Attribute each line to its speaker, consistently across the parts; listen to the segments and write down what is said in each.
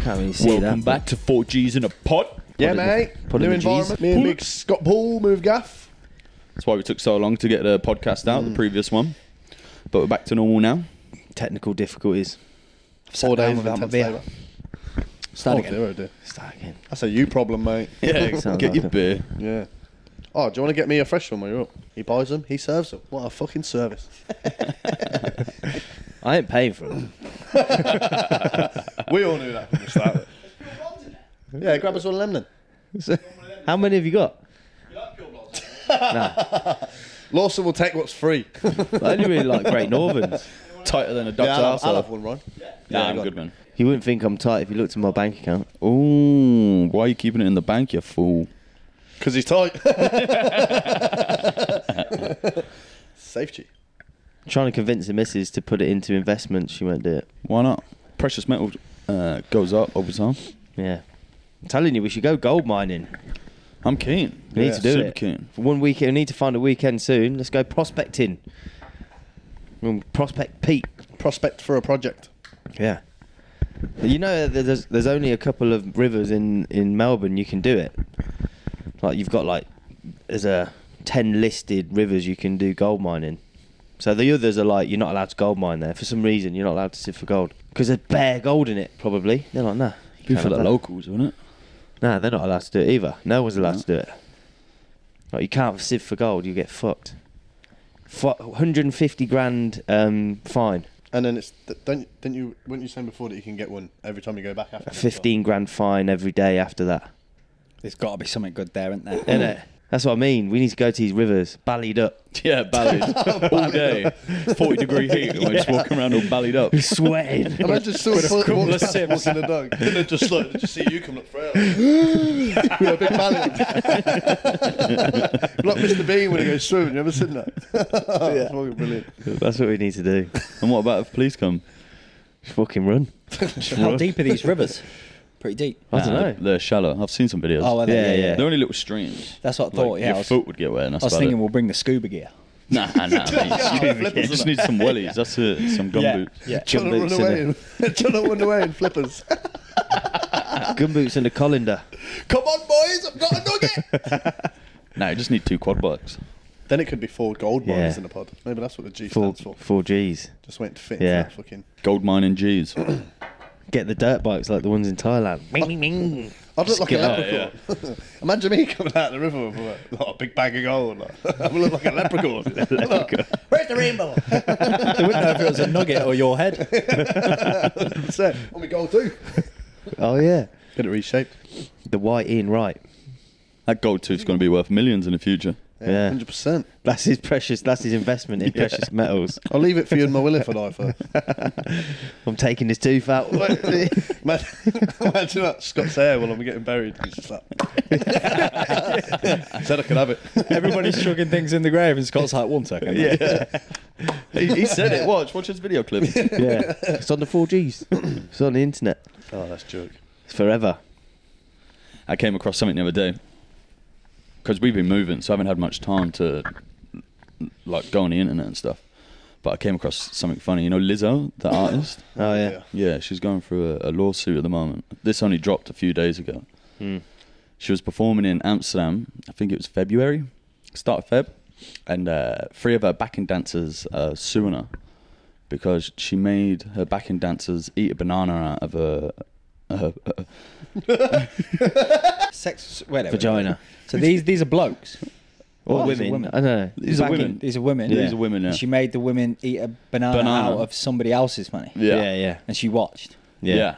Speaker 1: Can't really see
Speaker 2: Welcome
Speaker 1: that.
Speaker 2: back to Four Gs in a Pod.
Speaker 1: Put
Speaker 3: Yeah,
Speaker 1: it in
Speaker 3: mate.
Speaker 1: the- put it
Speaker 3: New
Speaker 1: in the Gs.
Speaker 3: environment. Me and
Speaker 2: Put
Speaker 3: Big Scott Paul move gaff. Mm.
Speaker 2: That's why we took so long to get the podcast out, the previous one. But we're back to normal now.
Speaker 1: Technical difficulties.
Speaker 3: Four
Speaker 1: down
Speaker 3: days
Speaker 1: with
Speaker 3: of
Speaker 1: that
Speaker 3: intense
Speaker 1: beer.
Speaker 3: labour.
Speaker 1: Start
Speaker 3: Oh,
Speaker 1: again.
Speaker 3: dear, oh, dear.
Speaker 1: Start again.
Speaker 3: That's a you problem, mate.
Speaker 2: Yeah,
Speaker 1: Sounds
Speaker 2: get
Speaker 1: like
Speaker 2: your
Speaker 1: it.
Speaker 2: beer.
Speaker 3: Yeah. Oh, do you want to get me a fresh one when you're up? He buys them, he serves them. What a fucking service.
Speaker 1: I ain't paying for it.
Speaker 3: we all knew that from the start. yeah, grab us one of them then.
Speaker 1: How many have you got?
Speaker 3: Lawson will take what's free.
Speaker 1: I only really like Great Northerns.
Speaker 2: Tighter than a
Speaker 3: Yeah, I'll,
Speaker 2: dog's
Speaker 3: I'll
Speaker 2: arsehole.
Speaker 3: have one, Ron.
Speaker 2: Nah, I'm
Speaker 3: go on.
Speaker 2: good, man.
Speaker 1: You wouldn't think I'm tight if you looked at my bank account.
Speaker 2: Ooh, why are you keeping it in the bank, you fool?
Speaker 3: Because he's tight. Safety.
Speaker 1: trying to convince the missus to put it into investments. She won't do it.
Speaker 2: Why not? Precious metal uh, goes up over time.
Speaker 1: Yeah. I'm telling you, we should go gold mining.
Speaker 2: I'm keen.
Speaker 1: We need
Speaker 3: Yeah,
Speaker 1: to do
Speaker 2: super
Speaker 1: it.
Speaker 2: keen.
Speaker 1: For one week, we need to find a weekend soon. Let's go prospecting. Mm, Prospect Pete.
Speaker 3: Prospect for a project.
Speaker 1: Yeah. You know, that there's there's only a couple of rivers in in Melbourne you can do it. Like you've got like there's a ten listed rivers you can do gold mining. So the others are like you're not allowed to gold mine there for some reason. You're not allowed to sit for gold because there's bare gold in it probably. They're like nah. you
Speaker 2: Be
Speaker 1: can't
Speaker 2: for
Speaker 1: have
Speaker 2: the
Speaker 1: that."
Speaker 2: locals, wouldn't it?
Speaker 1: Nah, they're not allowed to do it either. No one's allowed
Speaker 2: No.
Speaker 1: to do it. Like you can't sift for gold. You get fucked. Fu 150 grand um, fine.
Speaker 3: And then it's th- don't didn't you weren't you saying before that you can get one every time you go back after
Speaker 1: A
Speaker 3: this?
Speaker 1: 15 grand fine every day after that.
Speaker 4: There's got to be something good there, isn't there?
Speaker 1: Innit? That's what I mean. We need to go to these rivers, ballied up,
Speaker 2: Yeah, ballied all day. Forty degree heat. and We're just walking around all ballied up.
Speaker 1: sweating.
Speaker 3: Imagine just sort of
Speaker 4: couple
Speaker 3: walking
Speaker 4: of
Speaker 3: past
Speaker 4: sips.
Speaker 3: walking the dog. Didn't it just look? Just see you coming up frail. With a big balance. like Mr. Bean when he goes swimming. You ever seen that? Oh, It's fucking brilliant.
Speaker 1: That's what we need to do.
Speaker 2: And what about if police come?
Speaker 1: Just fucking run.
Speaker 4: How deep are these rivers? Pretty deep.
Speaker 1: I don't
Speaker 2: Nah,
Speaker 1: know.
Speaker 2: They're, they're shallow. I've seen some videos.
Speaker 4: Oh, are they?
Speaker 1: Yeah,
Speaker 4: Yeah, yeah.
Speaker 1: yeah.
Speaker 2: They're only little streams.
Speaker 4: That's what I thought, yeah,
Speaker 2: Your
Speaker 4: I was-
Speaker 2: foot would get wet. And that's
Speaker 4: I was
Speaker 2: about
Speaker 4: thinking
Speaker 2: it.
Speaker 4: we'll bring the scuba gear.
Speaker 2: Nah, nah, mate.
Speaker 3: flippers,
Speaker 2: You just
Speaker 3: isn't
Speaker 2: need some wellies. That's it. Some gum
Speaker 4: yeah,
Speaker 2: boots.
Speaker 4: yeah.
Speaker 3: Trying to run
Speaker 1: Gumboots in
Speaker 3: away.
Speaker 1: a-
Speaker 3: In, trying to run away in flippers.
Speaker 1: Gumboots and a colander.
Speaker 3: Come on, boys! I've got a nugget.
Speaker 2: No, you just need two quad bikes.
Speaker 3: then it could be four gold mines
Speaker 1: Yeah.
Speaker 3: in a pod. Maybe that's what the G
Speaker 1: Four,
Speaker 3: stands for.
Speaker 1: four Gs.
Speaker 3: Just went to fit
Speaker 1: Yeah.
Speaker 3: into that fucking.
Speaker 2: Gold mine and G's.
Speaker 1: Get the dirt bikes like the ones in Thailand. Ming, ming.
Speaker 3: I'd look like a
Speaker 1: Scared,
Speaker 3: leprechaun. Imagine me coming out of the river with like, like a big bag of gold. Like, I look like a leprechaun. Look,
Speaker 4: Where's the rainbow? they wouldn't know if it was a nugget or your head.
Speaker 3: 100%. And we gold too.
Speaker 1: Oh yeah.
Speaker 3: Get it reshaped.
Speaker 1: The white Ian Wright.
Speaker 2: That gold tooth's going to be worth millions in the future.
Speaker 1: Yeah.
Speaker 3: Hundred percent.
Speaker 1: That's his precious. That's his investment in precious metals.
Speaker 3: I'll leave it for you and my will if I die first.
Speaker 1: I'm taking his tooth out.
Speaker 3: Imagine imagine that Scott's hair while I'm getting buried. He's just like said I could have it.
Speaker 4: Everybody's chugging things in the grave, and Scott's like, one second. Yeah.
Speaker 2: He, he said it. Watch, watch his video clip.
Speaker 1: yeah. It's on the four Gs. It's on the internet.
Speaker 3: Oh, that's joke.
Speaker 1: It's forever.
Speaker 2: I came across something the other day because we've been moving, so I haven't had much time to like go on the internet and stuff. But I came across something funny. You know, Lizzo, the artist.
Speaker 1: Oh yeah.
Speaker 2: Yeah, she's going through a, a lawsuit at the moment. This only dropped a few days ago.
Speaker 1: Hmm.
Speaker 2: She was performing in Amsterdam. I think it was February, start of Feb, and uh, three of her backing dancers uh, suing her because she made her backing dancers eat a banana out of a. a- a-
Speaker 4: Sex, whatever.
Speaker 1: Vagina.
Speaker 4: So these these are blokes.
Speaker 1: Or
Speaker 4: Oh, these are
Speaker 1: women.
Speaker 4: women.
Speaker 1: I don't know.
Speaker 2: these are
Speaker 4: Back in-
Speaker 2: women.
Speaker 4: These are women.
Speaker 2: These are women, yeah.
Speaker 4: And She made the women eat a banana,
Speaker 2: Banana.
Speaker 4: out of somebody else's money.
Speaker 1: Yeah. Yeah.
Speaker 4: And she watched.
Speaker 2: yeah. yeah.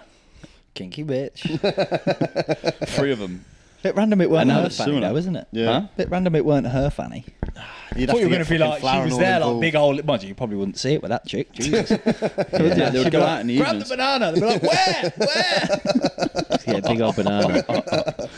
Speaker 4: Kinky bitch.
Speaker 2: Three of them.
Speaker 4: Bit random it weren't
Speaker 2: And now
Speaker 4: her
Speaker 2: it's
Speaker 4: fanny,
Speaker 2: sooner.
Speaker 4: though, isn't it?
Speaker 3: Yeah.
Speaker 2: Huh?
Speaker 4: Bit random it weren't her fanny.
Speaker 3: You'd
Speaker 4: thought you were
Speaker 3: get
Speaker 4: going to
Speaker 3: fucking
Speaker 4: be like,
Speaker 3: flour
Speaker 4: she
Speaker 3: and
Speaker 4: was
Speaker 3: all
Speaker 4: there, like
Speaker 3: involved.
Speaker 4: big old. Mind you, you probably wouldn't see it with that chick. Jesus.
Speaker 2: Yeah, they would go out in the
Speaker 4: Grab the
Speaker 2: evenings.
Speaker 4: banana. They'd be like, where? Where?
Speaker 1: Yeah. Big old banana.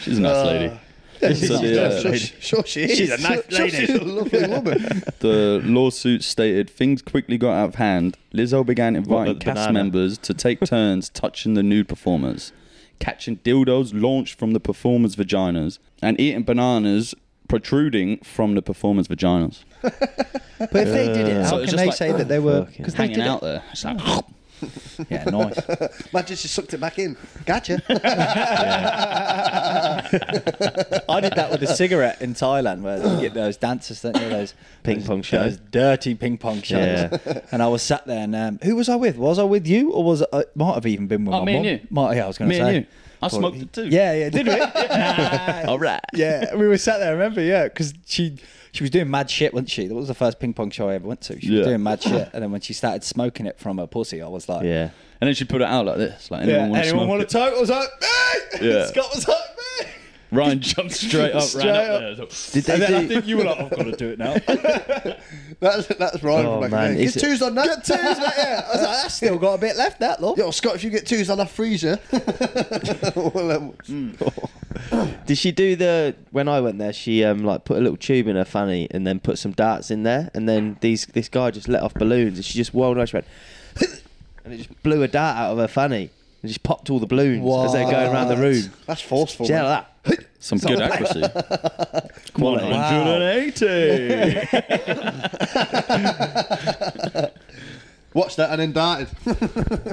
Speaker 2: She's a nice lady. So
Speaker 3: Yeah,
Speaker 2: the, uh,
Speaker 3: sure, she, sure she is.
Speaker 1: She's a nice
Speaker 3: Sure
Speaker 1: lady.
Speaker 3: she's a lovely woman.
Speaker 2: The lawsuit stated things quickly got out of hand. Lizzo began inviting
Speaker 1: the
Speaker 2: cast
Speaker 1: banana?
Speaker 2: members to take turns touching the nude performers, catching dildos launched from the performers' vaginas, and eating bananas protruding from the performers' vaginas.
Speaker 4: But if they did it,
Speaker 2: So
Speaker 4: how
Speaker 2: it's
Speaker 4: can
Speaker 2: just
Speaker 4: they
Speaker 2: like-
Speaker 4: say that they were?
Speaker 1: Fucking
Speaker 4: Because they
Speaker 2: Hanging
Speaker 4: did
Speaker 2: out
Speaker 4: it.
Speaker 2: there. It's like, Yeah, nice.
Speaker 3: Imagine she sucked it back in. Gotcha.
Speaker 4: I did that with a cigarette in Thailand where you get those dancers, don't you? Those
Speaker 1: Ping
Speaker 4: those-
Speaker 1: pong shows.
Speaker 4: Those dirty ping pong shows. And I was sat there and um, who was I with? Was I with you or was I, it might have even been with
Speaker 2: Oh,
Speaker 4: my
Speaker 2: me and
Speaker 4: mum?
Speaker 2: you.
Speaker 4: Might, yeah, I was going to
Speaker 2: Me
Speaker 4: say.
Speaker 2: and you. I smoked
Speaker 4: Probably-
Speaker 2: it too.
Speaker 4: Yeah, yeah, did we? Yeah.
Speaker 2: All right.
Speaker 4: Yeah, we were sat there. Remember? Yeah, because she she was doing mad shit, wasn't she? That was the first ping pong show I ever went to. She was
Speaker 2: Yeah.
Speaker 4: doing mad shit, and then when she started smoking it from her pussy, I was like,
Speaker 1: Yeah.
Speaker 2: And then she put it out like this. Like anyone
Speaker 4: yeah,
Speaker 2: want to
Speaker 4: anyone
Speaker 2: smoke
Speaker 4: want
Speaker 2: it?
Speaker 4: to talk? I was like, hey!
Speaker 2: Yeah.
Speaker 4: Scott was like, hey!
Speaker 2: Ryan jumped straight up,
Speaker 4: Straight
Speaker 2: ran up,
Speaker 4: up.
Speaker 2: there. "Oh, I was like,
Speaker 1: Did they
Speaker 4: and then I
Speaker 1: do-
Speaker 4: think you were like, I've got to do it now.
Speaker 3: that's that's Ryan
Speaker 1: Oh,
Speaker 3: from back
Speaker 1: man,
Speaker 3: in the day.
Speaker 1: is it-
Speaker 3: Get twos on that. Get
Speaker 4: Two is like, yeah. I was like, I still got a bit left, that love.
Speaker 3: Yo, Scott, if you get twos, I'll have freezer. well, um,
Speaker 1: Did she do the when I went there? She um like put a little tube in her fanny and then put some darts in there, and then these this guy just let off balloons, and she just whirled around. She went, and it just blew a dart out of her fanny and just popped all the balloons as they're going around the room.
Speaker 3: Ah, that's forceful.
Speaker 1: Yeah,
Speaker 3: man.
Speaker 1: like that
Speaker 2: Some good accuracy.
Speaker 1: Quality.
Speaker 2: 180.
Speaker 3: Watch that and then darted.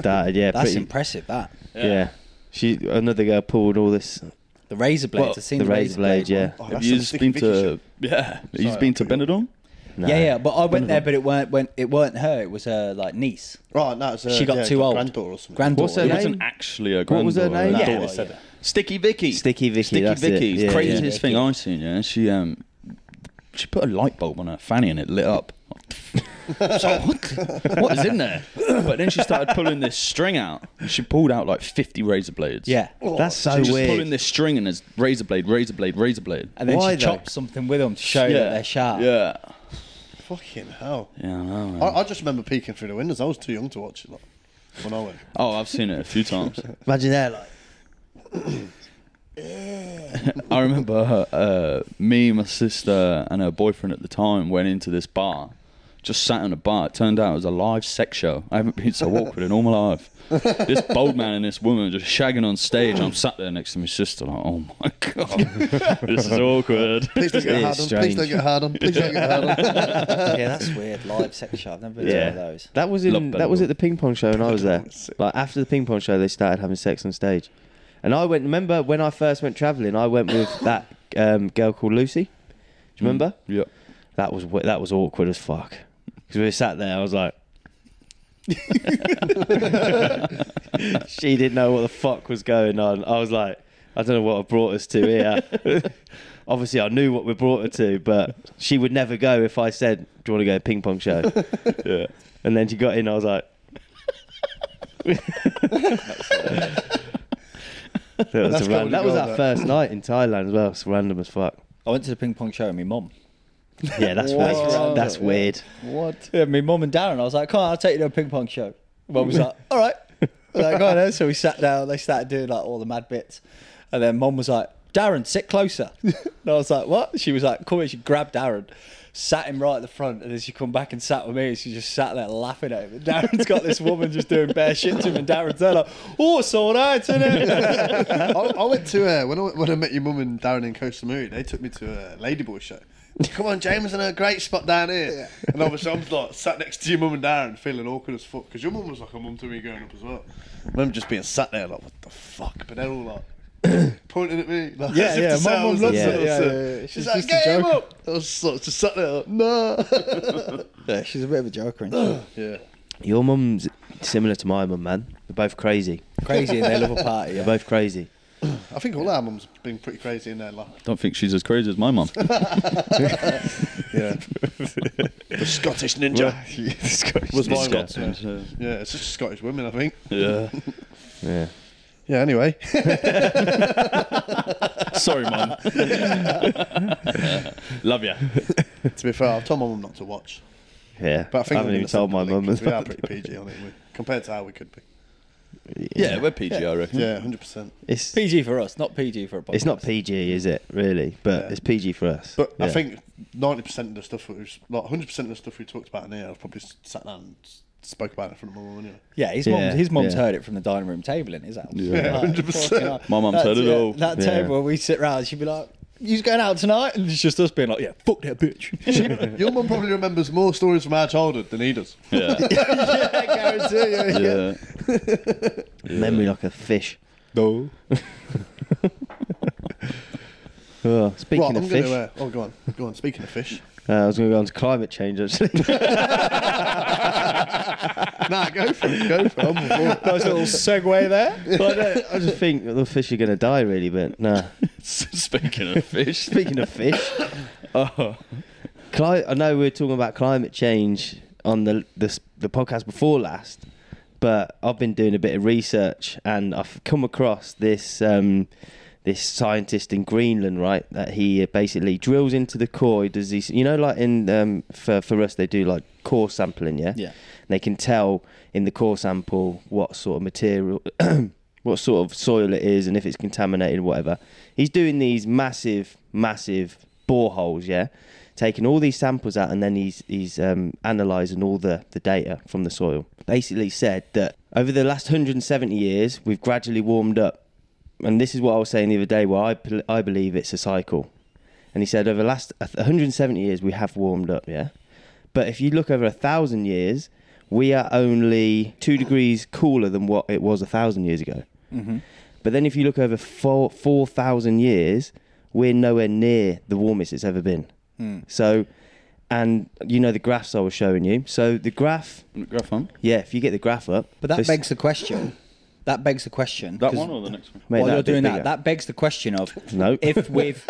Speaker 1: darted. Yeah,
Speaker 4: That's
Speaker 1: pretty-
Speaker 4: impressive, that.
Speaker 1: Yeah. she another girl pulled all this
Speaker 4: The razor blades,
Speaker 2: Well,
Speaker 4: I've seen
Speaker 1: the razor blade. yeah,
Speaker 3: Oh,
Speaker 2: Have
Speaker 3: that's
Speaker 2: you
Speaker 3: some
Speaker 2: just
Speaker 3: thick
Speaker 2: been
Speaker 3: Vicky shit.
Speaker 2: to? Yeah, he's
Speaker 3: Sorry,
Speaker 2: been
Speaker 3: I
Speaker 2: to
Speaker 3: couldn't-
Speaker 2: Benidorm.
Speaker 1: No.
Speaker 4: Yeah, yeah, but I went there, but it weren't when it weren't her. It was her like niece.
Speaker 3: Right, no, it's, uh,
Speaker 4: she got
Speaker 3: yeah,
Speaker 4: too old.
Speaker 3: Granddaughter or something.
Speaker 4: Granddaughter.
Speaker 1: What's her
Speaker 2: It
Speaker 1: name?
Speaker 2: wasn't actually a
Speaker 1: What
Speaker 2: granddaughter.
Speaker 1: was her name?
Speaker 2: no.
Speaker 1: Yeah,
Speaker 4: Yeah,
Speaker 1: they
Speaker 4: yeah.
Speaker 2: Sticky Vicky.
Speaker 1: Sticky Vicky,
Speaker 2: Sticky
Speaker 1: that's it.
Speaker 2: Vicky.
Speaker 1: Yeah,
Speaker 2: Craziest
Speaker 1: yeah.
Speaker 2: thing I seen. Yeah, she um, she put a light bulb on her fanny and it lit up. so what? What is in there? But then she started pulling this string out. And she pulled out like fifty razor blades.
Speaker 4: Yeah.
Speaker 1: That's so
Speaker 2: She was just pulling
Speaker 1: Oh, weird.
Speaker 2: this string and there's razor blade, razor blade, razor blade.
Speaker 4: And then
Speaker 1: Why,
Speaker 4: she
Speaker 1: though?
Speaker 4: chopped something with them to show that they're sharp.
Speaker 2: Yeah.
Speaker 3: Fucking hell.
Speaker 2: Yeah. I know, man.
Speaker 3: I, I just remember peeking through the windows. I was too young to watch it like, when I went.
Speaker 2: Oh, I've seen it a few times.
Speaker 1: Imagine that, like
Speaker 2: I remember uh, me, my sister, and her boyfriend at the time went into this bar, just sat in a bar. It turned out it was a live sex show. I haven't been so awkward in all my life. This bold man and this woman just shagging on stage. I'm sat there next to my sister, like, oh my God, this is awkward.
Speaker 3: Please don't get
Speaker 1: It
Speaker 3: hard
Speaker 1: is
Speaker 3: on. Please don't
Speaker 1: strange.
Speaker 3: get hard on. Please don't get hard on.
Speaker 4: yeah, that's weird. Live sex show. I've never been to
Speaker 1: yeah,
Speaker 4: one of those.
Speaker 1: that was
Speaker 2: Love
Speaker 1: in that was
Speaker 2: Benidorm.
Speaker 1: at the ping pong show, and I was there. Like after the ping pong show, they started having sex on stage, and I went. Remember when I first went traveling? I went with that um, girl called Lucy. Do you remember?
Speaker 2: Mm. Yeah.
Speaker 1: That was wa- that was awkward as fuck because we were sat there. I was like, she didn't know what the fuck was going on. I was like, I don't know what I brought us to here. Obviously, I knew what we brought her to, but she would never go if I said, "Do you want to go to ping pong show?"
Speaker 2: Yeah.
Speaker 1: And then she got in. I was like, that was,
Speaker 3: That's
Speaker 1: a
Speaker 3: cool,
Speaker 1: ran- that, was
Speaker 3: you got
Speaker 1: our
Speaker 3: that.
Speaker 1: first night in Thailand as well. It's random as fuck.
Speaker 4: I went to the ping pong show with my mum.
Speaker 1: Yeah, that's
Speaker 3: Whoa.
Speaker 1: weird. That's,
Speaker 3: Yeah.
Speaker 1: weird.
Speaker 3: What?
Speaker 4: Yeah, my mum and Darren. I was like, come on, I'll take you to a ping pong show. Mum was like, all right. I was like, go on then. So we sat down. They started doing like all the mad bits. And then mum was like, Darren, sit closer. And I was like, what? She was like, come here. She grabbed Darren, sat him right at the front. And then she come back and sat with me. And she just sat there laughing at him. And Darren's got this woman just doing bare shit to him. And Darren's there like, oh, it's all right, isn't it?
Speaker 3: I, I went to uh, when I when I met your mum and Darren in Koh Samui. They took me to a ladyboy show. Come on, James, and a great spot down here. And obviously, I'm like sat next to your mum and Darren, feeling awkward as fuck because your mum was like a mum to me growing up as well. I remember just being sat there like, what the fuck? But they're all like pointing at me. Like,
Speaker 4: Yeah,
Speaker 3: as if
Speaker 4: yeah,
Speaker 3: to
Speaker 4: my
Speaker 3: say I
Speaker 4: mum
Speaker 3: was
Speaker 4: loves
Speaker 3: nuts
Speaker 1: it.
Speaker 3: or
Speaker 4: Yeah,
Speaker 3: something.
Speaker 4: yeah, yeah.
Speaker 3: She's
Speaker 4: She's
Speaker 3: like,
Speaker 4: just a
Speaker 3: get him
Speaker 4: joker."
Speaker 3: up. I was sort of just sat there like, no.
Speaker 4: yeah, she's a bit of a joker. Isn't
Speaker 3: yeah.
Speaker 1: Your mum's similar to my mum, man. They're both crazy.
Speaker 4: she? Crazy and they love a party. Yeah.
Speaker 1: They're both crazy.
Speaker 3: I think all our mums have been pretty crazy in their life.
Speaker 2: Don't think she's as crazy as my mum.
Speaker 3: Yeah. the Scottish ninja. was mine once, yeah.
Speaker 2: Yeah.
Speaker 3: Yeah, it's just Scottish women, I think.
Speaker 2: yeah.
Speaker 1: Yeah.
Speaker 3: Yeah, anyway.
Speaker 2: Sorry, mum. Love ya.
Speaker 3: to be fair, I've told my mum not to watch.
Speaker 1: Yeah.
Speaker 3: But I think
Speaker 1: haven't even
Speaker 3: we're gonna
Speaker 1: told
Speaker 3: send
Speaker 1: my
Speaker 3: the link,
Speaker 1: mum. as
Speaker 3: 'cause We are
Speaker 1: well.
Speaker 3: pretty PG on it, we, compared to how we could be.
Speaker 2: Yeah, we're PG, I
Speaker 1: Hmm.
Speaker 2: reckon.
Speaker 3: Yeah, 100%.
Speaker 1: It's
Speaker 4: PG for us, not PG for a podcast.
Speaker 1: it's not PG, is it? Really, but
Speaker 3: Yeah.
Speaker 1: it's PG for us.
Speaker 3: But I
Speaker 1: Yeah.
Speaker 3: think 90% of the stuff, we was, like 100% of the stuff we talked about in here, I've probably s- sat down and s- spoke about it in front of my mum anyway.
Speaker 4: Yeah, his
Speaker 1: Yeah,
Speaker 4: mum's his mum's
Speaker 1: yeah.
Speaker 4: heard it from the dining room table in his house.
Speaker 2: Yeah.
Speaker 4: Like,
Speaker 3: 100%.
Speaker 4: fucking hell.
Speaker 2: My mum's
Speaker 4: That's
Speaker 2: heard it all.
Speaker 4: That
Speaker 1: Yeah.
Speaker 4: table where we sit round, she'd be like, He's going out tonight, and it's just us being like, yeah, fuck that bitch.
Speaker 3: Your mum probably remembers more stories from our childhood than he does.
Speaker 2: Yeah.
Speaker 4: yeah, guarantee. Yeah,
Speaker 2: yeah.
Speaker 1: Memory like a fish.
Speaker 4: No.
Speaker 1: Oh, speaking
Speaker 3: right,
Speaker 1: of
Speaker 3: I'm
Speaker 1: fish,
Speaker 3: Gonna, uh, oh, go on, go on. Speaking of fish,
Speaker 1: uh, I was going to go on to climate change actually.
Speaker 3: nah, go for it, go for it. I'm all for it.
Speaker 4: Nice little segue there.
Speaker 1: But, uh, I just think the fish are going to die really, but no.
Speaker 2: Speaking of fish.
Speaker 1: Speaking of fish,
Speaker 2: Oh.
Speaker 1: Cli- I know we were talking about climate change on the the, the podcast before last, but I've been doing a bit of research and I've come across this um, this scientist in Greenland, right? That he basically drills into the core. Does he? You know, like in um, for for us, they do like core sampling, yeah.
Speaker 4: Yeah.
Speaker 1: And they can tell in the core sample what sort of material, what sort of soil it is, and if it's contaminated, whatever. He's doing these massive, massive boreholes, yeah, taking all these samples out, and then he's he's um, analysing all the the data from the soil. Basically, said that over the last 170 years, we've gradually warmed up, and this is what I was saying the other day, where I bel- I believe it's a cycle. And he said over the last 170 years, we have warmed up, yeah. But if you look over a thousand years, we are only two degrees cooler than what it was a thousand years ago. But then if you look over four four thousand years, we're nowhere near the warmest it's ever been. So, and you know the graphs I was showing you. So the graph,
Speaker 2: Graph on.
Speaker 1: yeah, if you get the graph up,
Speaker 4: But that
Speaker 1: this-
Speaker 4: begs the question. That begs the question.
Speaker 2: That
Speaker 4: 'cause
Speaker 2: one or the next one?
Speaker 1: Mate,
Speaker 4: while
Speaker 1: that'd
Speaker 4: you're
Speaker 1: be
Speaker 4: doing
Speaker 1: bigger.
Speaker 4: that, that begs the question of
Speaker 1: No.
Speaker 4: if we've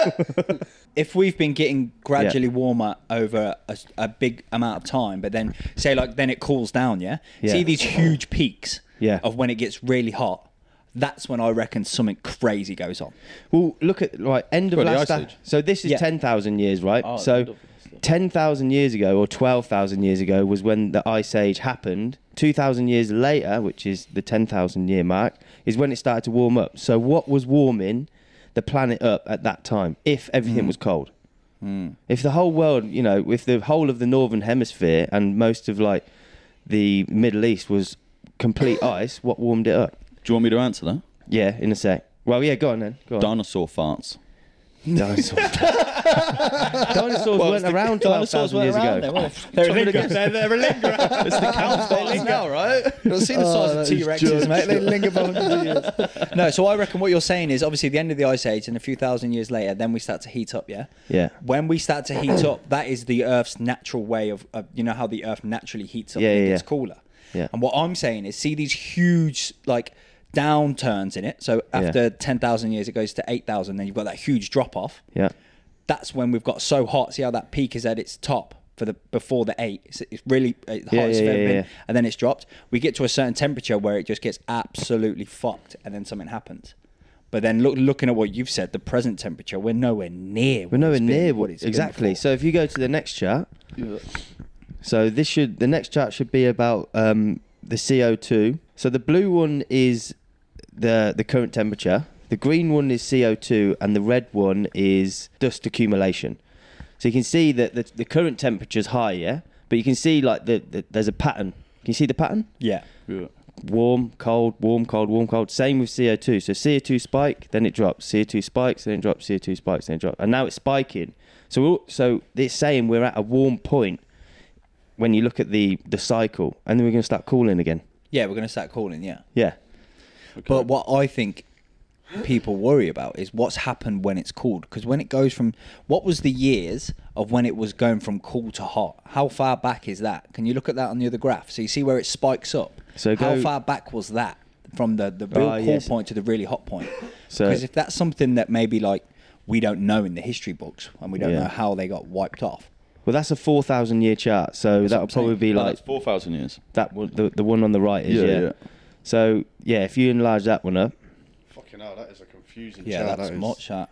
Speaker 4: if we've been getting gradually warmer over a, a big amount of time, but then say like then it cools down, yeah.
Speaker 1: Yeah.
Speaker 4: See these huge peaks
Speaker 1: Yeah.
Speaker 4: of when it gets really hot. That's when I reckon something crazy goes on.
Speaker 1: Well, look at right end of
Speaker 2: Well, the
Speaker 1: last.
Speaker 2: Ice Age.
Speaker 1: So this is
Speaker 4: Yeah.
Speaker 1: ten thousand years, right?
Speaker 2: Oh, the end
Speaker 1: so
Speaker 2: of last age.
Speaker 1: ten thousand years ago, or twelve thousand years ago, was when the Ice Age happened. Two thousand years later, which is the ten thousand year mark, is when it started to warm up. So what was warming the planet up at that time? If everything was cold, if the whole world, you know, if the whole of the northern hemisphere and most of like the Middle East was complete ice, what warmed it up?
Speaker 2: Do you want me to answer that?
Speaker 1: Yeah, in a sec. Well, yeah, go on then. Go on.
Speaker 2: Dinosaur farts.
Speaker 1: Dinosaurs. dinosaurs
Speaker 2: Well, it's
Speaker 1: weren't
Speaker 2: the-
Speaker 1: around 12,000 years ago.
Speaker 4: They're lingering. They're, they're
Speaker 2: It's the cow farts now, right?
Speaker 4: You've seen the size of T Rexes, mate. They linger for hundreds of years. Oh, No, so I reckon what you're saying is obviously the end of the Ice Age and a few thousand years later, then we start to heat up, yeah?
Speaker 1: Yeah.
Speaker 4: When we start to heat up, that is the Earth's natural way of, of you know, how the Earth naturally heats up
Speaker 1: Yeah,
Speaker 4: and it
Speaker 1: yeah,
Speaker 4: gets
Speaker 1: yeah.
Speaker 4: cooler.
Speaker 1: Yeah.
Speaker 4: And what I'm saying is see these huge, like, downturns in it. So
Speaker 1: Yeah.
Speaker 4: after 10,000 years, it goes to 8,000, then you've got that huge drop off
Speaker 1: Yeah.
Speaker 4: that's when we've got so hot. See how that peak is at its top for the before the eight. It's, it's really it's the
Speaker 1: Yeah,
Speaker 4: hottest
Speaker 1: yeah,
Speaker 4: it's ever
Speaker 1: yeah,
Speaker 4: been,
Speaker 1: yeah.
Speaker 4: and then it's dropped. We get to a certain temperature where it just gets absolutely fucked, and then something happens. But then look, looking at what you've said, the present temperature, we're nowhere near.
Speaker 1: We're nowhere near
Speaker 4: what
Speaker 1: what
Speaker 4: it's
Speaker 1: it's
Speaker 4: been
Speaker 1: exactly.
Speaker 4: before.
Speaker 1: So if you go to the next chart, so this should the next chart should be about um, the CO2. So the blue one is the the current temperature. The green one is CO2, and the red one is dust accumulation. So you can see that the, the current temperature is high, yeah. But you can see like the, the there's a pattern. Can you see the pattern?
Speaker 4: yeah,
Speaker 2: Yeah.
Speaker 1: warm, cold, warm, cold, warm, cold. Same with CO2. So CO2 spike, then it drops. CO2 spikes, then it drops. CO2 spikes, then it drops. And now it's spiking. So we're, so it's saying we're at a warm point when you look at the the cycle, and then we're going to start cooling again.
Speaker 4: yeah, we're gonna start calling. Yeah,
Speaker 1: Yeah.
Speaker 4: But what I think people worry about is what's happened when it's cooled. Because when it goes from what was the years of when it was going from cool to hot? How far back is that? Can you look at that on the other graph? So you see where it spikes up.
Speaker 1: So
Speaker 4: how
Speaker 1: go-
Speaker 4: far back was that from the the real
Speaker 1: Ah,
Speaker 4: cool
Speaker 1: yes.
Speaker 4: point to the really hot point?
Speaker 1: So-
Speaker 4: Because if that's something that maybe like we don't know in the history books and we don't
Speaker 1: Yeah.
Speaker 4: know how they got wiped off.
Speaker 1: Well, that's a four thousand year chart. So that'll
Speaker 4: what I'm
Speaker 1: probably be
Speaker 2: No,
Speaker 1: like
Speaker 2: that's 4,000 years.
Speaker 1: that one. The, the one on the right is
Speaker 2: Yeah,
Speaker 1: yeah,
Speaker 2: yeah.
Speaker 1: So yeah, if you enlarge that one up,
Speaker 3: Fucking hell, that is a confusing.
Speaker 4: Yeah,
Speaker 3: chart,
Speaker 4: that's
Speaker 3: that is.
Speaker 4: much that.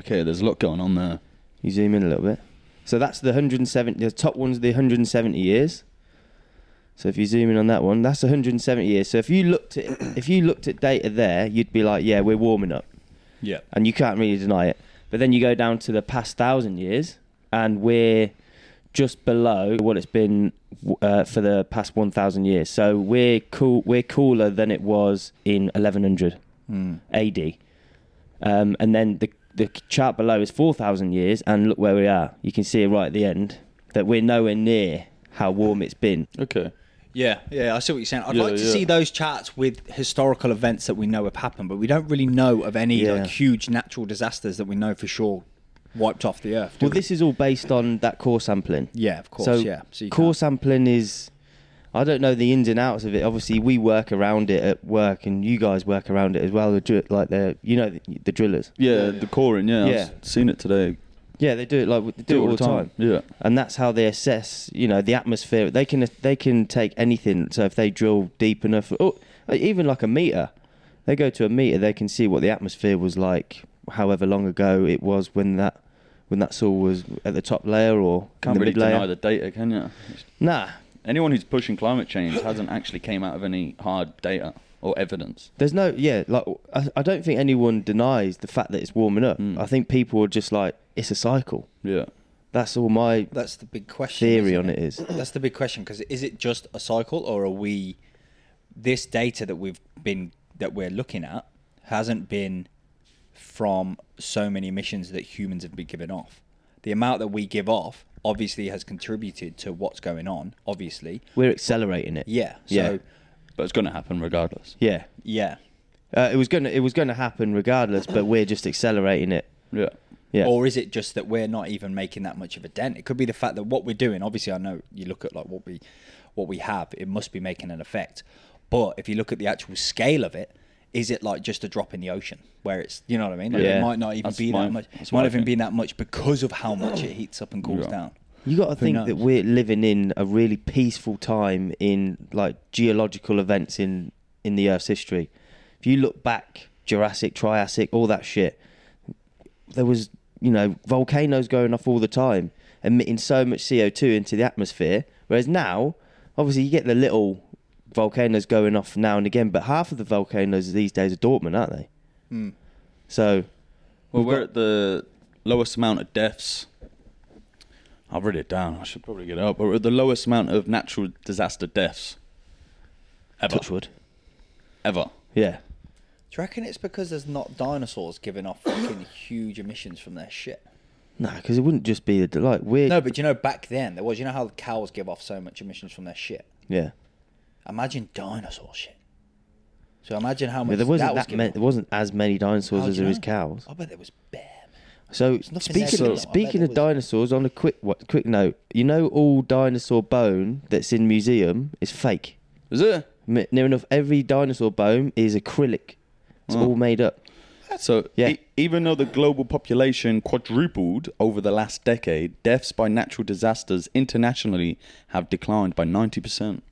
Speaker 2: Okay, there's a lot going on there.
Speaker 1: you zoom in a little bit. So that's the 170. The top one's the 170 years. So if you zoom in on that one, that's 170 years. So if you looked at if you looked at data there, you'd be like, yeah, we're warming up,
Speaker 4: Yeah.
Speaker 1: and you can't really deny it. But then you go down to the past thousand years, and we're just below what it's been uh, for the past 1,000 years. So we're cool. We're cooler than it was in 1100 AD. Um, and then the the chart below is 4,000 years, and look where we are. You can see it right at the end that we're nowhere near how warm it's been.
Speaker 2: Okay.
Speaker 4: Yeah, yeah, I see what you're saying. I'd
Speaker 2: Yeah,
Speaker 4: like to
Speaker 2: yeah.
Speaker 4: see those charts with historical events that we know have happened, but we don't really know of any
Speaker 1: Yeah.
Speaker 4: like, huge natural disasters that we know for sure wiped off the earth. do
Speaker 1: Well,
Speaker 4: we?
Speaker 1: this is all based on that core sampling.
Speaker 4: yeah, of course,
Speaker 1: so,
Speaker 4: yeah. you
Speaker 1: core
Speaker 4: can't-
Speaker 1: sampling is, I don't know the ins and outs of it. Obviously, we work around it at work, and you guys work around it as well. The dri- like the you know the, the drillers.
Speaker 2: Yeah,
Speaker 3: Yeah, yeah.
Speaker 2: the coring. Yeah,
Speaker 1: Yeah.
Speaker 2: I've seen it today.
Speaker 1: Yeah, they do it like w- they do, it all the time.
Speaker 2: Yeah.
Speaker 1: and that's how they assess you know the atmosphere they can they can take anything so if they drill deep enough or even like a meter they go to a meter they can see what the atmosphere was like however long ago it was when that when that soil was at the top layer or
Speaker 2: Can't
Speaker 1: in the
Speaker 2: really
Speaker 1: mid layer
Speaker 2: deny the data, can you?
Speaker 1: nah
Speaker 2: Anyone who's pushing climate change hasn't actually came out of any hard data or evidence.
Speaker 1: there's no yeah like I, I don't think anyone denies the fact that it's warming up
Speaker 2: Mm.
Speaker 1: i think people are just like it's a cycle
Speaker 2: Yeah.
Speaker 1: that's all my
Speaker 4: That's the big question.
Speaker 1: theory
Speaker 4: isn't
Speaker 1: on it is
Speaker 4: That's the big question because is it just a cycle or are we this data that we've been that we're looking at hasn't been from so many emissions that humans have been giving off. The amount that we give off obviously has contributed to what's going on, obviously.
Speaker 1: we're accelerating it
Speaker 4: Yeah. So
Speaker 1: yeah
Speaker 2: But it's going to happen regardless.
Speaker 1: yeah
Speaker 4: yeah.
Speaker 1: Uh, it was gonna it was gonna happen regardless, but we're just accelerating it.
Speaker 2: Yeah.
Speaker 1: Yeah.
Speaker 4: Or is it just that we're not even making that much of a dent? It could be the fact that what we're doing, obviously I know you look at like what we what we have, it must be making an effect. But if you look at the actual scale of it, is it like just a drop in the ocean where it's you know what I mean? Like
Speaker 1: Yeah.
Speaker 4: it might not even
Speaker 2: That's
Speaker 4: be
Speaker 2: my-
Speaker 4: that much. It
Speaker 2: that's
Speaker 4: might
Speaker 2: what
Speaker 4: not
Speaker 2: I
Speaker 4: even
Speaker 2: think.
Speaker 4: be that much because of how much it heats up and cools
Speaker 2: Yeah.
Speaker 4: down.
Speaker 1: you got to think
Speaker 4: knows?
Speaker 1: that we're living in a really peaceful time in like geological events in in the Earth's history. If you look back, Jurassic, Triassic, all that shit, there was you know volcanoes going off all the time, emitting so much CO two into the atmosphere. Whereas now, obviously, you get the little volcanoes going off now and again, but half of the volcanoes these days are dormant, aren't they?
Speaker 4: Mm.
Speaker 1: So
Speaker 2: Well,
Speaker 1: We've
Speaker 2: we're
Speaker 1: got-
Speaker 2: at the lowest amount of deaths. I'll read it down. I should probably get it up. But we're at the lowest amount of natural disaster deaths ever.
Speaker 1: Touchwood,
Speaker 2: Ever.
Speaker 1: yeah.
Speaker 4: Do you reckon it's because there's not dinosaurs giving off fucking huge emissions from their shit?
Speaker 1: No, because it wouldn't just be the like we're
Speaker 4: No, but you know back then there was you know how cows give off so much emissions from their shit?
Speaker 1: yeah.
Speaker 4: Imagine dinosaur shit. So imagine how
Speaker 1: But
Speaker 4: much
Speaker 1: there wasn't
Speaker 4: that was
Speaker 1: that, many,
Speaker 4: given
Speaker 1: there wasn't as many dinosaurs
Speaker 4: How do
Speaker 1: as
Speaker 4: you
Speaker 1: there is
Speaker 4: know?
Speaker 1: cows.
Speaker 4: off. I bet there was bear.
Speaker 1: So
Speaker 4: There's nothing there,
Speaker 1: speaking
Speaker 4: though. I
Speaker 1: of,
Speaker 4: bet
Speaker 1: speaking
Speaker 4: there
Speaker 1: of
Speaker 4: was-
Speaker 1: dinosaurs, on a quick what, quick note, you know all dinosaur bone that's in museum is fake.
Speaker 2: Is it?
Speaker 1: M- Near enough every dinosaur bone is acrylic. It's
Speaker 4: Mm.
Speaker 2: Oh.
Speaker 1: all made up.
Speaker 2: So
Speaker 1: Yeah.
Speaker 2: e- even though the global population quadrupled over the last decade, deaths by natural disasters internationally have declined by 90%.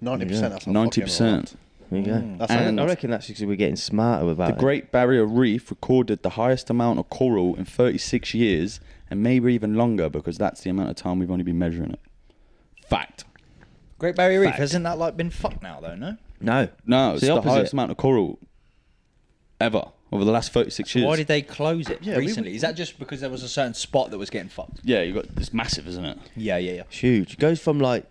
Speaker 3: Ninety
Speaker 1: Yeah.
Speaker 3: percent. That's not
Speaker 2: Ninety percent.
Speaker 1: There you go.
Speaker 4: Mm.
Speaker 3: That's
Speaker 1: And
Speaker 2: And-
Speaker 1: I reckon that's because we're getting smarter about
Speaker 2: The
Speaker 1: it.
Speaker 2: Great Barrier Reef recorded the highest amount of coral in 36 years, and maybe even longer because that's the amount of time we've only been measuring it. Fact.
Speaker 4: Great Barrier Reef
Speaker 1: Fact.
Speaker 4: hasn't that like been fucked now though? No.
Speaker 1: no,
Speaker 2: No, it's
Speaker 1: the
Speaker 2: the,
Speaker 1: opposite.
Speaker 2: highest amount of coral ever over the last 36
Speaker 4: So
Speaker 2: years.
Speaker 4: why did they close it
Speaker 3: Yeah, we
Speaker 4: recently?
Speaker 3: would-
Speaker 4: Is that just because there was a certain spot that was getting fucked?
Speaker 2: yeah, you got it's massive, isn't it?
Speaker 4: Yeah, yeah, yeah.
Speaker 1: It's huge. It goes from like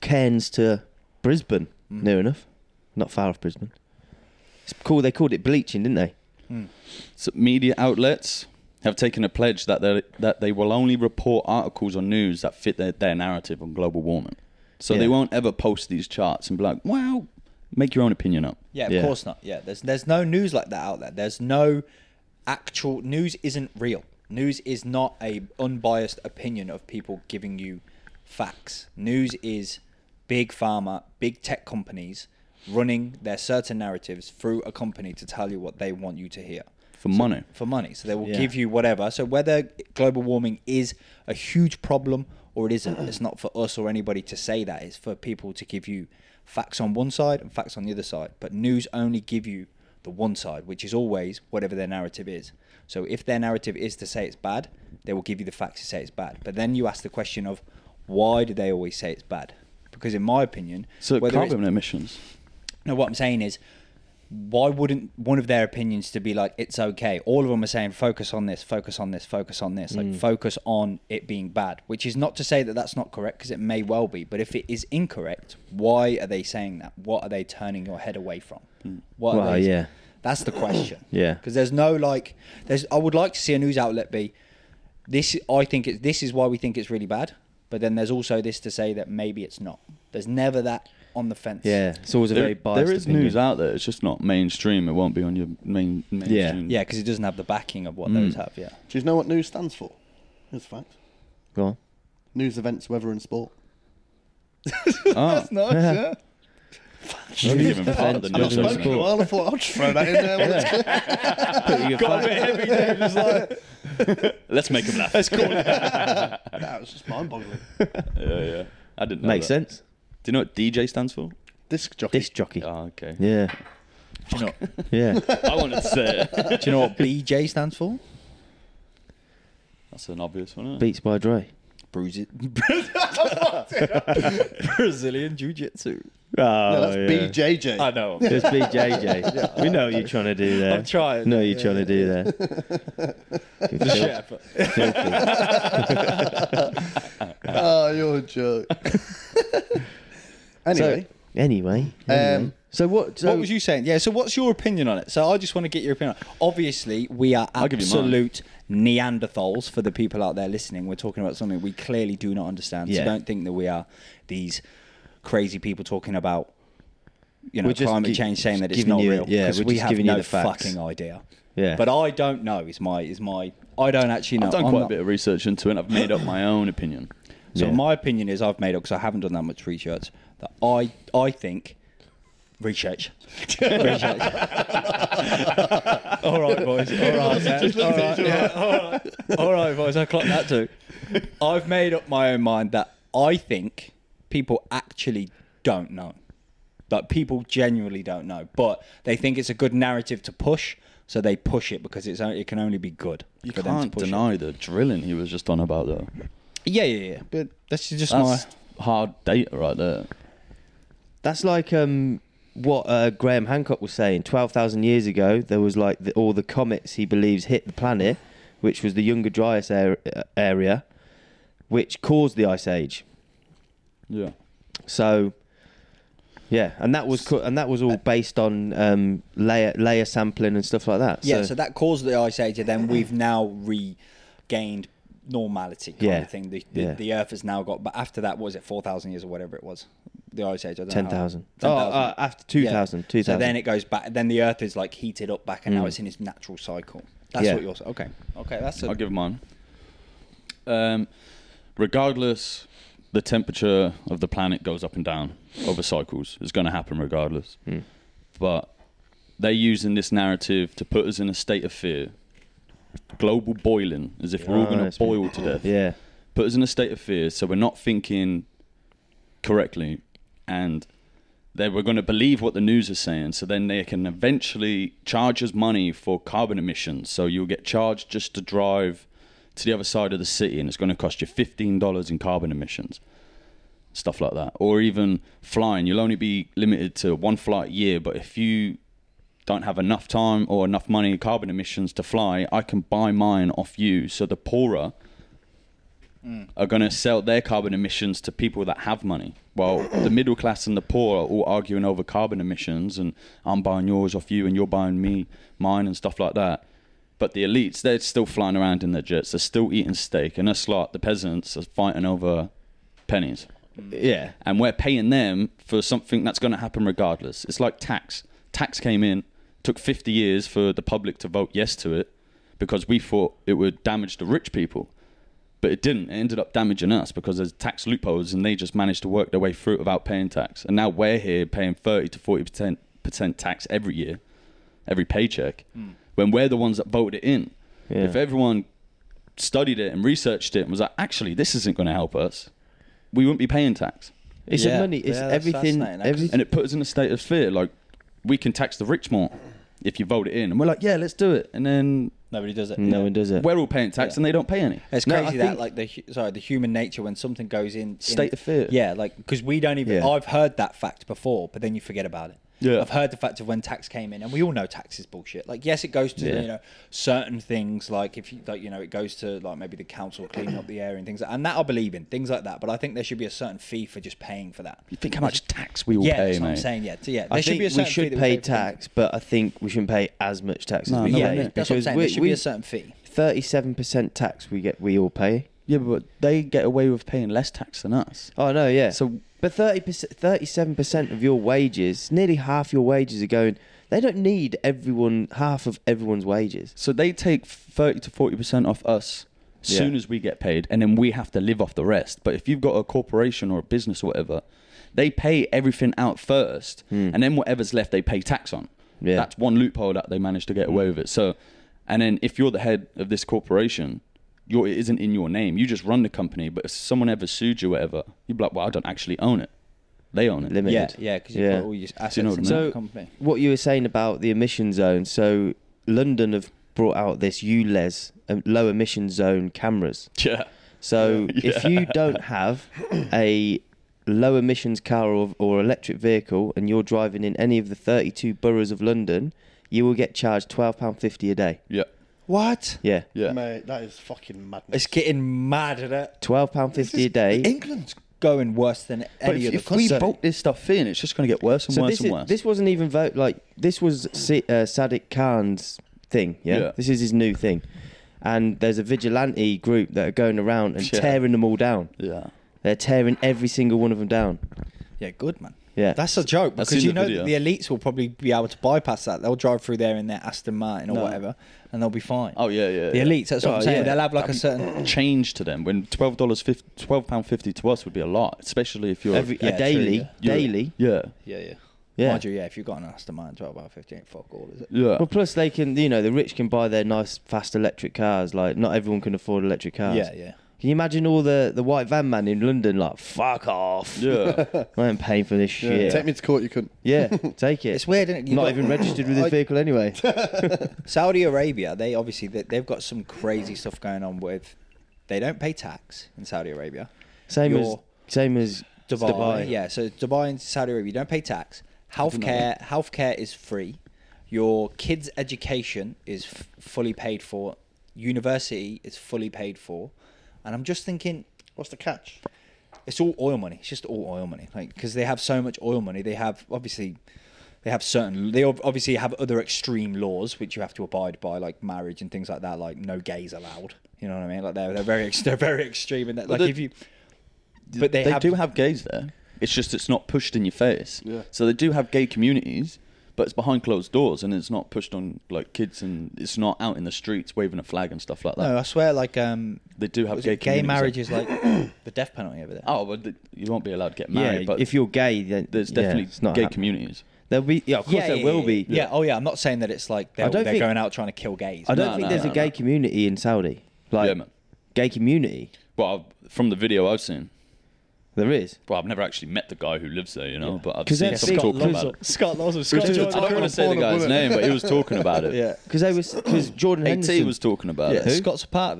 Speaker 1: Cairns to Brisbane,
Speaker 2: Mm-hmm.
Speaker 1: near enough. Not far off Brisbane. It's cool. They called it bleaching, didn't they?
Speaker 2: So media outlets have taken a pledge that they that they will only report articles or news that fit their, their narrative on global warming. So
Speaker 1: Yeah.
Speaker 2: they won't ever post these charts and be like, "Well, make your own opinion up."
Speaker 4: Yeah, of
Speaker 1: Yeah.
Speaker 4: course not. Yeah, there's there's no news like that out there. There's no actual news isn't real. News is not a unbiased opinion of people giving you facts. News is big pharma, big tech companies running their certain narratives through a company to tell you what they want you to hear.
Speaker 2: For money.
Speaker 4: For money. So they will
Speaker 1: Yeah.
Speaker 4: give you whatever. So whether global warming is a huge problem or it isn't, it's not for us or anybody to say that. It's for people to give you facts on one side and facts on the other side. But news only give you the one side, which is always whatever their narrative is. So if their narrative is to say it's bad, they will give you the facts to say it's bad. But then you ask the question of why do they always say it's bad? Because in my opinion,
Speaker 2: So
Speaker 4: whether it's-
Speaker 2: carbon emissions.
Speaker 4: no, what I'm saying is, why wouldn't one of their opinions to be like it's okay? All of them are saying focus on this, focus on this, focus on this, like
Speaker 1: Mm.
Speaker 4: focus on it being bad. Which is not to say that that's not correct because it may well be, but if it is incorrect, why are they saying that? What are they turning your head away from? What are
Speaker 1: Well,
Speaker 4: they-
Speaker 1: yeah.
Speaker 4: That's the question.
Speaker 1: Yeah.
Speaker 4: Because there's no like, there's. I would like to see a news outlet be, this. I think it's this is why we think it's really bad. But then there's also this to say that maybe it's not. There's never that on the fence.
Speaker 1: Yeah, it's always a very biased.
Speaker 2: there is
Speaker 1: opinion.
Speaker 2: news out there. It's just not mainstream. It won't be on your main mainstream.
Speaker 4: Yeah, because it doesn't have the backing of what those have. Yeah.
Speaker 3: Do you know what news stands for? Here's a fact.
Speaker 1: Go on.
Speaker 3: News, events, weather, and sport.
Speaker 2: Ah,
Speaker 4: nice. Yeah.
Speaker 2: I didn't even thought of the
Speaker 1: Not
Speaker 2: news
Speaker 1: spoken
Speaker 2: segment.
Speaker 1: about.
Speaker 3: Well, I thought I'd throw that in there. Well, it's-
Speaker 2: Let's make them laugh.
Speaker 3: that was just mind-boggling.
Speaker 2: Yeah, yeah. I didn't know.
Speaker 1: Makes
Speaker 2: that.
Speaker 1: sense.
Speaker 2: Do you know what DJ stands for?
Speaker 3: Disc jockey.
Speaker 1: Disc jockey.
Speaker 2: Ah, okay.
Speaker 1: Yeah,
Speaker 4: Do you, know,
Speaker 1: yeah.
Speaker 2: I wanted to say it.
Speaker 4: do you know what BJ stands for?
Speaker 2: That's an obvious one, isn't it?
Speaker 1: Beats by Dre.
Speaker 4: Bruises. Brazilian Jiu Jitsu.
Speaker 1: Oh,
Speaker 3: no, that's BJJ.
Speaker 4: I know.
Speaker 1: It's BJJ. We know what you're trying to do there.
Speaker 4: I'm trying.
Speaker 1: Know what you're trying to do there. You
Speaker 4: The
Speaker 1: filth-
Speaker 4: chef.
Speaker 1: filthy.
Speaker 3: Oh, you're a joke. anyway,
Speaker 1: Anyway.
Speaker 3: Um,
Speaker 1: anyway. so what? So
Speaker 4: what was you saying? Yeah, so what's your opinion on it? So I just want to get your opinion. on it. Obviously, we are
Speaker 2: give you mine.
Speaker 4: absolute Neanderthals for the people out there listening. We're talking about something we clearly do not understand.
Speaker 1: Yeah.
Speaker 4: So don't think that we are these crazy people talking about you know
Speaker 1: We're just
Speaker 4: climate
Speaker 1: gi-
Speaker 4: change saying that
Speaker 1: just
Speaker 4: it's not
Speaker 1: giving you-
Speaker 4: real
Speaker 1: yeah,
Speaker 4: because
Speaker 1: we're
Speaker 4: we
Speaker 1: just
Speaker 4: have
Speaker 1: giving you
Speaker 4: no
Speaker 1: the facts.
Speaker 4: fucking idea.
Speaker 1: Yeah.
Speaker 4: But I don't know is my is my I don't actually know.
Speaker 2: I've done
Speaker 4: I'm
Speaker 2: quite
Speaker 4: not-
Speaker 2: a bit of research into it. and I've made up my own opinion.
Speaker 4: So
Speaker 1: Yeah.
Speaker 4: my opinion is I've made up because I haven't done that much research. That I I think research. research. all right, boys. All right, man.
Speaker 3: Just
Speaker 4: all
Speaker 3: looked at
Speaker 4: right,
Speaker 3: each other.
Speaker 4: yeah, all right, all right, boys. I clocked that too. I've made up my own mind that I think people actually don't know. Like people genuinely don't know, but they think it's a good narrative to push, so they push it because it's only, it can only be good.
Speaker 2: You
Speaker 4: for them to
Speaker 2: can't
Speaker 4: push it.
Speaker 2: deny the drilling he was just on about, though.
Speaker 4: Yeah, yeah, yeah. But that's just
Speaker 2: That's
Speaker 4: my.
Speaker 2: hard data right there.
Speaker 1: That's like um, what uh, Graham Hancock was saying. Twelve thousand years ago, there was like the, all the comets he believes hit the planet, which was the Younger Dryas ar- uh, area, which caused the ice age.
Speaker 2: Yeah.
Speaker 1: So, yeah, and that was co- and that
Speaker 4: uh,
Speaker 1: was all based on um, layer layer sampling and stuff like that.
Speaker 4: Yeah, so, that caused the ice age, and then we've now regained normality kind
Speaker 1: Yeah,
Speaker 4: of thing. The, the,
Speaker 1: yeah.
Speaker 4: the Earth has now got, but after that, what was it four thousand years or whatever it was? The ice age. I don't know how-
Speaker 1: ten thousand. Oh,
Speaker 4: 10,000.
Speaker 1: uh, after
Speaker 4: Yeah.
Speaker 1: 2000, 2000.
Speaker 4: So then it goes back. Then the Earth is like heated up back, and now it's in its natural cycle. That's
Speaker 1: Mm. Yeah.
Speaker 4: what you're. s- Okay. Okay. That's
Speaker 2: I'll
Speaker 4: a,
Speaker 2: give mine. Um, regardless, the temperature of the planet goes up and down over cycles. It's going to happen regardless. But they're using this narrative to put us in a state of fear. Global boiling, as if we're all going
Speaker 1: Nice,
Speaker 2: to
Speaker 1: man.
Speaker 2: boil to death.
Speaker 1: yeah,
Speaker 2: Put us in a state of fear, so we're not thinking correctly, and then we're going to believe what the news is saying. So then they can eventually charge us money for carbon emissions. So you'll get charged just to drive to the other side of the city, and it's going to cost you fifteen dollars in carbon emissions, stuff like that. Or even flying, you'll only be limited to one flight a year. But if you don't have enough time or enough money, carbon emissions to fly, I can buy mine off you. So the poorer are going to sell their carbon emissions to people that have money. Well, the middle class and the poor are all arguing over carbon emissions, and I'm buying yours off you, and you're buying me mine, and stuff like that. But the elites, they're still flying around in their jets, they're still eating steak, and us lot, the peasants, are fighting over pennies.
Speaker 4: Hmm.
Speaker 1: yeah,
Speaker 2: And we're paying them for something that's going to happen regardless. It's like tax. Tax came in, took 50 years for the public to vote yes to it because we thought it would damage the rich people but it didn't. It ended up damaging us because there's tax loopholes, and they just managed to work their way through it without paying tax. And now we're here paying thirty to forty percent percent tax every year, every paycheck, when we're the ones that voted it in.
Speaker 1: Yeah.
Speaker 2: If everyone studied it and researched it and was like, actually, this isn't going to help us, we wouldn't be paying tax.
Speaker 1: it's
Speaker 4: Yeah.
Speaker 1: a money. It's
Speaker 4: Yeah, that's
Speaker 1: everything.
Speaker 4: fascinating, actually.
Speaker 1: Everything.
Speaker 2: And it puts us in a state of fear. Like, we can tax the rich more if you vote it in, and we're like, yeah, let's do it. And then
Speaker 4: nobody does it.
Speaker 1: No one does it.
Speaker 2: we're all paying tax,
Speaker 4: Yeah.
Speaker 2: and they don't pay any.
Speaker 4: It's
Speaker 1: No,
Speaker 4: crazy
Speaker 1: I
Speaker 4: that
Speaker 1: think-
Speaker 4: like the hu- sorry the human nature when something goes in in-
Speaker 2: State of fear.
Speaker 4: Yeah, like because we don't even.
Speaker 1: Yeah.
Speaker 4: I've heard that fact before, but then you forget about it.
Speaker 2: Yeah.
Speaker 4: I've heard the fact of when tax came in, and we all know tax is bullshit. Like, yes, it goes to
Speaker 2: Yeah.
Speaker 4: you know certain things, like if you like you know it goes to like maybe the council cleaning up the area and things, like, and that I believe in things like that. But I think there should be a certain fee for just paying for that.
Speaker 2: You think how much tax we all
Speaker 4: yeah,
Speaker 2: pay,
Speaker 4: that's
Speaker 2: mate?
Speaker 4: what I'm saying. Yeah, so, yeah. There
Speaker 1: I
Speaker 4: should
Speaker 1: think
Speaker 4: be a
Speaker 1: we
Speaker 4: certain fee
Speaker 1: should
Speaker 4: that we
Speaker 1: pay
Speaker 4: pay for things.
Speaker 1: tax, but I think we shouldn't pay as much tax as
Speaker 2: No,
Speaker 1: we
Speaker 2: no,
Speaker 1: pay.
Speaker 2: no.
Speaker 4: Yeah, that's what I'm saying. There should be a certain fee.
Speaker 1: Thirty-seven percent tax we get, we all pay.
Speaker 2: Yeah, but they get away with paying less tax than us.
Speaker 1: Oh no, yeah.
Speaker 2: So-
Speaker 1: but thirty percent, thirty-seven percent of your wages, nearly half your wages are going. They don't need everyone, half of everyone's wages.
Speaker 2: So they take thirty to forty percent off us as
Speaker 1: Yeah.
Speaker 2: soon as we get paid, and then we have to live off the rest. But if you've got a corporation or a business or whatever, they pay everything out first,
Speaker 1: Hmm.
Speaker 2: and then whatever's left they pay tax on.
Speaker 1: Yeah.
Speaker 2: That's one loophole that they managed to get away with it. So, and then if you're the head of this corporation, you're, it isn't in your name. You just run the company. But if someone ever sued you, or whatever, you'd be like, "Well, I don't actually own it. They own it."
Speaker 1: Limited.
Speaker 4: Yeah, yeah, because you
Speaker 1: Yeah.
Speaker 4: put all your assets
Speaker 2: you know
Speaker 4: in
Speaker 2: what I mean?
Speaker 4: the
Speaker 1: So-
Speaker 4: company.
Speaker 1: What you were saying about the emission zone. So London have brought out this ULEZ, um, low emission zone cameras.
Speaker 2: Yeah.
Speaker 1: So if you don't have a low emissions car or, or electric vehicle and you're driving in any of the 32 boroughs of London, you will get charged £12.50 a day.
Speaker 2: Yeah.
Speaker 4: What?
Speaker 1: Yeah.
Speaker 2: Yeah.
Speaker 3: Mate, that is fucking madness.
Speaker 4: It's getting mad at it.
Speaker 1: £12.50 a day.
Speaker 4: England's going worse than
Speaker 2: But
Speaker 4: any
Speaker 2: if,
Speaker 4: other
Speaker 2: if we
Speaker 4: country.
Speaker 2: vote this stuff in, it's just going to get worse and
Speaker 1: so
Speaker 2: worse
Speaker 1: this,
Speaker 2: and
Speaker 1: is-
Speaker 2: worse.
Speaker 1: this wasn't even vote like this was Si- uh, Sadiq Khan's thing. Yeah?
Speaker 2: Yeah.
Speaker 1: this is his new thing, and there's a vigilante group that are going around and
Speaker 2: Yeah.
Speaker 1: tearing them all down.
Speaker 2: yeah.
Speaker 1: They're tearing every single one of them down.
Speaker 4: Yeah, good man.
Speaker 1: Yeah.
Speaker 4: that's a joke
Speaker 2: I've
Speaker 4: because
Speaker 2: seen
Speaker 4: you
Speaker 2: the
Speaker 4: know
Speaker 2: video.
Speaker 4: that the elites will probably be able to bypass that. They'll drive through there in their Aston Martin or
Speaker 2: No.
Speaker 4: whatever, and they'll be fine.
Speaker 2: Oh yeah, yeah.
Speaker 4: The
Speaker 2: yeah.
Speaker 4: elites, that's what I'm
Speaker 2: Oh,
Speaker 4: saying.
Speaker 2: yeah.
Speaker 4: They'll have like a
Speaker 2: That'd
Speaker 4: certain.
Speaker 2: be change to them. When twelve dollars, twelve pound fifty to us would be a lot, especially if you're
Speaker 1: every a
Speaker 4: yeah, true,
Speaker 1: daily,
Speaker 4: yeah.
Speaker 2: you're-
Speaker 1: daily.
Speaker 2: Yeah,
Speaker 4: Yeah, yeah.
Speaker 1: Yeah.
Speaker 4: Mind you, yeah, if you've got an Aston Martin 12 out of 15, fuck all, is it?
Speaker 2: yeah.
Speaker 1: Well, plus they can, you know, the rich can buy their nice, fast electric cars. Like, not everyone can afford electric cars.
Speaker 4: Yeah, yeah.
Speaker 1: Can you imagine all the the white van man in London? Like, fuck off.
Speaker 2: yeah.
Speaker 1: I ain't paying for this
Speaker 3: Yeah,
Speaker 1: shit.
Speaker 3: Take me to court, you couldn't.
Speaker 1: Yeah, take it.
Speaker 4: It's weird, isn't it? You've
Speaker 1: not
Speaker 4: got-
Speaker 1: even registered with his
Speaker 4: I-
Speaker 1: vehicle anyway.
Speaker 4: Saudi Arabia, they obviously they, they've got some crazy stuff going on with. They don't pay tax in Saudi Arabia.
Speaker 1: Same as
Speaker 4: Your
Speaker 1: same as
Speaker 4: Dubai,
Speaker 1: Dubai.
Speaker 4: yeah. So Dubai and Saudi Arabia, you don't pay tax. Healthcare, healthcare is free. Your kids' education is f- fully paid for. University is fully paid for, and I'm just thinking
Speaker 3: What's the catch?
Speaker 4: it's all oil money. It's just all oil money. Like because they have so much oil money, they have obviously they have certain they ob- obviously have other extreme laws which you have to abide by, like marriage and things like that. Like no gays allowed. You know what I mean? Like they're they're very ex- they're very extreme. And that, like
Speaker 2: the-
Speaker 4: if you, but they,
Speaker 2: they do have gays there. It's just it's not pushed in your face.
Speaker 3: Yeah.
Speaker 2: So they do have gay communities, but it's behind closed doors and it's not pushed on like kids and it's not out in the streets waving a flag and stuff like that.
Speaker 4: No, I swear, like um,
Speaker 2: They do have
Speaker 4: was
Speaker 2: gay
Speaker 4: it gay
Speaker 2: communities
Speaker 4: marriage
Speaker 2: there.
Speaker 4: is like the death penalty over there.
Speaker 2: oh, well, th- you won't be allowed to get
Speaker 1: Yeah,
Speaker 2: married. but
Speaker 1: if you're gay, then
Speaker 2: there's
Speaker 1: yeah,
Speaker 2: definitely
Speaker 1: it's not
Speaker 2: gay
Speaker 1: happening.
Speaker 2: communities.
Speaker 1: There'll be yeah, of course there will
Speaker 4: yeah,
Speaker 1: be.
Speaker 4: Yeah. oh yeah, I'm not saying that it's like
Speaker 1: I
Speaker 4: they're,
Speaker 1: don't
Speaker 4: they're
Speaker 1: think-
Speaker 4: going out trying to kill gays.
Speaker 1: I don't
Speaker 2: No,
Speaker 1: think
Speaker 2: no,
Speaker 1: there's
Speaker 2: no,
Speaker 1: a gay
Speaker 2: no.
Speaker 1: community in Saudi. Like
Speaker 2: Yeah, man.
Speaker 1: gay community,
Speaker 2: Well, I've- from the video I've seen,
Speaker 1: there is.
Speaker 2: well, I've never actually met the guy who lives there, you know, but I've
Speaker 1: 'Cause
Speaker 2: seen
Speaker 1: that's
Speaker 2: someone
Speaker 1: big.
Speaker 2: talking
Speaker 1: Loads
Speaker 2: about
Speaker 1: of-
Speaker 2: it.
Speaker 4: Scott Lawson,
Speaker 2: I
Speaker 4: Scott
Speaker 2: don't
Speaker 3: Jordan-
Speaker 2: want to say the guy's
Speaker 3: Jordan-
Speaker 2: name, but he was talking about it.
Speaker 4: yeah,
Speaker 1: Because they was because Jordan
Speaker 2: AT
Speaker 1: Henderson
Speaker 2: was talking about
Speaker 4: yeah,
Speaker 2: it.
Speaker 4: Scott's a part of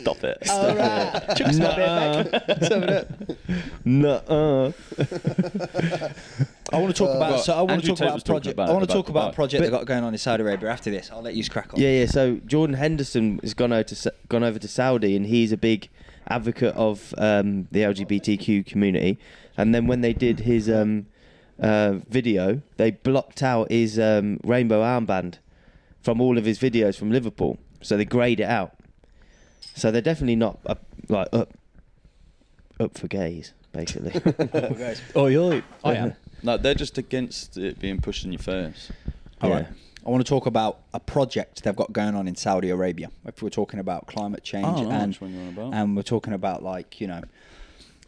Speaker 2: Stop it.
Speaker 4: All right.
Speaker 1: Nuh-uh.
Speaker 4: I want to talk about.
Speaker 2: well,
Speaker 4: Uh, so I want to
Speaker 2: Andrew
Speaker 4: talk
Speaker 2: Tate
Speaker 4: about
Speaker 2: was talking
Speaker 4: a project.
Speaker 2: about
Speaker 4: I
Speaker 2: it,
Speaker 4: want
Speaker 2: about
Speaker 4: to talk about a
Speaker 2: Dubai.
Speaker 4: project they got going on in Saudi Arabia. After this, I'll let you crack on.
Speaker 1: Yeah, yeah. So Jordan Henderson has gone over to Sa- gone over to Saudi, and he's a big advocate of um, the LGBTQ community. And then when they did his um, uh, video, they blocked out his um, rainbow armband from all of his videos from Liverpool. So they grayed it out. So they're definitely not up, like up up for gays, basically.
Speaker 4: Oh, you.
Speaker 2: I am. No, they're just against it being pushed in your face.
Speaker 4: All right.
Speaker 1: Yeah.
Speaker 4: I want to talk about a project they've got going on in Saudi Arabia. If we're talking about climate change
Speaker 2: Oh, I know
Speaker 4: and
Speaker 2: which one you're on about.
Speaker 4: and we're talking about like you know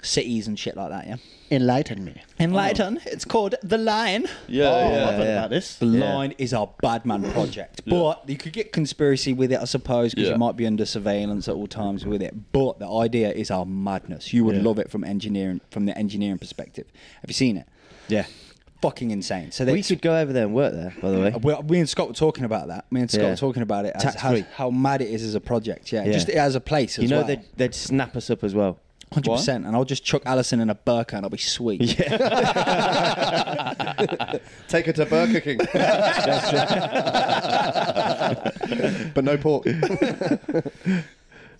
Speaker 4: cities and shit like that, yeah.
Speaker 3: Enlighten me.
Speaker 4: Enlighten.
Speaker 1: Oh.
Speaker 4: Oh, It's called the Lion.
Speaker 2: Yeah, yeah.
Speaker 1: I've heard about
Speaker 3: this.
Speaker 4: The
Speaker 1: Yeah.
Speaker 4: Line is our bad man project,
Speaker 2: Yeah.
Speaker 4: but you could get conspiracy with it, I suppose, because
Speaker 2: Yeah.
Speaker 4: you might be under surveillance at all times with it. But the idea is our madness. You would
Speaker 1: Yeah.
Speaker 4: love it from engineering, from the engineering perspective. Have you seen it?
Speaker 1: yeah.
Speaker 4: Fucking insane. So
Speaker 1: We
Speaker 4: they Uh,
Speaker 1: should go over there and work there, by the way.
Speaker 4: well, me and Scott were talking about that. Me and Scott
Speaker 1: Yeah.
Speaker 4: were talking about it as,
Speaker 1: Tax
Speaker 4: how,
Speaker 1: free.
Speaker 4: how mad it is as a project. Yeah,
Speaker 1: Yeah.
Speaker 4: just as a place. As
Speaker 1: You know
Speaker 4: well.
Speaker 1: they'd, they'd snap us up as well.
Speaker 4: Hundred percent, and I'll just chuck Alison in a burqa and I'll be sweet.
Speaker 3: Take her to Burger King. but no pork.
Speaker 4: Yeah,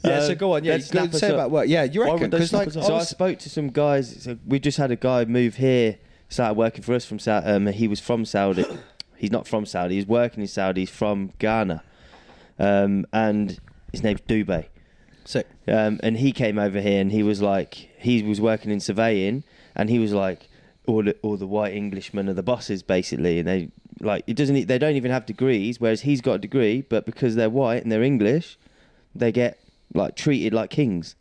Speaker 1: Uh,
Speaker 4: so go on. Yeah,
Speaker 1: they'd
Speaker 4: you go and
Speaker 1: snap
Speaker 4: say
Speaker 1: us up.
Speaker 4: about work. Yeah, you
Speaker 2: Why
Speaker 4: reckon?
Speaker 2: would they
Speaker 4: Because
Speaker 2: snap
Speaker 4: like,
Speaker 2: us up?
Speaker 1: So I
Speaker 4: I was-
Speaker 1: spoke to some guys. So we just had a guy move here, started working for us from Saudi. Um, he was from Saudi. he's not from Saudi. He's working in Saudi. He's from Ghana, um, and his name's Dube.
Speaker 4: sick.
Speaker 1: Um, and he came over here and he was like, he was working in surveying, and he was like, all the, all the white Englishmen are the bosses basically, and they like it doesn't e, they don't even have degrees, whereas he's got a degree, but because they're white and they're English, they get like treated like kings.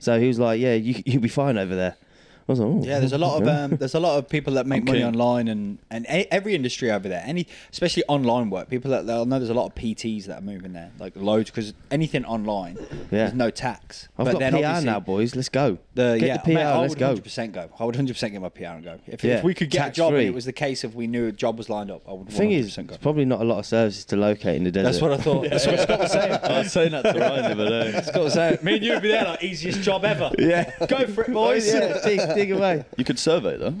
Speaker 1: So he was like, yeah, you you'll be fine over there. I was like, oh,
Speaker 4: Yeah, there's a lot of
Speaker 1: okay.
Speaker 4: um, there's a lot of people that make
Speaker 2: I'm
Speaker 4: money
Speaker 2: keen.
Speaker 4: online and and a- every industry over there. Any especially online work, people that they'll know there's a lot of PTs that are moving there, like loads because anything online, there's no tax.
Speaker 1: I've
Speaker 4: But
Speaker 1: got
Speaker 4: then
Speaker 1: PR
Speaker 4: obviously
Speaker 1: now, boys. Let's go.
Speaker 4: The,
Speaker 1: Get
Speaker 4: yeah,
Speaker 1: the PR.
Speaker 4: mate, I
Speaker 1: let's
Speaker 4: would
Speaker 1: go.
Speaker 4: 100% go. I would 100% get my PR and go. If,
Speaker 1: Yeah,
Speaker 4: if we could get a job
Speaker 1: tax-free.
Speaker 4: and it was the case of we knew a job was lined up, I would 100%
Speaker 1: The thing is,
Speaker 4: go.
Speaker 1: it's probably not a lot of services to locate in the desert.
Speaker 4: That's what I thought. That's what Scott was saying.
Speaker 2: I was saying that to Ryan the other day.
Speaker 4: Scott was saying, me and you would be there like easiest job ever.
Speaker 1: Yeah.
Speaker 4: Go for it,
Speaker 1: Oh,
Speaker 4: boys.
Speaker 1: yeah, dig, dig away.
Speaker 2: You could survey though.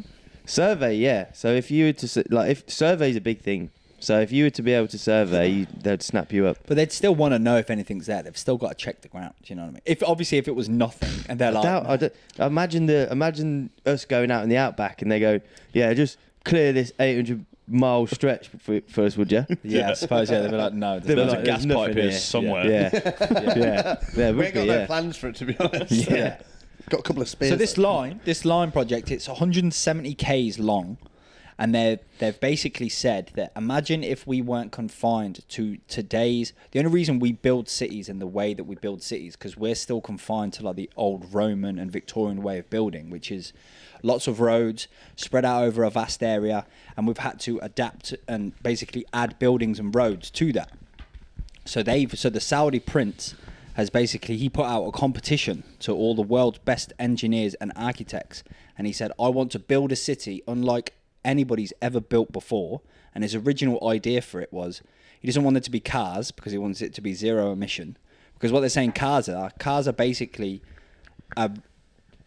Speaker 1: Survey, yeah. So if you were to su- like, if survey's a big thing. So if you were to be able to survey, you, they'd snap you up.
Speaker 4: But they'd still want to know if anything's there. They've still got to check the ground. You know what I mean? If obviously if it was nothing and they're
Speaker 1: I
Speaker 4: like,
Speaker 1: doubt. I don't- imagine the imagine us going out in the outback and they go, yeah, just clear this 800 mile stretch for, for us, would you?
Speaker 4: yeah, I suppose yeah. They'd be like, no,
Speaker 1: They'd be
Speaker 2: There's
Speaker 1: like,
Speaker 2: a gas
Speaker 1: nothing
Speaker 2: pipe here
Speaker 1: Yeah.
Speaker 2: somewhere.
Speaker 1: Yeah, yeah, yeah. There
Speaker 3: we
Speaker 1: would
Speaker 3: ain't
Speaker 1: be.
Speaker 3: got no
Speaker 1: Yeah.
Speaker 3: plans for it, to be honest.
Speaker 1: Yeah.
Speaker 3: Got a couple of spears.
Speaker 4: So this line, this line project, it's 170 k's long, and they they've basically said that imagine if we weren't confined to today's. The only reason we build cities in the way that we build cities because we're still confined to like the old Roman and Victorian way of building, which is lots of roads spread out over a vast area, and we've had to adapt and basically add buildings and roads to that. So they've so the Saudi prince has basically he put out a competition to all the world's best engineers and architects, and he said, "I want to build a city unlike anybody's ever built before." And his original idea for it was he doesn't want there to be cars because he wants it to be zero emission. Because what they're saying cars are cars are basically a,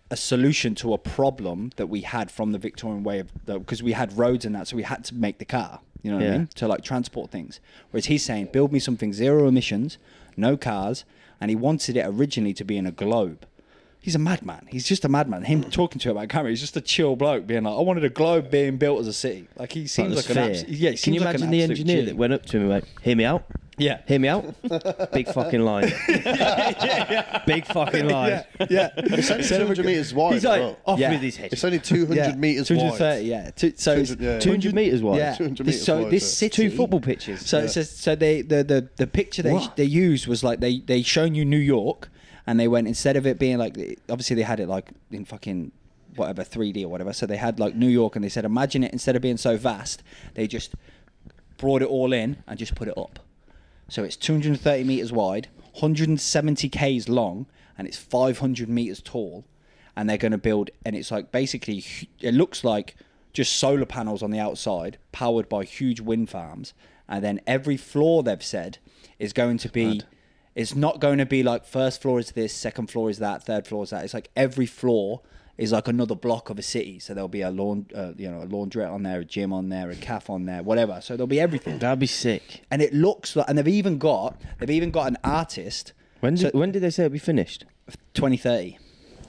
Speaker 4: a solution to a problem that we had from the Victorian way of because we had roads and that, so we had to make the car. You know what I
Speaker 1: Yeah.
Speaker 4: mean? To like transport things. Whereas he's saying, build me something zero emissions, no cars, and he wanted it originally to be in a globe. He's a madman. He's just a madman. Him talking to it about camera, he's just a chill bloke, being like, "I wanted a globe being built as a city." Like he seems like,
Speaker 1: Like the
Speaker 4: an
Speaker 1: sphere.
Speaker 4: absolute yeah. He
Speaker 1: Can
Speaker 4: seems
Speaker 1: you
Speaker 4: like an
Speaker 1: imagine the
Speaker 4: absolute
Speaker 1: engineer
Speaker 4: G.
Speaker 1: that went up to me, and went, "Hear me out."
Speaker 4: yeah
Speaker 1: Hear me out. Big fucking line. Big fucking line.
Speaker 4: yeah.
Speaker 3: It's only 200 metres wide.
Speaker 4: He's
Speaker 3: as
Speaker 4: like,
Speaker 3: well.
Speaker 4: "Off
Speaker 1: Yeah.
Speaker 4: with his head."
Speaker 3: It's only 200
Speaker 4: Yeah,
Speaker 3: metres
Speaker 4: 230,
Speaker 3: wide.
Speaker 4: yeah. Two, so it's
Speaker 3: 200, yeah.
Speaker 1: 200 metres wide.
Speaker 4: Yeah.
Speaker 3: 200
Speaker 4: This-
Speaker 3: metres
Speaker 4: so
Speaker 3: wide,
Speaker 4: this
Speaker 3: so
Speaker 4: city,
Speaker 3: it's
Speaker 1: Two football pitches.
Speaker 4: So it's just, so they the, the the picture they
Speaker 1: What?
Speaker 4: they used was like they they shown you New York and they went instead of it being like obviously they had it like in fucking whatever 3D or whatever. So they had like New York and they said imagine it instead of being so vast, they just brought it all in and just put it up. So it's 230 meters wide, 170 k's long, and it's 500 meters tall. And they're going to build, and it's like basically, hu- it looks like just solar panels on the outside, powered by huge wind farms. And then every floor they've said is going to be, it's not going to be like first floor is this, second floor is that, third floor is that. It's like every floor is like another block of a city. So there'll be a lawn, uh, you know, a laundrette on there, a gym on there, a calf on there, whatever. So there'll be everything
Speaker 1: That'd be sick.
Speaker 4: and it looks like, and they've even got, they've even got an artist.
Speaker 1: When
Speaker 4: So-
Speaker 1: did, when did they say it'd be finished?
Speaker 4: 2030.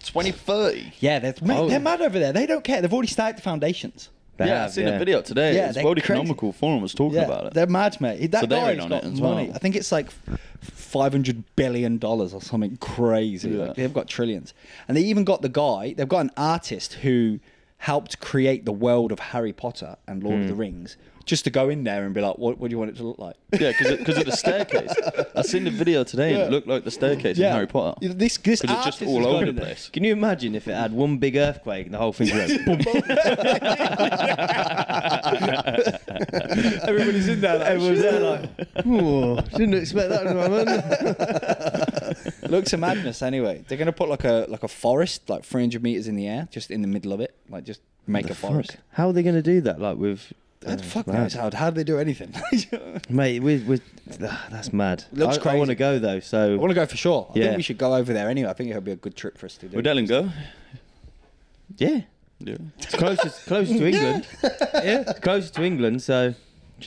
Speaker 2: 2030.
Speaker 4: Yeah, they're, mate,
Speaker 1: Oh.
Speaker 4: they're mad over there. They don't care. They've already started the foundations.
Speaker 1: They
Speaker 2: yeah,
Speaker 1: have,
Speaker 2: I seen
Speaker 1: yeah.
Speaker 2: a video today.
Speaker 4: Yeah,
Speaker 2: Yeah, the
Speaker 4: they're
Speaker 2: World
Speaker 4: crazy.
Speaker 2: Economical Forum was talking
Speaker 4: yeah,
Speaker 2: about
Speaker 4: they're
Speaker 2: it.
Speaker 4: mad, mate. That
Speaker 2: So they're
Speaker 4: guy's
Speaker 2: in on
Speaker 4: got
Speaker 2: it as
Speaker 4: money.
Speaker 2: well.
Speaker 4: I think it's like 500 billion dollars or something crazy.
Speaker 2: Yeah.
Speaker 4: Like, they've got trillions, and they even got the guy. They've got an artist who helped create the world of Harry Potter and
Speaker 2: Hmm.
Speaker 4: Lord of the Rings, just to go in there and be like, "What, what do you want it to look like?"
Speaker 2: Yeah, because of the staircase. I seen the video today and it looked like the staircase in Harry Potter.
Speaker 4: This this
Speaker 2: 'Cause it's
Speaker 4: artist
Speaker 2: just
Speaker 4: has
Speaker 2: all
Speaker 4: gone
Speaker 2: over
Speaker 4: in
Speaker 2: the
Speaker 4: there.
Speaker 2: place.
Speaker 1: Can you imagine if it had one big earthquake and the whole thing went boom?
Speaker 4: Everybody's in there. Like,
Speaker 1: Everyone's there like, "Whoa, didn't expect that to happen.
Speaker 4: Looks a madness. Anyway, they're gonna put like a like a forest, like 300 meters in the Oh, air, just in the middle of it, like just make a forest.
Speaker 1: How are they going to do that? Like with
Speaker 4: How the fuck
Speaker 1: mad.
Speaker 4: knows how? How do they do anything? I
Speaker 1: Mate, we we ah, that's mad.
Speaker 4: Looks
Speaker 1: I, I want to
Speaker 4: crazy.
Speaker 1: go though, so
Speaker 4: want to go for sure. I
Speaker 1: Yeah.
Speaker 4: think we should go over there anyway. I think it'll be a good trip for us to do.
Speaker 2: Would Ellen go?
Speaker 1: yeah.
Speaker 2: Yeah.
Speaker 1: It's closest close to England. yeah. Close to England, so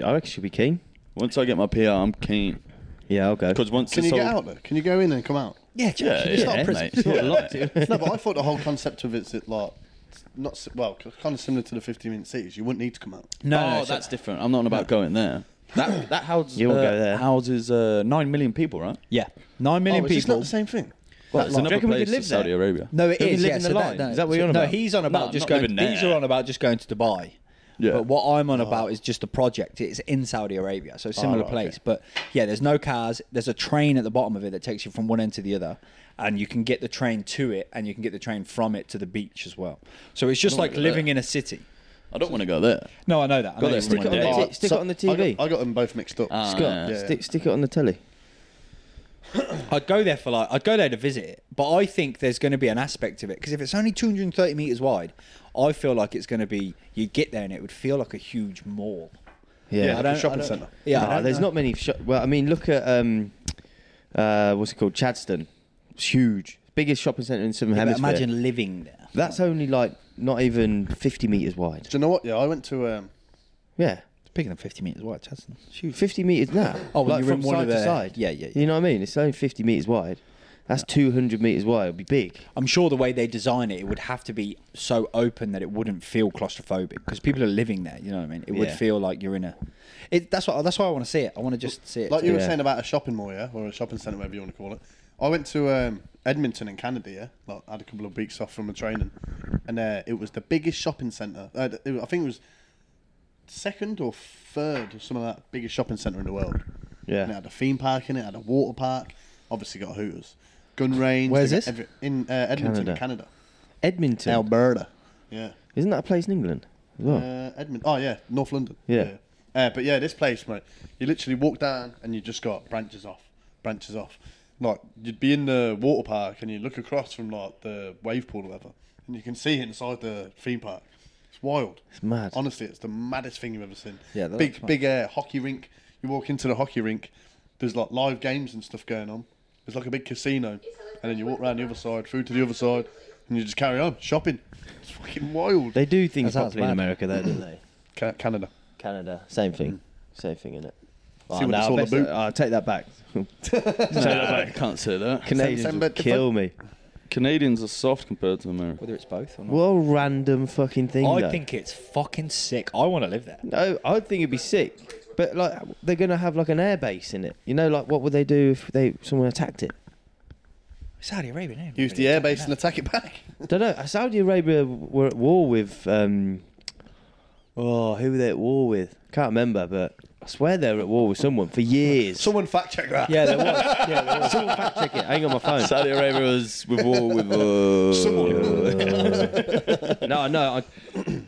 Speaker 1: I reckon she'll be keen.
Speaker 2: Once I get my PR, I'm keen.
Speaker 1: Yeah, I'll go.
Speaker 2: Because once
Speaker 3: Can
Speaker 2: it's
Speaker 3: you get
Speaker 2: all-
Speaker 3: out though? Can you go in and come out?
Speaker 4: yeah,
Speaker 2: Yeah,
Speaker 4: Jack,
Speaker 2: yeah,
Speaker 4: it's not
Speaker 1: yeah,
Speaker 4: a prison.
Speaker 2: mate.
Speaker 1: It's not
Speaker 2: Yeah.
Speaker 1: locked in.
Speaker 3: No, but I thought the whole concept of it's it like it's not si- well, kind of similar to the 15 minute cities. You wouldn't need to come out.
Speaker 4: No,
Speaker 2: oh,
Speaker 4: no, it's-
Speaker 2: that's different. I'm not on about going there. That that houses
Speaker 1: You won't
Speaker 2: uh,
Speaker 1: go there.
Speaker 2: houses uh, nine million people, right?
Speaker 4: yeah. Nine
Speaker 3: Oh,
Speaker 4: million
Speaker 3: is this not
Speaker 4: people.
Speaker 3: the same thing?
Speaker 2: Well, it's
Speaker 1: like-
Speaker 2: another
Speaker 1: Do you reckon we
Speaker 2: place
Speaker 1: could live
Speaker 2: to Saudi
Speaker 1: there?
Speaker 2: Arabia.
Speaker 4: No, it
Speaker 1: Don't we
Speaker 4: is.
Speaker 1: live
Speaker 4: yes,
Speaker 1: in the
Speaker 4: so
Speaker 1: line? Is that what you're on
Speaker 4: no,
Speaker 1: about?
Speaker 4: he's on about
Speaker 2: I'm
Speaker 4: just
Speaker 2: not
Speaker 4: going.
Speaker 2: living there.
Speaker 4: These are on about just going to Dubai.
Speaker 2: Yeah. Oh.
Speaker 4: But what I'm on about is just the project. It's in Saudi Arabia, so similar
Speaker 3: right,
Speaker 4: place.
Speaker 3: okay.
Speaker 4: But yeah, there's no cars. There's a train at the bottom of it that takes you from one end to the other, and you can get the train to it, and you can get the train from it to the beach as well. So it's just like
Speaker 2: look at
Speaker 4: living
Speaker 2: that.
Speaker 4: in a city.
Speaker 2: I don't want to go there.
Speaker 4: No, I know that. I know
Speaker 2: that
Speaker 4: you
Speaker 2: stick
Speaker 4: wouldn't
Speaker 2: on
Speaker 4: do
Speaker 2: the
Speaker 4: it.
Speaker 1: T- stick it on the
Speaker 3: I
Speaker 1: TV.
Speaker 3: got, I got them both mixed up.
Speaker 2: Ah.
Speaker 1: Scott,
Speaker 2: Yeah.
Speaker 1: stick stick it on the telly.
Speaker 4: I'd go there for like I'd go there to visit it, but I think there's going to be an aspect of it because if it's only 230 meters wide, I feel like it's going to be you get there and it would feel like a huge mall.
Speaker 1: Yeah.
Speaker 3: Yeah.
Speaker 4: I
Speaker 3: like a
Speaker 4: don't- I
Speaker 3: shopping
Speaker 4: don't-
Speaker 3: centre.
Speaker 4: Yeah, I
Speaker 1: Nah,
Speaker 4: don't
Speaker 1: there's
Speaker 4: know.
Speaker 1: not many. Sh- well, I mean, look at um, uh, what's it called, Chadston. It's huge, biggest shopping centre in Southern
Speaker 4: Yeah, but
Speaker 1: Hemisphere.
Speaker 4: imagine living there.
Speaker 1: that's only like not even 50 meters wide.
Speaker 3: Do you know what? Yeah, I went to um,
Speaker 1: Yeah,
Speaker 4: It's bigger than 50 meters wide, Chaston.
Speaker 1: 50 meters now.
Speaker 4: Oh, when
Speaker 1: like
Speaker 4: you were
Speaker 1: from
Speaker 4: in one
Speaker 1: side
Speaker 4: of
Speaker 1: to
Speaker 4: the-
Speaker 1: side.
Speaker 4: Yeah, yeah,
Speaker 1: You know what I mean? It's only 50 meters wide. That's 200 meters wide. It'd be big.
Speaker 4: I'm sure the way they design it, it would have to be so open that it wouldn't feel claustrophobic because people are living there. You know what I mean? It would
Speaker 1: Yeah.
Speaker 4: feel like you're in a. It, that's what. That's why I want to see it. I want to just see it.
Speaker 3: like you were
Speaker 1: Yeah.
Speaker 3: saying about a shopping mall, yeah, or a shopping centre, whatever you want to call it. I went to um, Edmonton in Canada, yeah. Like, I had a couple of weeks off from the training, and uh, it was the biggest shopping centre. Uh, it was- I think it was second or third or some of that biggest shopping centre in the world.
Speaker 1: Yeah.
Speaker 3: And it had a theme park in it, had a water park. Obviously got Hooters, gun range.
Speaker 4: Where's
Speaker 3: they got
Speaker 4: this?
Speaker 3: every- in uh, Edmonton,
Speaker 1: Canada.
Speaker 3: in Canada,
Speaker 1: Edmonton.
Speaker 3: Alberta. Yeah.
Speaker 1: Isn't that a place in England? as well?
Speaker 3: Uh, Edmund. Oh yeah, North London.
Speaker 1: Yeah.
Speaker 3: Uh, but yeah, this place, mate. You literally walk down and you just got branches off, branches off. Like you'd be in the water park and you look across from like the wave pool or whatever, and you can see inside the theme park. It's wild. It's
Speaker 1: mad.
Speaker 3: Honestly, it's the maddest thing you've ever seen.
Speaker 1: Yeah, that looks
Speaker 3: Big
Speaker 1: mad.
Speaker 3: big uh, hockey rink. You walk into the hockey rink. There's like live games and stuff going on. It's like a big casino, and then you walk around the other side, through to the other side, and you just carry on shopping. It's fucking wild.
Speaker 1: They do things
Speaker 4: That sounds
Speaker 1: properly in
Speaker 4: mad.
Speaker 1: America, though, don't they?
Speaker 3: Ca- Canada.
Speaker 1: Canada, same thing. Same thing, innit? Oh,
Speaker 3: See what
Speaker 1: no,
Speaker 3: it's
Speaker 1: I
Speaker 3: all
Speaker 1: best-
Speaker 3: about.
Speaker 1: I'll take that back.
Speaker 2: I can't say that.
Speaker 1: Canadians
Speaker 3: send
Speaker 1: would
Speaker 3: back the
Speaker 1: kill me.
Speaker 2: Canadians are soft compared to America.
Speaker 4: whether it's both or not.
Speaker 1: What a random fucking thing.
Speaker 4: I
Speaker 1: though.
Speaker 4: think it's fucking sick. I want to live there.
Speaker 1: No, I would think it'd be sick. But like, they're gonna have like an airbase in it. You know, like what would they do if they someone attacked it?
Speaker 4: Saudi Arabia. ain't
Speaker 3: Use
Speaker 4: really
Speaker 3: the
Speaker 4: attacking
Speaker 3: airbase and
Speaker 4: that.
Speaker 3: attack it back.
Speaker 1: don't know. Saudi Arabia were at war with. Um, oh, who were they at war with? Can't remember, but I swear they were at war with someone for years.
Speaker 3: Someone fact check that.
Speaker 1: Yeah, there was. Yeah, there was. Someone fact check it. I ain't got my phone.
Speaker 2: Saudi Arabia was with war with. Uh,
Speaker 1: no, no. I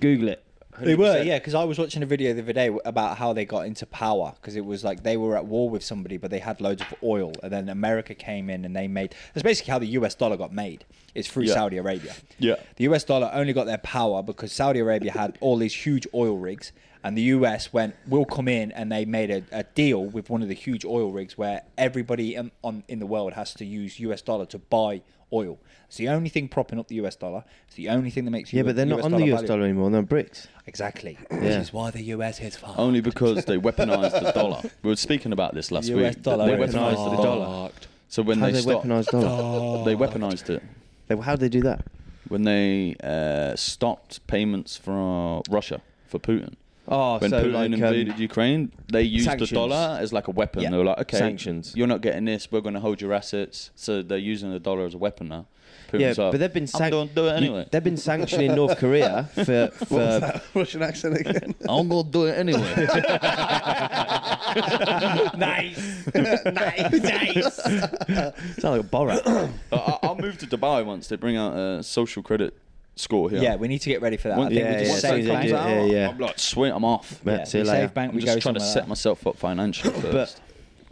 Speaker 1: Google it.
Speaker 4: They were, yeah, because I was watching a video the other day w- about how they got into power because it was like they were at war with somebody, but they had loads of oil, and then America came in and they made. That's basically how the U.S. dollar got made. It's through
Speaker 2: Yeah.
Speaker 4: Saudi Arabia.
Speaker 2: Yeah.
Speaker 4: The U.S. dollar only got their power because Saudi Arabia had all these huge oil rigs, and the U.S. went, "We'll come in," and they made a, a deal with one of the huge oil rigs where everybody in, on in the world has to use U.S. dollar to buy. Oil. It's the only thing propping up the U.S. dollar. It's the only thing that makes
Speaker 1: Yeah, but they're not on the US
Speaker 4: valuable.
Speaker 1: dollar anymore. They're on bricks.
Speaker 4: Exactly. This
Speaker 1: Yeah. Oh.
Speaker 4: is why the US is fucked.
Speaker 2: Only because they weaponized the dollar. We were speaking about this last
Speaker 4: US
Speaker 2: week.
Speaker 4: dollar
Speaker 2: They
Speaker 4: is
Speaker 2: weaponized the dollar.
Speaker 4: fucked.
Speaker 2: So when
Speaker 1: How
Speaker 2: they
Speaker 1: do they
Speaker 2: stopped,
Speaker 1: weaponise dollar?
Speaker 2: they weaponized it.
Speaker 1: They- How do they do that?
Speaker 2: When they uh, stopped payments from Russia for Putin.
Speaker 1: Oh,
Speaker 2: when
Speaker 1: so
Speaker 2: Putin
Speaker 1: like, um,
Speaker 2: invaded Ukraine, they used
Speaker 1: sanctions.
Speaker 2: the dollar as like a weapon.
Speaker 4: Yeah.
Speaker 2: They were like, okay,
Speaker 1: Sanctions.
Speaker 2: You're not getting this. We're going to hold your assets. So they're using the dollar as a weapon now.
Speaker 1: Yeah,
Speaker 2: Putin's like,
Speaker 1: but they've been
Speaker 2: I'm going
Speaker 1: sanctioned.
Speaker 2: to do it anyway.
Speaker 1: They've been sanctioning North Korea for. for
Speaker 3: Russian accent again.
Speaker 2: I'm going to do it anyway.
Speaker 4: nice. nice. Nice.
Speaker 1: it's not like Borat.
Speaker 2: I- I, I'll move to Dubai once they bring out a social credit score here.
Speaker 4: Yeah, we need to get ready for that. I
Speaker 2: Once-
Speaker 4: think
Speaker 1: yeah,
Speaker 4: we just
Speaker 1: yeah,
Speaker 4: save
Speaker 1: yeah,
Speaker 4: bank.
Speaker 1: yeah, yeah, yeah.
Speaker 2: I'm like, sweet, I'm off.
Speaker 1: Mate,
Speaker 4: Yeah,
Speaker 1: see
Speaker 4: we
Speaker 1: you later.
Speaker 4: save bank,
Speaker 2: I'm
Speaker 4: we
Speaker 2: just
Speaker 4: go
Speaker 2: trying to
Speaker 4: somewhere
Speaker 2: set
Speaker 4: else.
Speaker 2: myself up financially first.
Speaker 1: But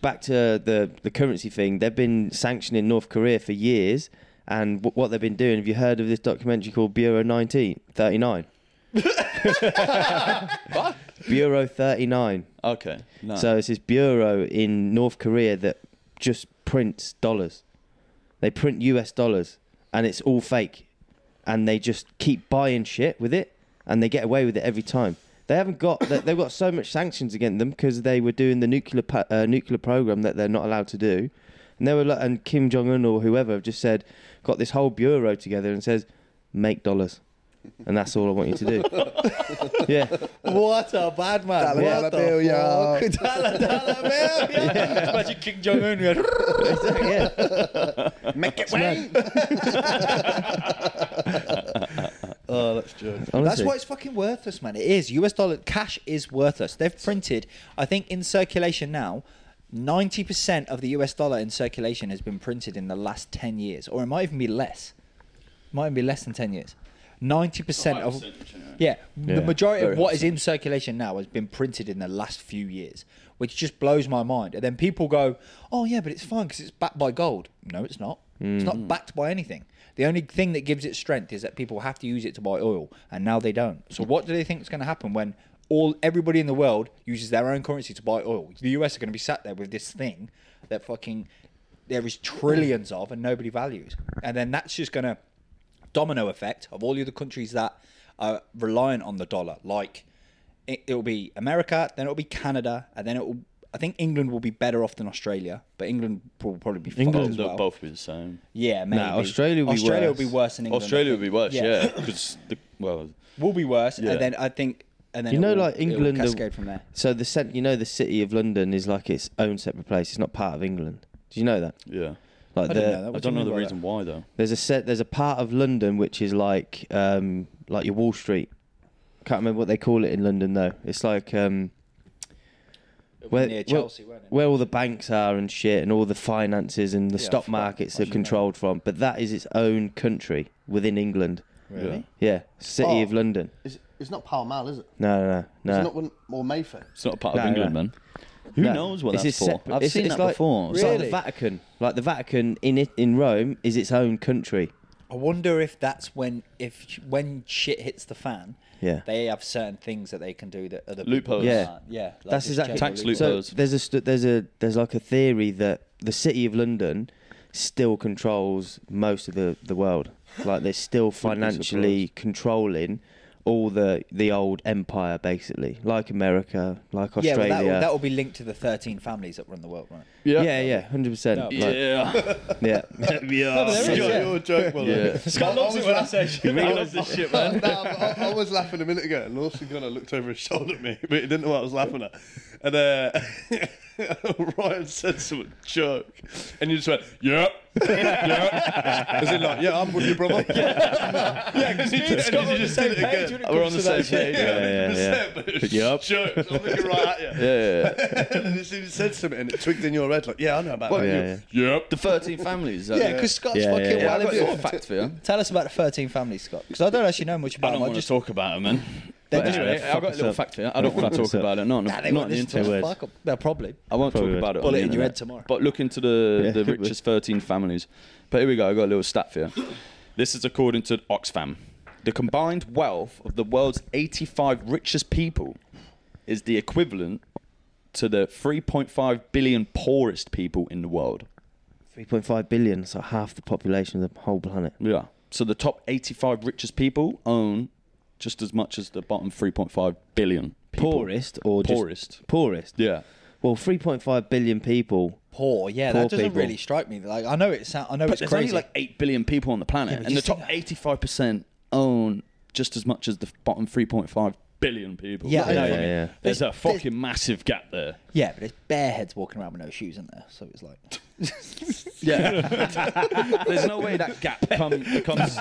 Speaker 1: back to the the currency thing, they've been sanctioning North Korea for years, and w- what they've been doing. Have you heard of this documentary called Bureau 1939? Bureau 39.
Speaker 2: Okay. No.
Speaker 1: So it's this bureau in North Korea that just prints dollars. They print US dollars and it's all fake. And they just keep buying shit with it and they get away with it every time. They haven't got they- they've got so much sanctions against them because they were doing the nuclear pa- uh, nuclear program that they're not allowed to do. And they were like, and Kim Jong Un or whoever have just said got this whole bureau together and says make dollars. And that's all I want you to do. yeah.
Speaker 4: What a bad man.
Speaker 1: Dollar,
Speaker 4: what
Speaker 1: dollar
Speaker 4: the
Speaker 3: bill, yo.
Speaker 4: fuck? Dollar, dollar bill, yo. Imagine King Jong Un.
Speaker 1: yeah.
Speaker 3: Make it way. oh, that's good.
Speaker 4: That's
Speaker 1: Honestly.
Speaker 4: why it's fucking worthless, man. It is. US dollar cash is worthless. They've printed, I think, in circulation now, 90% of the US dollar in circulation has been printed in the last 10 years, or it might even be less. might even be less than 10 years. 90% of. Yeah,
Speaker 1: Yeah,
Speaker 4: the majority
Speaker 2: very
Speaker 4: of what
Speaker 2: high
Speaker 4: is in circulation now has been printed in the last few years, which just blows my mind. And then people go, "Oh yeah, but it's fine because it's backed by gold." No, it's not. It's not backed by anything. The only thing that gives it strength is that people have to use it to buy oil, and now they don't. So what do they think is going to happen when all everybody in the world uses their own currency to buy oil? The US are going to be sat there with this thing that fucking there is trillions of and nobody values, and then that's just going to domino effect of all the other countries that are uh, reliant on the dollar. Like it, it'll be America, then it'll be Canada, and then it'll. I think England will be better off than Australia, but England will probably be
Speaker 2: Both,
Speaker 4: England as
Speaker 2: they'll
Speaker 4: well.
Speaker 2: both be the same.
Speaker 4: Yeah, maybe.
Speaker 1: Australia will be
Speaker 4: Australia
Speaker 1: worse.
Speaker 4: will be worse than England.
Speaker 2: Australia would be worse,
Speaker 4: Yeah.
Speaker 2: yeah, because the well,
Speaker 4: will be worse,
Speaker 2: Yeah.
Speaker 4: and then I think, and then
Speaker 1: You
Speaker 4: it
Speaker 1: know,
Speaker 4: will-
Speaker 1: like
Speaker 4: it will
Speaker 1: England, the-
Speaker 4: cascade from there.
Speaker 1: So the cent, you know, the city of London is like its own separate place. It's not part of England. Do you know that?
Speaker 2: yeah.
Speaker 1: Like the,
Speaker 4: I didn't know that.
Speaker 2: I
Speaker 4: What do
Speaker 2: don't
Speaker 4: you
Speaker 2: know
Speaker 4: mean
Speaker 2: the
Speaker 4: by
Speaker 2: reason why though.
Speaker 1: there's a set. There's a part of London which is like um, like your Wall Street. Can't remember what they call it in London though. It's like um, where
Speaker 4: near
Speaker 1: where-
Speaker 4: Chelsea, weren't it?
Speaker 1: where all the banks are and shit, and all the finances and the
Speaker 4: Yeah, I
Speaker 1: stock
Speaker 4: forgot.
Speaker 1: markets
Speaker 4: I
Speaker 1: are
Speaker 4: should know.
Speaker 1: controlled from. But that is its own country within England.
Speaker 2: Really?
Speaker 1: Yeah, city
Speaker 3: Oh.
Speaker 1: of London.
Speaker 3: It's, it's not Pall Mall, is it?
Speaker 1: No, no, no. no.
Speaker 3: It's not one, or Mayfair.
Speaker 2: It's not a part of
Speaker 1: No,
Speaker 2: England,
Speaker 1: no.
Speaker 2: man. Who
Speaker 1: No.
Speaker 2: knows what
Speaker 1: It's
Speaker 2: that's
Speaker 1: a
Speaker 2: for?
Speaker 1: separate-
Speaker 2: I've
Speaker 1: it's-
Speaker 2: seen
Speaker 1: it's
Speaker 2: that
Speaker 1: like-
Speaker 2: before.
Speaker 1: It's like the
Speaker 4: Really?
Speaker 1: Vatican. Like the Vatican in it, in Rome is its own country.
Speaker 4: I wonder if that's when if when shit hits the fan,
Speaker 1: Yeah.
Speaker 4: they have certain things that they can do that other people
Speaker 2: Loopholes.
Speaker 1: Yeah.
Speaker 4: can't. yeah, like
Speaker 1: That's
Speaker 4: just
Speaker 1: exactly
Speaker 4: general
Speaker 2: Tax
Speaker 4: loopholes.
Speaker 1: So
Speaker 2: loopholes.
Speaker 1: there's a st- there's a there's like a theory that the city of London still controls most of the the world. Like they're still financially controlling all the the old empire basically, like America, like
Speaker 4: Yeah, well,
Speaker 1: Australia.
Speaker 4: that will, that will be linked to the 13 families that run the world, right?
Speaker 1: yeah, yeah, hundred percent.
Speaker 4: No.
Speaker 1: Like,
Speaker 2: yeah.
Speaker 1: yeah,
Speaker 4: there is,
Speaker 3: You're,
Speaker 4: yeah.
Speaker 3: you're a joke, well,
Speaker 2: Yeah.
Speaker 4: Scott loves it when I say shit.
Speaker 2: I love this shit, man.
Speaker 3: no, I, I was laughing a minute ago, and Lawson Gunner looked over his shoulder at me, but he didn't know what I was laughing at. And uh, Ryan said some joke, and you just went, "Yep, yep." As in, like, "Yeah, I'm with you, brother." yeah, because you just, and you just did it again.
Speaker 2: We're on the same page.
Speaker 3: Yeah,
Speaker 2: Yeah,
Speaker 1: yeah, yeah.
Speaker 3: but it was
Speaker 2: Yep.
Speaker 3: joke. so I'm looking right at you.
Speaker 2: yeah, yeah.
Speaker 3: and then as soon as you said something, and it twigged in your head, like, "Yeah, I know about that."
Speaker 1: yeah,
Speaker 3: Yep.
Speaker 2: The 13 families. uh,
Speaker 4: Yeah, because Scott's
Speaker 1: Yeah,
Speaker 4: fucking
Speaker 1: yeah, yeah.
Speaker 2: I've
Speaker 4: well
Speaker 2: got
Speaker 4: into
Speaker 2: a
Speaker 4: it.
Speaker 2: fact for you.
Speaker 4: Tell us about the 13 families, Scott, because I don't actually know much
Speaker 2: I
Speaker 4: about
Speaker 2: don't
Speaker 4: them. I
Speaker 2: want
Speaker 4: just
Speaker 2: to talk about it, man.
Speaker 4: They're
Speaker 2: But
Speaker 4: just
Speaker 2: anyway,
Speaker 1: gonna
Speaker 2: I've got a
Speaker 1: fuck
Speaker 2: little
Speaker 1: us up.
Speaker 2: fact for you. I don't want to talk
Speaker 1: us up.
Speaker 2: about it. No,
Speaker 4: nah, they
Speaker 2: not
Speaker 4: won't
Speaker 2: on the
Speaker 4: listen
Speaker 2: internet.
Speaker 4: to us.
Speaker 1: internet.
Speaker 4: Fuck 'em. They'll probably.
Speaker 2: I won't
Speaker 1: Probably
Speaker 2: talk
Speaker 1: would.
Speaker 2: about it.
Speaker 4: Bullet
Speaker 2: on the
Speaker 4: in your
Speaker 2: internet.
Speaker 4: head tomorrow.
Speaker 2: But look into the,
Speaker 1: Yeah,
Speaker 2: the
Speaker 1: could be.
Speaker 2: richest 13 families. But here we go. I got a little stat for you. This is according to Oxfam. The combined wealth of the world's 85 richest people is the equivalent to the 3.5 billion poorest people in the world.
Speaker 1: Three point five billion, so half the population of the whole planet.
Speaker 2: Yeah. So the top 85 richest people own just as much as the bottom 3.5 billion people.
Speaker 1: Poorest or just-
Speaker 2: Poorest.
Speaker 1: poorest.
Speaker 2: Yeah.
Speaker 1: Well, three point five billion people.
Speaker 4: Poor, yeah,
Speaker 1: Poor
Speaker 4: that doesn't
Speaker 1: people.
Speaker 4: really strike me. Like, I know it sound, I know
Speaker 2: But
Speaker 4: it's
Speaker 2: there's
Speaker 4: crazy.
Speaker 2: only like 8 billion people on the planet,
Speaker 4: but
Speaker 2: and the
Speaker 4: just
Speaker 2: top
Speaker 4: think
Speaker 2: 85% own just as much as the bottom 3.5 billion people.
Speaker 4: Yeah, I know,
Speaker 1: yeah, yeah.
Speaker 2: There's a fucking massive gap there.
Speaker 4: yeah, but there's bare heads walking around with no shoes in there, so it's like
Speaker 2: Yeah. there's no way that gap come, becomes.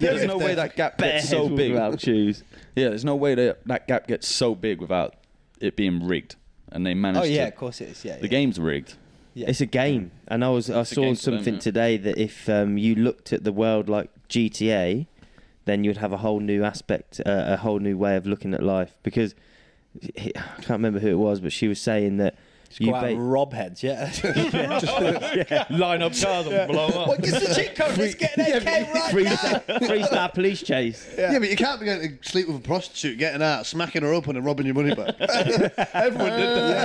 Speaker 2: There's no way that gap gets so big.
Speaker 1: Without shoes.
Speaker 2: Yeah, there's no way that that gap gets so big without it being rigged, and they managed.
Speaker 4: Oh yeah,
Speaker 2: to-
Speaker 4: of course it is. Yeah,
Speaker 2: The game's rigged.
Speaker 4: Yeah.
Speaker 1: It's a game, and I was I
Speaker 2: a
Speaker 1: saw
Speaker 2: game for them,
Speaker 1: something
Speaker 2: yeah.
Speaker 1: today that if um, you looked at the world like GTA, then you'd have a whole new aspect, uh, a whole new way of looking at life. Because I can't remember who it was, but she was saying that You
Speaker 5: Go out
Speaker 1: bait-
Speaker 5: and rob heads, yeah.
Speaker 2: Line up cars and blow up.
Speaker 5: What gives the cheat code? Let's get an AK right
Speaker 1: Three
Speaker 5: now.
Speaker 1: star, three star police chase.
Speaker 3: Yeah. but you can't be going to sleep with a prostitute, getting out, smacking her up, and then robbing your money back. Everyone did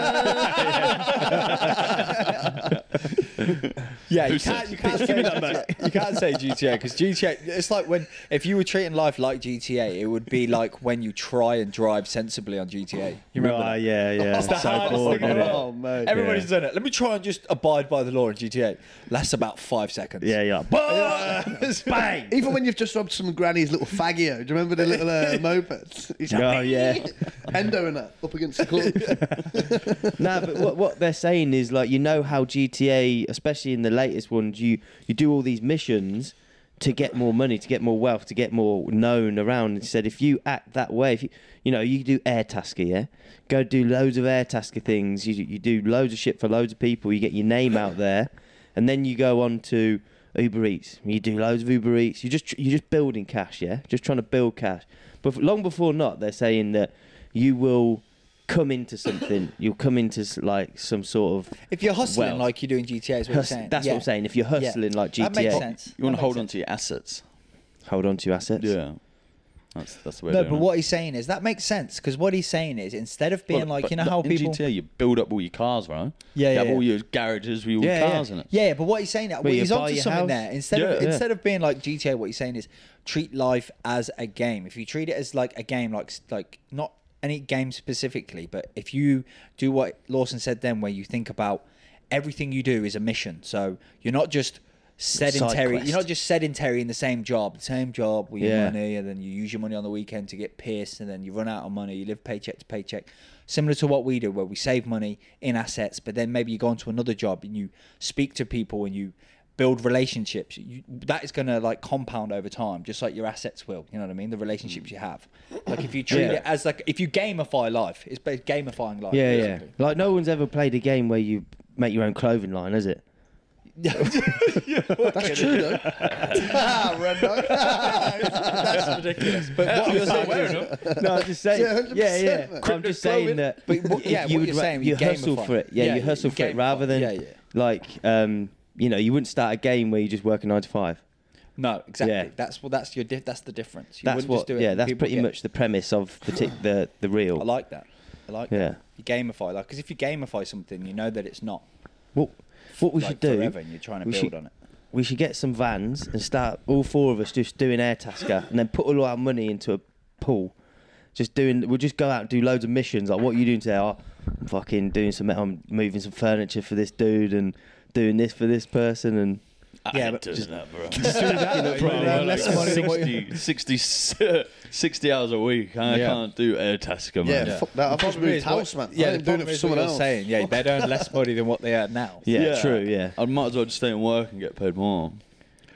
Speaker 3: that.
Speaker 5: Yeah,
Speaker 2: Who
Speaker 5: you
Speaker 2: said-
Speaker 5: can't, you, can't say, you can't say GTA because GTA. It's like when if you were treating life like GTA, it would be like when you try and drive sensibly on GTA. You remember
Speaker 1: Right,
Speaker 5: that?
Speaker 1: Yeah, yeah.
Speaker 5: That's the
Speaker 1: So
Speaker 5: hardest
Speaker 1: bored,
Speaker 5: thing
Speaker 1: isn't it?
Speaker 5: ever.
Speaker 3: Oh, mate.
Speaker 5: Everybody's
Speaker 1: Yeah.
Speaker 5: done it. Let me try and just abide by the law in GTA. Lasts about five seconds.
Speaker 1: Yeah, yeah.
Speaker 5: But-
Speaker 1: Bang!
Speaker 3: Even when you've just robbed some granny's little faggio, do you remember the little uh, mopeds? He's like,
Speaker 1: Oh, yeah.
Speaker 3: Endo and that up against the club.
Speaker 1: no, but what, what they're saying is like you know how GTA, especially in the latest ones, you you do all these missions to get more money, to get more wealth, to get more known around. And she said if you act that way, if you you know you do air tasker, yeah, go do loads of air tasker things. You you do loads of shit for loads of people. You get your name out there, and then you go on to Uber Eats. You do loads of Uber Eats. You just you're just building cash, yeah, just trying to build cash. But long before not, they're saying that you will come into something. You'll come into s- like some sort of.
Speaker 5: if you're hustling
Speaker 1: Well,
Speaker 5: like you do in GTA, is what you're
Speaker 1: hus-
Speaker 5: saying.
Speaker 1: that's
Speaker 5: Yeah.
Speaker 1: what I'm saying. If you're
Speaker 5: Yeah.
Speaker 1: hustling like GTA,
Speaker 5: That makes sense.
Speaker 2: You want to hold on to your assets.
Speaker 1: hold on to your assets.
Speaker 2: Yeah. That's that's the way.
Speaker 5: No,
Speaker 2: of doing
Speaker 5: but
Speaker 2: it.
Speaker 5: what he's saying is that makes sense because what he's saying is instead of being
Speaker 2: Well,
Speaker 5: like
Speaker 2: but
Speaker 5: you know
Speaker 2: not-
Speaker 5: how
Speaker 2: in
Speaker 5: people
Speaker 2: GTA you build up all your cars, right?
Speaker 5: Yeah,
Speaker 2: you
Speaker 5: yeah,
Speaker 2: Have
Speaker 5: yeah.
Speaker 2: all your garages with all
Speaker 1: Yeah,
Speaker 2: your
Speaker 1: yeah.
Speaker 2: cars in it.
Speaker 5: Yeah, yeah, but what he's saying, well,
Speaker 1: you
Speaker 5: he's
Speaker 1: buy
Speaker 5: onto
Speaker 1: your
Speaker 5: something
Speaker 1: house.
Speaker 5: there. Instead of
Speaker 1: Yeah.
Speaker 5: instead of being like GTA, what he's saying is treat life as a game. If you treat it as like a game, like like not any game specifically, but if you do what Lawson said then, where you think about everything you do is a mission, so you're not just sedentary.
Speaker 1: quest.
Speaker 5: You're not just sedentary in the same job, the same job with your
Speaker 1: Yeah.
Speaker 5: money, and then you use your money on the weekend to get pierced, and then you run out of money. You live paycheck to paycheck, similar to what we do, where we save money in assets, but then maybe you go into another job and you speak to people and you build relationships. You, that is going to like compound over time, just like your assets will. You know what I mean? The relationships you have, like if you treat
Speaker 1: Mm. Yeah.
Speaker 5: it as like if you gamify life, it's ba- gamifying life.
Speaker 1: yeah, yeah.
Speaker 5: basically.
Speaker 1: Like no one's ever played a game where you make your own clothing line, has it?
Speaker 3: That's true, though. ah,
Speaker 5: That's ridiculous. But what I'm saying is-
Speaker 1: no, I'm just saying.
Speaker 3: Yeah, 100%,
Speaker 1: yeah, yeah.
Speaker 3: mate.
Speaker 1: I'm just saying that.
Speaker 5: But what- yeah,
Speaker 1: if
Speaker 5: what you're
Speaker 1: ra-
Speaker 5: saying,
Speaker 1: you
Speaker 5: you
Speaker 1: hustle
Speaker 5: gamify.
Speaker 1: for it. Yeah,
Speaker 5: Yeah,
Speaker 1: you
Speaker 5: yeah,
Speaker 1: hustle
Speaker 5: you
Speaker 1: for it rather
Speaker 5: gamify.
Speaker 1: than
Speaker 5: Yeah, yeah.
Speaker 1: like um, you know, you wouldn't start a game where you just work a nine to five.
Speaker 5: No, exactly.
Speaker 1: Yeah.
Speaker 5: That's what that's your di- that's the difference. You
Speaker 1: That's
Speaker 5: wouldn't
Speaker 1: what.
Speaker 5: just do it.
Speaker 1: yeah,
Speaker 5: and
Speaker 1: that's
Speaker 5: people
Speaker 1: pretty
Speaker 5: get-
Speaker 1: much the premise of the t- the the real.
Speaker 5: I like that. I like
Speaker 1: Yeah.
Speaker 5: that. You gamify like because if you gamify something, you know that it's not
Speaker 1: What what we
Speaker 5: like,
Speaker 1: should do?
Speaker 5: forever, and you're trying to
Speaker 1: we
Speaker 5: build
Speaker 1: should-
Speaker 5: on it.
Speaker 1: we should get some vans and start all four of us just doing air tasker and then put all our money into a pool. Just doing, we'll just go out and do loads of missions. Like, what are you doing today? Oh, I'm fucking doing some, I'm moving some furniture for this dude and doing this for this person. And
Speaker 2: I
Speaker 5: Yeah,
Speaker 2: ain't
Speaker 5: but-
Speaker 2: doing that, bro.
Speaker 5: bro,
Speaker 2: Bro,
Speaker 5: yeah,
Speaker 2: I'm like
Speaker 5: less money than what you-
Speaker 2: 60, 60 60 hours a week. I
Speaker 5: Yeah.
Speaker 2: can't do air tasker,
Speaker 3: yeah,
Speaker 2: man.
Speaker 3: fuck that. I've just moved house, man.
Speaker 5: Yeah,
Speaker 3: I ain't doing it for someone else.
Speaker 5: saying. Yeah, they earn less money than what they earn now.
Speaker 1: yeah, true, yeah.
Speaker 2: I might as well just stay and work and get paid more.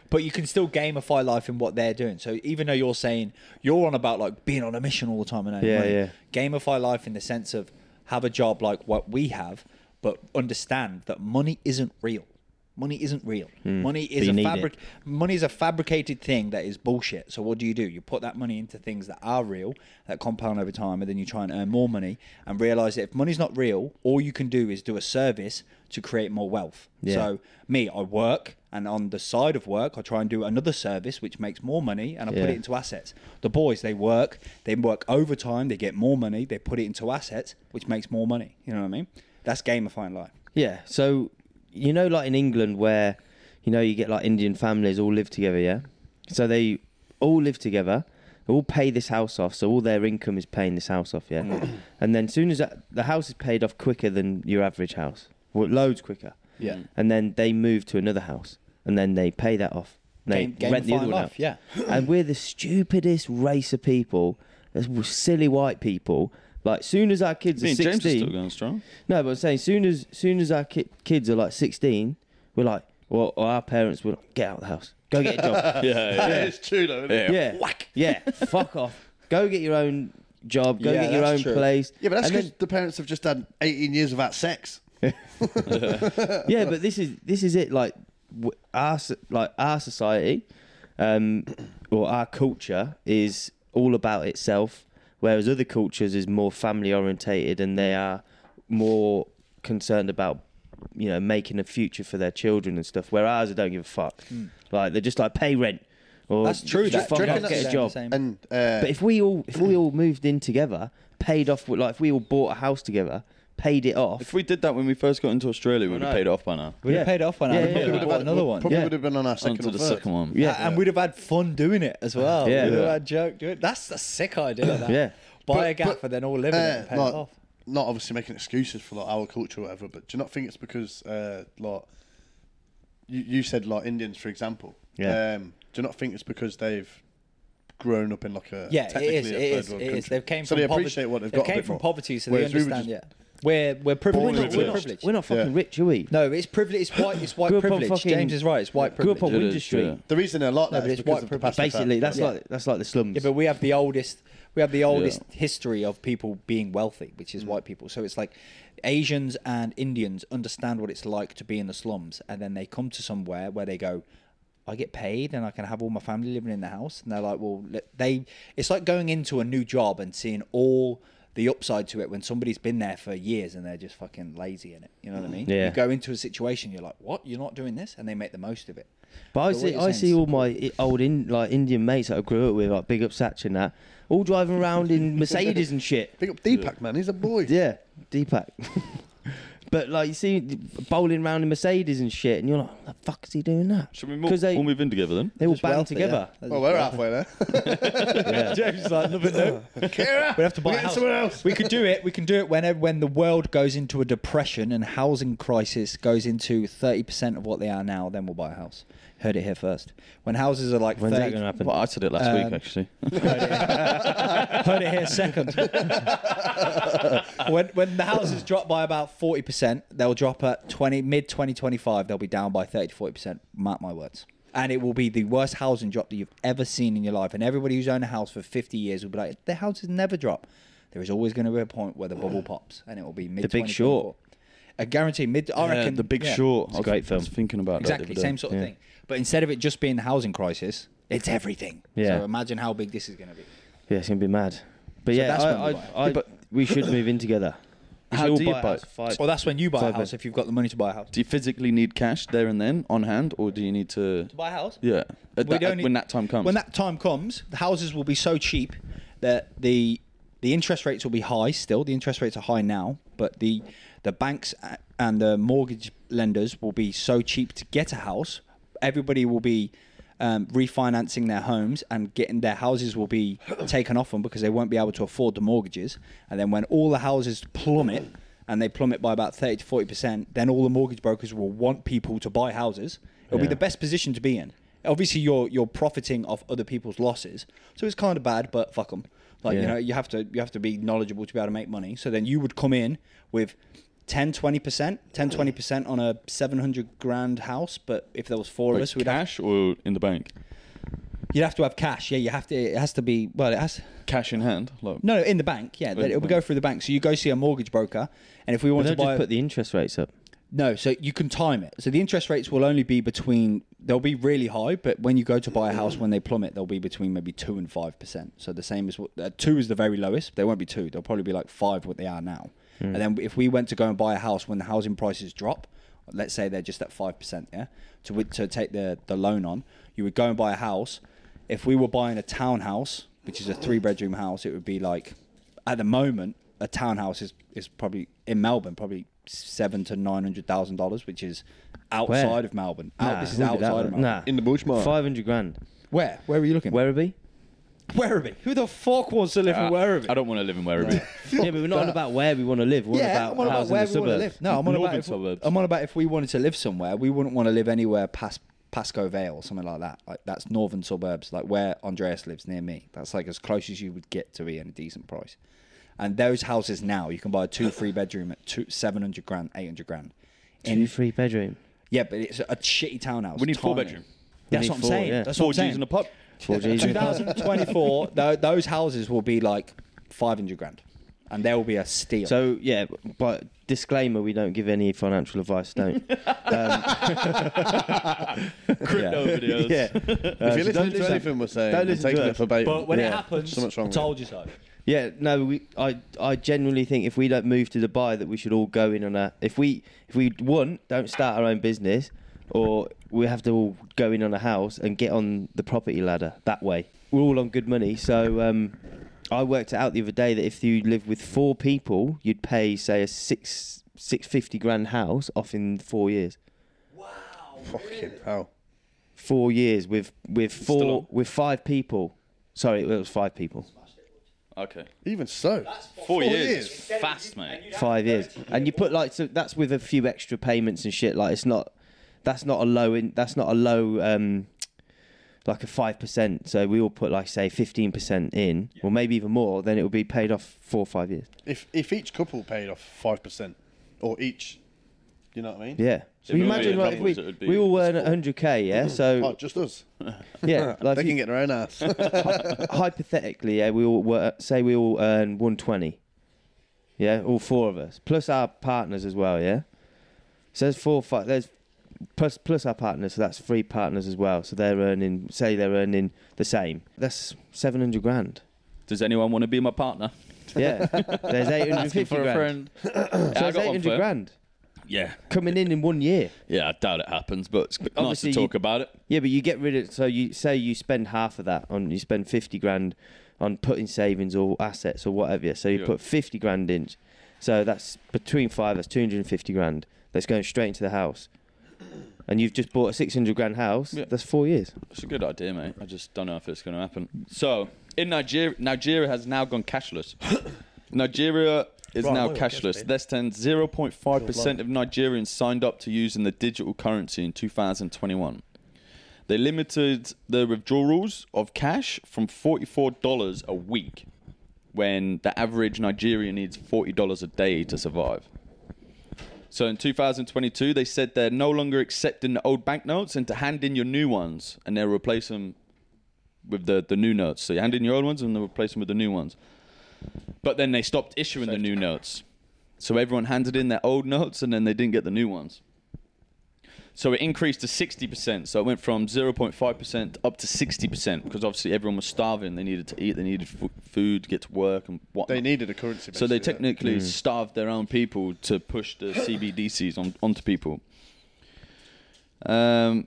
Speaker 5: But you can still gamify life in what they're doing. So even though you're saying you're on about like being on a mission all the time and earning
Speaker 1: Yeah,
Speaker 5: money,
Speaker 1: yeah.
Speaker 5: gamify life in the sense of have a job like what we have, but understand that money isn't real. Money isn't real. Money
Speaker 1: Mm.
Speaker 5: is
Speaker 1: you
Speaker 5: a
Speaker 1: need
Speaker 5: fabric.
Speaker 1: it.
Speaker 5: Money is a fabricated thing that is bullshit. So what do you do? You put that money into things that are real, that compound over time, and then you try and earn more money and realize that if money's not real, all you can do is do a service to create more wealth.
Speaker 1: Yeah.
Speaker 5: So me, I work, and on the side of work, I try and do another service which makes more money, and I put
Speaker 1: Yeah.
Speaker 5: it into assets. The boys, they work, they work overtime, they get more money, they put it into assets, which makes more money. You know what I mean? That's gamifying life.
Speaker 1: Yeah. So you know, like in England, where you know you get like Indian families all live together. Yeah. So they all live together. they All pay this house off, so all their income is paying this house off, yeah.
Speaker 5: Mm.
Speaker 1: and then, soon as that, the house is paid off quicker than your average house, well, loads quicker.
Speaker 5: Yeah.
Speaker 2: Mm.
Speaker 1: And then they move to another house, and then they pay that off. and They
Speaker 5: Game- gamifying life, yeah.
Speaker 1: and we're the stupidest race of people, as- silly white people. Like, soon as our kids are
Speaker 2: Me and James is
Speaker 1: sixteen,
Speaker 2: still going strong.
Speaker 1: no, but I'm saying soon as soon as our ki- kids are like 16, we're like, well, or our parents will get out of the house, go get a job.
Speaker 2: Yeah,
Speaker 3: Yeah, it's true, though. isn't it?
Speaker 2: yeah.
Speaker 1: yeah, whack, yeah, fuck off, go get your own job, go
Speaker 5: Yeah,
Speaker 1: get your
Speaker 5: that's
Speaker 1: own
Speaker 5: true.
Speaker 1: place.
Speaker 3: Yeah, but that's
Speaker 1: And
Speaker 3: because the parents have just had 18 years without sex.
Speaker 1: then- yeah, but this is this is it. Like w- our so- like our society, um, or our culture is all about itself, whereas other cultures is more family orientated and they are more concerned about you know making a future for their children and stuff. Whereas I don't give a fuck. Like they're just like pay rent or
Speaker 4: Hmm. That's true,
Speaker 1: Just
Speaker 4: that-
Speaker 1: fuck
Speaker 4: do you
Speaker 1: off,
Speaker 4: reckon
Speaker 1: get a
Speaker 4: that's-
Speaker 1: job.
Speaker 4: same.
Speaker 3: And uh,
Speaker 1: But if we all if we all moved in together, paid off with like if we all bought a house together, paid it off.
Speaker 2: If we did that when we first got into Australia, we'd
Speaker 1: I
Speaker 2: have
Speaker 1: know.
Speaker 2: paid it off by now.
Speaker 4: We'd
Speaker 1: Yeah.
Speaker 4: have paid off one
Speaker 1: Yeah,
Speaker 4: and
Speaker 1: yeah,
Speaker 4: probably
Speaker 1: yeah.
Speaker 4: would have bought another one.
Speaker 3: Probably
Speaker 1: yeah.
Speaker 3: would have been on our second
Speaker 2: Onto
Speaker 3: or
Speaker 2: the
Speaker 3: third.
Speaker 2: second one.
Speaker 1: Yeah.
Speaker 4: and we'd have had fun doing it as well.
Speaker 1: Yeah.
Speaker 4: we'd have
Speaker 1: Yeah.
Speaker 4: had joke doing it. That's a sick idea. That.
Speaker 1: Yeah.
Speaker 4: buy
Speaker 3: But-
Speaker 4: a gaffer,
Speaker 3: but,
Speaker 4: then all live in it and
Speaker 3: uh,
Speaker 4: pay
Speaker 3: like,
Speaker 4: it off.
Speaker 3: Not obviously making excuses for like our culture or whatever, but do you not think it's because uh, like you, you said like Indians for example?
Speaker 1: Yeah.
Speaker 3: Um, do you not think it's because they've grown up in like a
Speaker 4: Yeah, it
Speaker 3: technically
Speaker 4: is.
Speaker 3: a
Speaker 4: It
Speaker 3: third
Speaker 4: is.
Speaker 3: world
Speaker 4: It is.
Speaker 3: country.
Speaker 4: They've came
Speaker 3: so
Speaker 4: from
Speaker 3: they
Speaker 4: poverty.
Speaker 3: appreciate what they've, got. a
Speaker 4: came
Speaker 3: bit
Speaker 4: from
Speaker 3: more.
Speaker 4: poverty, so
Speaker 3: Whereas
Speaker 4: they
Speaker 3: we were
Speaker 4: understand.
Speaker 3: just-
Speaker 4: yeah, we're we're
Speaker 1: we're
Speaker 4: privileged.
Speaker 1: not,
Speaker 3: Born
Speaker 1: we're
Speaker 4: We're
Speaker 1: not-
Speaker 4: privileged.
Speaker 1: we're not fucking
Speaker 3: Yeah.
Speaker 1: rich, are we?
Speaker 4: No, it's privilege. It's white. It's white
Speaker 1: Grew up on
Speaker 4: privilege.
Speaker 1: fucking-
Speaker 4: James is right. It's white
Speaker 1: Grew
Speaker 4: privilege.
Speaker 1: up on
Speaker 2: It is,
Speaker 1: Windsor Street.
Speaker 2: yeah.
Speaker 3: The reason they're like
Speaker 4: No,
Speaker 3: that
Speaker 4: but
Speaker 3: is
Speaker 4: it's
Speaker 3: because
Speaker 4: white
Speaker 3: of the
Speaker 4: privilege.
Speaker 3: past
Speaker 1: Basically, that's
Speaker 4: Yeah.
Speaker 1: like that's like the slums.
Speaker 4: Yeah, but we have the oldest we have the oldest
Speaker 2: Yeah.
Speaker 4: history of people being wealthy, which
Speaker 1: Mm.
Speaker 4: is white people. So it's like Asians and Indians understand what it's like to be in the slums, and then they come to somewhere where they go, I get paid and I can have all my family living in the house, and they're like, well, let- they it's like going into a new job and seeing all the upside to it when somebody's been there for years and they're just fucking lazy in it. You know what I mean?
Speaker 1: Mm. Yeah.
Speaker 4: You go into a situation, you're like, what? You're not doing this, and they make the most of it.
Speaker 1: But I
Speaker 4: But what
Speaker 1: see,
Speaker 4: you're
Speaker 1: I
Speaker 4: saying
Speaker 1: see
Speaker 4: is-
Speaker 1: all my i- old in, like Indian mates that I grew up with, like big up Satch and that, all driving around in Mercedes and shit.
Speaker 3: Big up Deepak, man. He's a boy.
Speaker 1: Yeah, Deepak. but like you see bowling around in Mercedes and shit, and you're like, "What the fuck is he doing that?
Speaker 2: Should we mo-
Speaker 1: Because they
Speaker 2: all move in together then?
Speaker 1: they all
Speaker 4: Just
Speaker 1: band
Speaker 4: wealthy,
Speaker 1: together.
Speaker 4: yeah.
Speaker 3: Well, we're halfway there.
Speaker 1: Yeah.
Speaker 4: James is like, love it though.
Speaker 3: Kira,
Speaker 4: We'd have to buy
Speaker 3: we're getting
Speaker 4: a house.
Speaker 3: somewhere else.
Speaker 4: We could do it. We can do it when when the world goes into a depression and housing crisis goes into thirty percent of what they are now. Then we'll buy a house. Heard it here first. When houses are like
Speaker 1: When's that
Speaker 4: 30
Speaker 1: gonna happen?
Speaker 2: Well, I said it last
Speaker 4: Um,
Speaker 2: week actually.
Speaker 4: Heard it here second. when when the houses drop by about forty percent, they'll drop at twenty mid twenty twenty five. They'll be down by thirty to forty percent. Mark my words. And it will be the worst housing drop that you've ever seen in your life. And everybody who's owned a house for fifty years will be like, the houses never drop. There is always going to be a point where the bubble pops, and it will be mid.
Speaker 1: Big Short.
Speaker 4: I guarantee mid. I reckon
Speaker 2: the Big
Speaker 4: yeah.
Speaker 2: Short.
Speaker 1: It's a
Speaker 2: I was-
Speaker 1: great film.
Speaker 2: I was thinking about that
Speaker 4: Exactly,
Speaker 2: the other day.
Speaker 4: same sort of thing. But instead of it just being the housing crisis, it's everything.
Speaker 1: Yeah.
Speaker 4: So imagine how big this is going to be.
Speaker 1: Yeah, it's gonna be mad. But yeah,
Speaker 4: that's
Speaker 1: I,
Speaker 4: when we buy
Speaker 1: I,
Speaker 4: it.
Speaker 1: I,
Speaker 2: Yeah, but-
Speaker 1: we should move in together. We
Speaker 2: How
Speaker 1: should all
Speaker 2: do you
Speaker 1: buy a
Speaker 2: buy-
Speaker 1: house, five-
Speaker 4: Well, that's when you buy a
Speaker 1: Five
Speaker 4: house
Speaker 1: men.
Speaker 4: if you've got the money to buy a house.
Speaker 2: Do you physically need cash there and then on hand, or do you need to?
Speaker 4: buy a house?
Speaker 2: Yeah, At
Speaker 4: We
Speaker 2: that-
Speaker 4: don't need-
Speaker 2: when that time comes.
Speaker 4: When that time comes, the houses will be so cheap that the the interest rates will be high still. The interest rates are high now, but the the banks a- and the mortgage lenders will be so cheap to get a house. Everybody will be um, refinancing their homes and getting their houses will be taken off them because they won't be able to afford the mortgages. And then when all the houses plummet and they plummet by about thirty to forty percent, then all the mortgage brokers will want people to buy houses. It'll be
Speaker 1: Yeah.
Speaker 4: the best position to be in. Obviously, you're you're profiting off other people's losses, so it's kind of bad. But fuck them. Like you
Speaker 1: Yeah.
Speaker 4: know, you have to you have to be knowledgeable to be able to make money. So then you would come in with 10 20 percent, 10 20 percent on a seven hundred grand house. But if there was four
Speaker 2: Like
Speaker 4: of us, we'd have,
Speaker 2: cash or in the bank?
Speaker 4: you'd have to have cash. Yeah, you have to. It has to be. Well, it has.
Speaker 2: Cash in hand. Like,
Speaker 4: No, no, in the bank. Yeah,
Speaker 2: the
Speaker 4: it would go
Speaker 2: bank.
Speaker 4: through the bank. So you go see a mortgage broker, and if we
Speaker 1: But
Speaker 4: want
Speaker 1: don't
Speaker 4: to buy,
Speaker 1: just put the interest rates up.
Speaker 4: No, so you can time it. So the interest rates will only be between they'll be really high, but when you go to buy a house, when they plummet, they'll be between maybe two and five percent. So the same as what uh, two is the very lowest. They won't be two. They'll probably be like five what they are now. And then if we went to go and buy a house when the housing prices drop, let's say they're just at five percent, yeah, to wi- to take the the loan on, you would go and buy a house. If we were buying a townhouse, which is a three bedroom house, it would be like at the moment, a townhouse is, is probably in Melbourne, probably seven to nine hundred thousand dollars, which is outside
Speaker 1: Where?
Speaker 4: of Melbourne. Out, this is
Speaker 1: wouldn't be that
Speaker 4: outside of
Speaker 1: much. Nah.
Speaker 4: Melbourne.
Speaker 3: In the bush, Mark.
Speaker 1: Five hundred grand.
Speaker 4: Where? Where are you looking?
Speaker 1: Werribee?
Speaker 4: Werribee? Who the fuck wants to live
Speaker 1: Uh,
Speaker 4: in Werribee?
Speaker 2: Ah, I don't want to live in Werribee.
Speaker 1: yeah, but we're not on about where we want to live. We're on about
Speaker 4: yeah, Eh, I'm on about
Speaker 1: housing
Speaker 4: where
Speaker 1: in
Speaker 4: we
Speaker 1: the
Speaker 4: want to
Speaker 1: suburbs.
Speaker 4: live. No, I'm on about
Speaker 2: Northern
Speaker 4: if,
Speaker 2: suburbs.
Speaker 4: I'm on about if we wanted to live somewhere, we wouldn't want to live anywhere past Pasco Vale or something like that. Like that's northern suburbs, like where Andreas lives near me. That's like as close as you would get to being a decent price. And those houses now, you can buy a two, three bedroom at two, seven hundred grand, eight hundred grand.
Speaker 1: Two three bedroom.
Speaker 4: Yeah, but it's a shitty townhouse.
Speaker 2: We need
Speaker 4: Tiny.
Speaker 2: four bedroom.
Speaker 4: That's
Speaker 1: need
Speaker 4: what I'm
Speaker 1: four,
Speaker 4: saying.
Speaker 1: yeah.
Speaker 4: That's what
Speaker 2: Four
Speaker 4: I'm
Speaker 2: G's
Speaker 4: saying.
Speaker 2: in a pub.
Speaker 1: Four G's.
Speaker 4: 2024, tho- those houses will be like 500 grand, and there will be a steal.
Speaker 1: So yeah, but disclaimer: we don't give any financial advice. Don't. Um,
Speaker 2: Crypto videos.
Speaker 1: yeah. Uh,
Speaker 3: If
Speaker 1: so
Speaker 3: you
Speaker 1: don't
Speaker 3: listen to
Speaker 1: listen-
Speaker 3: anything we're saying,
Speaker 1: don't
Speaker 3: don't
Speaker 1: listen
Speaker 3: listen
Speaker 1: to
Speaker 3: to
Speaker 1: us.
Speaker 3: it for bait.
Speaker 4: but when
Speaker 1: Yeah.
Speaker 4: it happens,
Speaker 3: So much wrong with
Speaker 4: told you so.
Speaker 1: Yeah, no, we, I, I genuinely think if we don't move to Dubai, that we should all go in on a. If we, if we one, don't start our own business, or we have to all go in on a house and get on the property ladder that way. We're all on good money, so um, I worked it out the other day that if you live with four people, you'd pay say a six six fifty grand house off in four years.
Speaker 3: Fucking hell.
Speaker 1: Four years with with
Speaker 2: Still
Speaker 1: four
Speaker 2: on.
Speaker 1: with five people. Sorry, it was five people.
Speaker 2: Okay.
Speaker 3: Even so.
Speaker 2: Four, years, is fast, mate.
Speaker 1: five years and you put like so that's with a few extra payments and shit like it's not that's not a low in that's not a low um like a five percent so we all put like say 15 percent in or maybe even more then it will be paid off four or five years
Speaker 3: If if each couple paid off five percent, or each, you know what I mean?
Speaker 1: yeah so
Speaker 2: If
Speaker 1: you
Speaker 2: it would be
Speaker 1: imagine
Speaker 2: the
Speaker 1: like if
Speaker 2: numbers, it would
Speaker 1: we, we
Speaker 2: be-
Speaker 1: all earn 100k yeah
Speaker 3: Oh,
Speaker 1: so
Speaker 3: just us.
Speaker 1: yeah like
Speaker 3: they
Speaker 1: if
Speaker 3: can
Speaker 1: you-
Speaker 3: get their own ass.
Speaker 1: hypothetically, yeah, we all were, say we all earn 120. Yeah, all four of us, plus our partners as well. Yeah, so there's four, five. There's plus plus our partners, so that's three partners as well. So they're earning, say they're earning the same. That's 700 grand.
Speaker 2: Does anyone want to be my partner?
Speaker 1: Yeah, there's 850
Speaker 2: for a
Speaker 1: grand.
Speaker 2: friend. yeah, I
Speaker 1: So
Speaker 2: got
Speaker 1: that's
Speaker 2: one
Speaker 1: 800
Speaker 2: for you.
Speaker 1: grand
Speaker 2: Yeah,
Speaker 1: coming in in one year.
Speaker 2: yeah. I doubt it happens, but it's nice
Speaker 1: Obviously
Speaker 2: to
Speaker 1: you-
Speaker 2: talk about it.
Speaker 1: Yeah, but you get rid of so you say you spend half of that on you spend fifty grand on putting savings or assets or whatever. yeah. So you
Speaker 2: Yeah.
Speaker 1: put fifty grand in. So that's between five. That's two hundred and fifty grand. That's going straight into the house. And you've just bought a six hundred grand house.
Speaker 2: Yeah.
Speaker 1: That's four years.
Speaker 2: It's a good idea, mate. I just don't know if it's going to happen. So in Nigeria, Nigeria has now gone cashless. Nigeria is
Speaker 3: Right,
Speaker 2: now
Speaker 3: well, I guess,
Speaker 2: cashless.
Speaker 3: mate.
Speaker 2: Less than 0.5 percent of Nigerians signed up to using the digital currency in 2021. They limited the withdrawals of cash from $44 a week, when the average Nigerian needs $40 a day to survive. So in 2022, they said they're no longer accepting the old banknotes and to hand in your new ones, and they'll replace them with the, the new notes. So you hand in your old ones and they'll replace them with the new ones. But then they stopped issuing the new notes. So everyone handed in their old notes and then they didn't get the new ones. So it increased to 60%. So it went from 0.5% up to 60% because obviously everyone was starving. They needed to eat, they needed f- food, get to work and whatnot.
Speaker 3: they needed a currency.
Speaker 2: So they
Speaker 3: basically, yeah.
Speaker 2: technically starved their own people to push the CBDCs on, onto people. Um,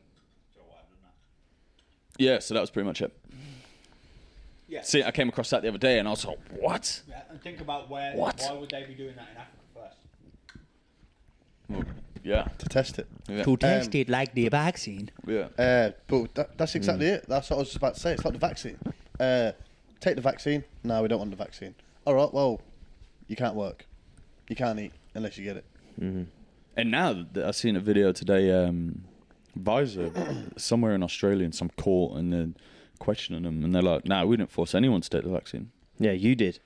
Speaker 2: yeah, so that was pretty much it.
Speaker 4: Yeah.
Speaker 2: See, I came across that the other day and I was like, what?
Speaker 4: yeah. And think about where.
Speaker 2: What?
Speaker 4: Why would they be doing that in Africa first?
Speaker 2: Yeah.
Speaker 3: to test it.
Speaker 2: Yeah.
Speaker 3: test
Speaker 4: it like Um, the vaccine.
Speaker 2: yeah.
Speaker 3: Uh, but that, that's exactly it. That's what I was just about to say. It's like the vaccine. Uh, take the vaccine. No, we don't want the vaccine. All right, well, you can't work. You can't eat unless you get it.
Speaker 2: And now th- I seen a video today, um, Visor, somewhere in Australia in some court, and they're questioning them. And they're like, nah, we didn't force anyone to take the vaccine.
Speaker 1: Yeah, you did.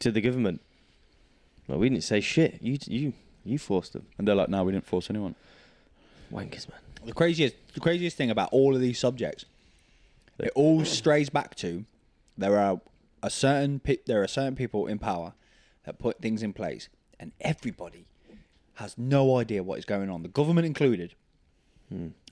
Speaker 1: To the government. Well, we didn't say shit. You you you forced them.
Speaker 2: And they're like, nah, we didn't force anyone.
Speaker 1: Wankers, man.
Speaker 4: The craziest, the craziest thing about all of these subjects, it all strays back to there are a certain pe- there are certain people in power that put things in place, and everybody has no idea what is going on, the government included,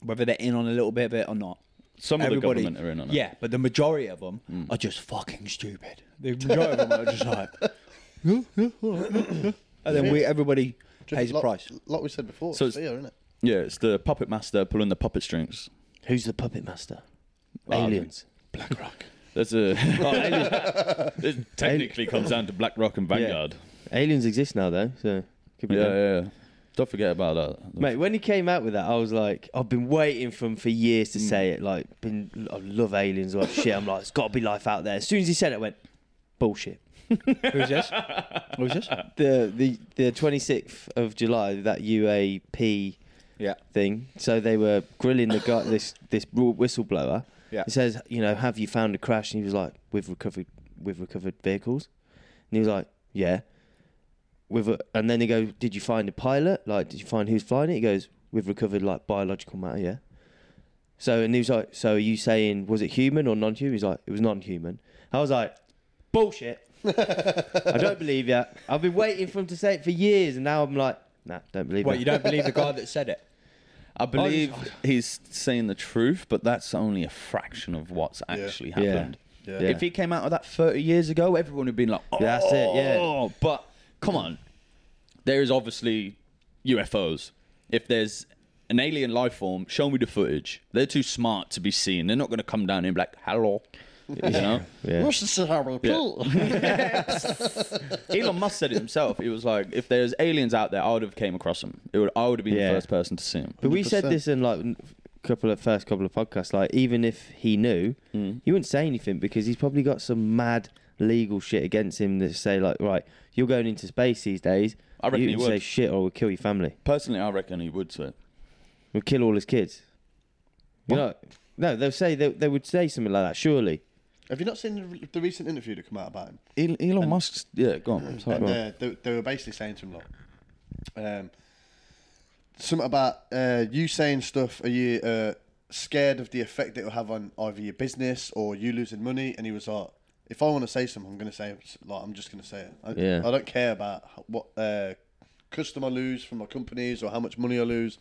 Speaker 4: whether they're in on a little bit of it or not.
Speaker 2: Hmm. Some of the
Speaker 4: Everybody-
Speaker 2: government are in on it. Hmm.
Speaker 4: Yeah, but the majority of them are just fucking stupid. The majority of them are just like, "Yeah, yeah, all right, yeah, yeah." and then we everybody
Speaker 3: Just
Speaker 4: pays the
Speaker 3: like,
Speaker 4: price.
Speaker 3: Like we said before,
Speaker 2: So
Speaker 3: it's
Speaker 2: it's-
Speaker 3: fear, isn't it?
Speaker 2: Yeah, it's the puppet master pulling the puppet strings.
Speaker 1: Who's the puppet master?
Speaker 2: Well,
Speaker 1: Aliens.
Speaker 2: That's a. it technically comes down to BlackRock and Vanguard.
Speaker 1: Aliens exist now though, so could be
Speaker 2: Yeah,
Speaker 1: done.
Speaker 2: yeah. yeah. Don't forget about that.
Speaker 1: Mate, when he came out with that, I was like, I've been waiting for him for years
Speaker 4: Mm.
Speaker 1: to say it. Like, been, I love aliens, all that shit. I'm like, it's got to be life out there. As soon as he said it, I went, bullshit.
Speaker 4: Who's this? Who's this?
Speaker 1: The the the 26th of July, that UAP
Speaker 4: Yeah,
Speaker 1: thing. So they were grilling the guy, this this whistleblower.
Speaker 4: Yeah.
Speaker 1: It says, you know, have you found a crash? And he was like, we've recovered, we've recovered vehicles. And he was like, yeah. With a, and then they go, did you find a pilot? Like, did you find who's flying it? He goes, we've recovered like biological matter, yeah. So and he was like, so are you saying was it human or non-human? He's like, it was non-human. I was like, bullshit. I don't believe you. I've been waiting for him to say it for years, and now I'm like, nah, don't believe
Speaker 4: Well,
Speaker 1: ya.
Speaker 4: you don't believe the guy that said it?
Speaker 2: I believe he's saying the truth, but that's only a fraction of what's actually
Speaker 1: Yeah.
Speaker 2: happened.
Speaker 3: Yeah.
Speaker 1: Yeah.
Speaker 2: If he came out of that 30 years ago, everyone would have been like, oh,
Speaker 1: Yeah, that's it, yeah.
Speaker 2: But come on. There is obviously UFOs. If there's an alien life form, show me the footage. They're too smart to be seen. They're not going to come down and be like, hello. You know?
Speaker 1: Yeah.
Speaker 2: Elon Musk said it himself. He was like, if there's aliens out there, I would have came across them. It would, I would have been
Speaker 1: Yeah.
Speaker 2: the first person to see them.
Speaker 1: But we said
Speaker 3: 100%.
Speaker 1: this in like n- couple of first couple of podcasts. Like even if he knew, you wouldn't say anything because he's probably got some mad legal shit against him that say like, right, you're going into space these days.
Speaker 2: I reckon
Speaker 1: you
Speaker 2: he
Speaker 1: can
Speaker 2: would.
Speaker 1: say shit or we'll kill your family.
Speaker 2: Personally, I reckon he would say.
Speaker 1: We'll kill all his kids. You know, no, they'll say they, they would say something like that. Surely,
Speaker 3: Have you not seen the, the recent interview that come out about him?
Speaker 2: Elon, Musk's. Yeah, go on. Sorry.
Speaker 3: And uh, they, they were basically saying to him, like, um, something about uh, you saying stuff, are you uh, scared of the effect it will have on either your business or you losing money? And he was like, if I want to say something, I'm going to say it. Like, I'm just going to say it. I,
Speaker 1: Yeah.
Speaker 3: I don't care about h- what uh, customer I lose from my companies or how much money I lose.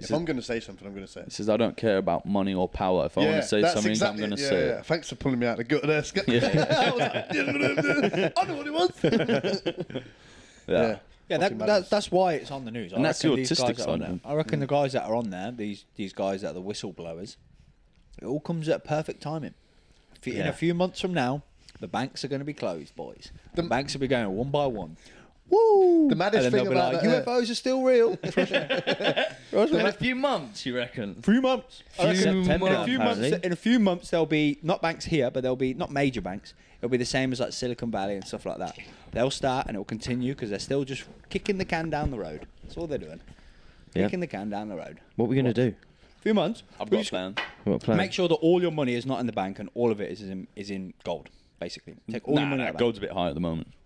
Speaker 3: If I'm going to say something, I'm going to say
Speaker 2: He
Speaker 3: it.
Speaker 2: says, I don't care about money or power. If I want to say
Speaker 3: that's
Speaker 2: something,
Speaker 3: exactly
Speaker 2: I'm going
Speaker 3: it.
Speaker 2: to
Speaker 3: yeah,
Speaker 2: say
Speaker 3: yeah.
Speaker 2: it.
Speaker 3: Thanks for pulling me out of the gutter there, Scott. I, was like, I know what it was.
Speaker 2: Yeah.
Speaker 4: Yeah, that,
Speaker 3: Fucking
Speaker 4: that,
Speaker 3: madness.
Speaker 4: that's why it's on the news.
Speaker 2: And
Speaker 4: I
Speaker 2: that's
Speaker 4: reckon
Speaker 2: the
Speaker 4: these
Speaker 2: autistic
Speaker 4: guys that are on
Speaker 2: side of
Speaker 4: there- I reckon the guys that are on there, these these guys that are the whistleblowers, it all comes at perfect timing. If you- In
Speaker 1: Yeah.
Speaker 4: a few months from now, the banks are going to be closed, boys. The,
Speaker 3: The-
Speaker 4: banks will be going one by one. Woo!
Speaker 3: The maddest
Speaker 4: and
Speaker 3: thing
Speaker 4: then they'll be
Speaker 3: about
Speaker 4: like,
Speaker 3: that, uh,
Speaker 4: UFOs are still real.
Speaker 2: In a few months, you reckon?
Speaker 4: few months. I
Speaker 1: Few
Speaker 4: reckon
Speaker 1: September,
Speaker 4: in a few months.
Speaker 1: apparently.
Speaker 4: In a few months, there'll be not banks here, but there'll be not major banks. It'll be the same as like Silicon Valley and stuff like that. They'll start and it'll continue because they're still just kicking the can down the road. That's all they're doing.
Speaker 1: Yeah.
Speaker 4: Kicking the can down the road.
Speaker 1: what are we gonna do?
Speaker 4: few months.
Speaker 2: I've got
Speaker 4: we
Speaker 2: a
Speaker 4: just
Speaker 2: plan.
Speaker 1: What plan?
Speaker 4: Make sure that all your money is not in the bank and all of it is in is in gold. Basically, take all
Speaker 2: nah,
Speaker 4: your money.
Speaker 2: nah,
Speaker 4: out of the
Speaker 2: gold's a bit high at the moment.
Speaker 4: yeah,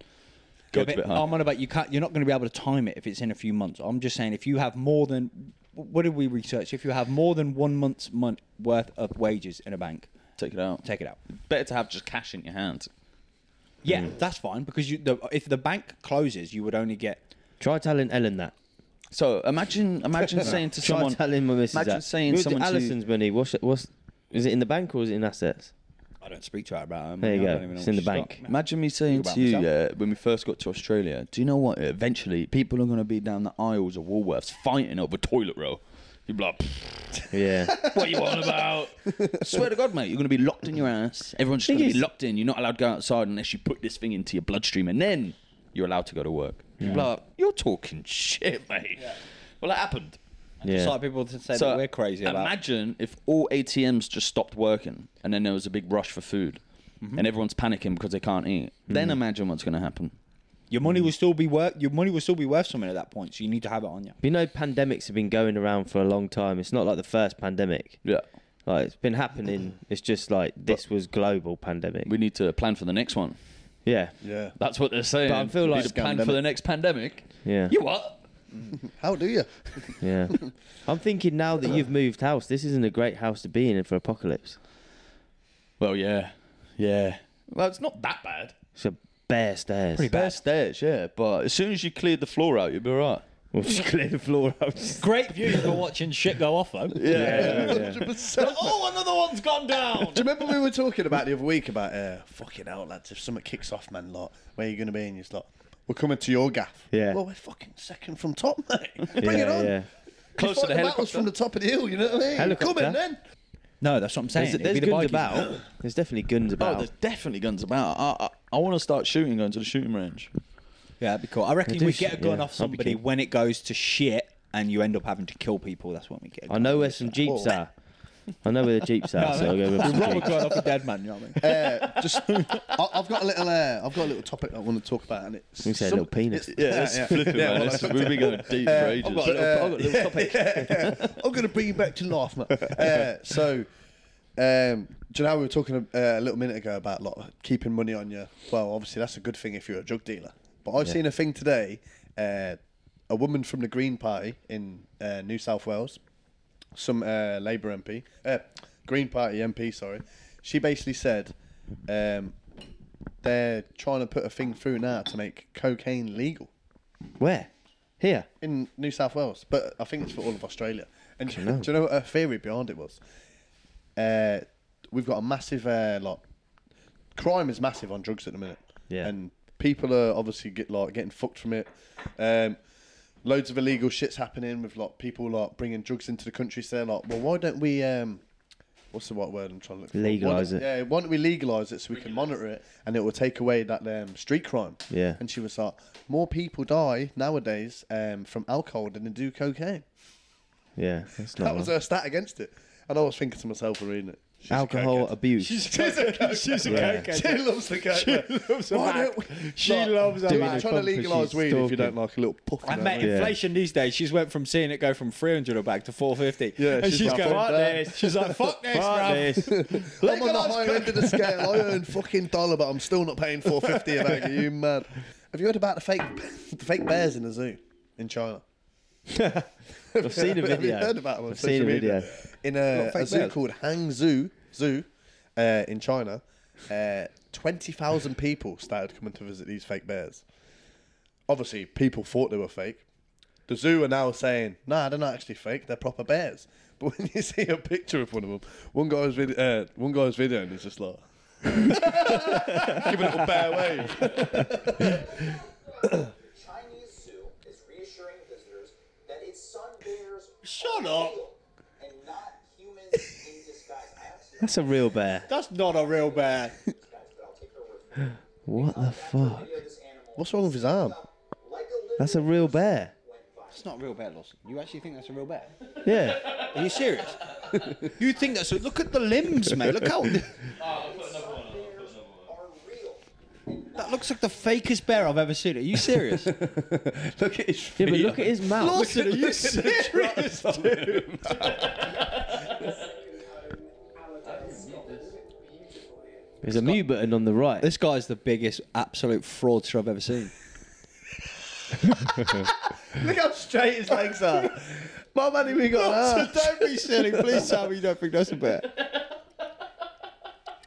Speaker 2: Gold's a
Speaker 4: but
Speaker 2: bit high.
Speaker 4: I'm on about you can't. You're not going to be able to time it if it's in a few months. I'm just saying if you have more than what did we research? If you have more than one month's month worth of wages in a bank,
Speaker 2: Take it out.
Speaker 4: take it out.
Speaker 2: Better to have just cash in your hand.
Speaker 4: Yeah,
Speaker 1: Mm.
Speaker 4: that's fine because you the, if the bank closes, you would only get.
Speaker 1: Try telling Ellen that.
Speaker 2: So imagine, imagine saying to
Speaker 1: Try
Speaker 2: someone,
Speaker 1: telling my missus
Speaker 2: imagine
Speaker 1: that.
Speaker 2: saying
Speaker 1: We'll do
Speaker 2: someone to-
Speaker 1: Alison's money. What's what's is it in the bank or is it in assets?
Speaker 4: I don't speak to her about. it.
Speaker 1: There you
Speaker 4: I
Speaker 1: go.
Speaker 4: don't even know
Speaker 1: It's
Speaker 4: what
Speaker 1: in the
Speaker 4: she's
Speaker 1: bank.
Speaker 4: got.
Speaker 2: Imagine me saying
Speaker 4: Think about
Speaker 2: to you
Speaker 4: myself.
Speaker 2: uh, when we first got to Australia, do you know what? Eventually, people are going to be down the aisles of Woolworths fighting over toilet roll. You'd be like,
Speaker 1: Yeah.
Speaker 2: what you on about? I swear to God, mate, you're going to be locked in your ass. Everyone's just
Speaker 1: Thing
Speaker 2: going to be
Speaker 1: is-
Speaker 2: locked in. You're not allowed to go outside unless you put this thing into your bloodstream, and then you're allowed to go to work. You'd be like, you're talking shit, mate. Well, that happened.
Speaker 4: It's
Speaker 1: yeah.
Speaker 4: like people to say that we're crazy about.
Speaker 2: Imagine if all ATMs just stopped working, and then there was a big rush for food, and everyone's panicking because they can't eat. Then imagine what's going to happen.
Speaker 4: your money will still be worth. Your money will still be worth something at that point, so you need to have it on you.
Speaker 1: You know, pandemics have been going around for a long time. It's not like the first pandemic.
Speaker 2: Yeah.
Speaker 1: Like it's been happening. It's just like this was global pandemic.
Speaker 2: We need to plan for the next one.
Speaker 1: yeah.
Speaker 3: Yeah.
Speaker 2: That's what they're saying.
Speaker 1: But I feel
Speaker 2: We
Speaker 1: like-
Speaker 2: need to plan for the next pandemic.
Speaker 1: Yeah.
Speaker 2: You what?
Speaker 3: How do you?
Speaker 1: Yeah. I'm thinking now that you've moved house, this isn't a great house to be in for apocalypse.
Speaker 2: Well, yeah, yeah. Well, it's not that bad.
Speaker 1: It's a bare stairs.
Speaker 4: Pretty
Speaker 2: Bare
Speaker 4: Bad.
Speaker 2: stairs, yeah. But as soon as you cleared the floor out, you'd be all right.
Speaker 1: We'll just clear the floor out.
Speaker 4: Great view for watching shit go off though.
Speaker 1: Yeah. yeah.
Speaker 3: 100%.
Speaker 4: Oh, another one's gone
Speaker 3: Do
Speaker 4: down.
Speaker 3: you remember we were talking about the other week about uh, fucking hell, lads? If something kicks off, man, lot, where you going to be? And you're just like, we're coming to your gaff.
Speaker 1: Yeah.
Speaker 3: Well, we're fucking second from top, mate. Bring
Speaker 1: yeah,
Speaker 3: it on.
Speaker 1: yeah.
Speaker 2: Close to the
Speaker 3: battles
Speaker 2: helicopter.
Speaker 3: from the top of the hill, you know what I mean?
Speaker 1: Helicopter.
Speaker 3: Come in then.
Speaker 4: No, that's what I'm saying.
Speaker 1: There's,
Speaker 4: It'd
Speaker 1: there's
Speaker 4: be the
Speaker 1: guns
Speaker 4: bikes.
Speaker 1: about. There's definitely guns
Speaker 2: oh,
Speaker 1: about.
Speaker 2: there's definitely guns about. I, I, I want to start shooting, going to the shooting range.
Speaker 4: Yeah, that'd be cool. I reckon
Speaker 1: do
Speaker 4: we
Speaker 1: sh-
Speaker 4: get a gun
Speaker 1: yeah,
Speaker 4: off
Speaker 1: I'll be
Speaker 4: somebody
Speaker 1: keen.
Speaker 4: when it goes to shit, and you end up having to kill people. That's when we get. a
Speaker 1: I
Speaker 4: gun.
Speaker 1: know where some jeeps
Speaker 3: Whoa.
Speaker 1: are. I know where the jeeps are, so I'll go with
Speaker 4: We
Speaker 1: some
Speaker 4: rob Oh. a
Speaker 1: jeeps.
Speaker 4: gun off a dead man. You know what I mean?
Speaker 3: Uh, just, I, I've got a little, uh, I've got a little topic I want to talk about, and it's
Speaker 1: You said little penis.
Speaker 3: it's-
Speaker 2: Yeah, that's flipping, man.
Speaker 3: well,
Speaker 2: This-
Speaker 3: I've got
Speaker 2: we've
Speaker 3: to-
Speaker 2: been going deep for ages.
Speaker 3: Uh, I've got a little, I've got a little topic. I'm going to bring you back to life, man. Uh, so, um, do you know how we were talking uh, a little minute ago about like, keeping money on you? Well, obviously that's a good thing if you're a drug dealer. But I've seen a thing today. Uh, a woman from the Green Party in uh, New South Wales, some uh, Labour MP, uh, Green Party MP, sorry, she basically said um, they're trying to put a thing through now to make cocaine legal
Speaker 1: Where? Here.
Speaker 3: in New South Wales, but I think it's for all of Australia. And do, do you know what her theory behind it was? Uh, we've got a massive uh, like crime is massive on drugs at the minute.
Speaker 1: Yeah.
Speaker 3: And people are obviously get like getting fucked from it. Um, loads of illegal shits happening with like people like bringing drugs into the country. So they're like, well, why don't we? Um, what's the right word I'm trying to look for? Why don't-
Speaker 1: Legalise it.
Speaker 3: Yeah, Uh, why don't we legalise it so we can monitor it and it will take away that um, street crime?
Speaker 1: Yeah.
Speaker 3: And she was like, more people die nowadays um, from alcohol than they do cocaine.
Speaker 1: Yeah, that's not
Speaker 3: That was
Speaker 1: right.
Speaker 3: her stat against it. And I was thinking to myself when reading it. she's a
Speaker 1: alcohol
Speaker 3: cokehead.
Speaker 1: abuse.
Speaker 3: She's a cokehead.
Speaker 4: She's a
Speaker 1: Yeah.
Speaker 4: cokehead.
Speaker 3: She loves the cokehead.
Speaker 4: She loves a
Speaker 3: Why
Speaker 4: Mac.
Speaker 3: don't we-
Speaker 4: She loves a
Speaker 3: Doing
Speaker 4: Mac.
Speaker 3: it, Trying to
Speaker 1: Bumper,
Speaker 3: legalise
Speaker 1: she's
Speaker 3: weed if you
Speaker 1: stalking.
Speaker 3: don't like a little puff.
Speaker 4: I
Speaker 3: down
Speaker 4: mate,
Speaker 3: there.
Speaker 1: Yeah.
Speaker 4: inflation these days, she's went from seeing it go from 300 or back to 450.
Speaker 3: Yeah,
Speaker 4: and she's,
Speaker 3: she's like,
Speaker 4: going,
Speaker 3: "Fuck
Speaker 4: fuck
Speaker 3: that."
Speaker 4: this. She's like, fuck this,
Speaker 1: Fuck
Speaker 4: bruv."
Speaker 1: this.
Speaker 3: I'm on the higher end of the scale. I earn fucking dollar, but I'm still not paying four fifty a bag. Are you mad? Have you heard about the fake the fake bears in the zoo in China?
Speaker 1: I've seen a
Speaker 3: Have you
Speaker 1: video.
Speaker 3: heard about them? on
Speaker 1: I've seen a
Speaker 3: social media?
Speaker 1: video.
Speaker 3: in a,
Speaker 4: What, fake
Speaker 3: a zoo
Speaker 4: bears?
Speaker 3: called Hangzhou Zoo uh, in China. Uh, Twenty thousand people started coming to visit these fake bears. Obviously, people thought they were fake. The zoo are now saying, "Nah, they're not actually fake. They're proper bears." But when you see a picture of one of them, one guy's video, uh, one guy's video, and it's just like. giving a little bear wave.
Speaker 6: Chinese zoo is reassuring visitors that its sun bears
Speaker 4: Shut
Speaker 6: are
Speaker 4: up.
Speaker 6: real and not humans in disguise. I honestly don't
Speaker 1: That's a real bear.
Speaker 4: That's not a real bear.
Speaker 6: know guys, but I'll take their word for it.
Speaker 1: What the fuck?
Speaker 6: Video of this animal
Speaker 3: What's wrong with his arm?
Speaker 6: like a little
Speaker 1: That's a real bear.
Speaker 6: went by.
Speaker 4: It's not a real bear, Lawson. You actually think that's a real bear?
Speaker 1: Yeah.
Speaker 4: Are you serious? you think that's a, look at the limbs, mate. Look how
Speaker 6: Are real.
Speaker 4: that looks like the fakest bear I've ever seen. Are you serious?
Speaker 3: Look at his feet.
Speaker 1: Yeah, but look at his mouth.
Speaker 4: Lawson, are you serious?
Speaker 1: There's a mute button on the right.
Speaker 4: this guy's the biggest absolute fraudster I've ever seen.
Speaker 3: Look how straight his legs are. My man, even got an arm.
Speaker 4: don't be silly. Please tell me you don't think that's a bear.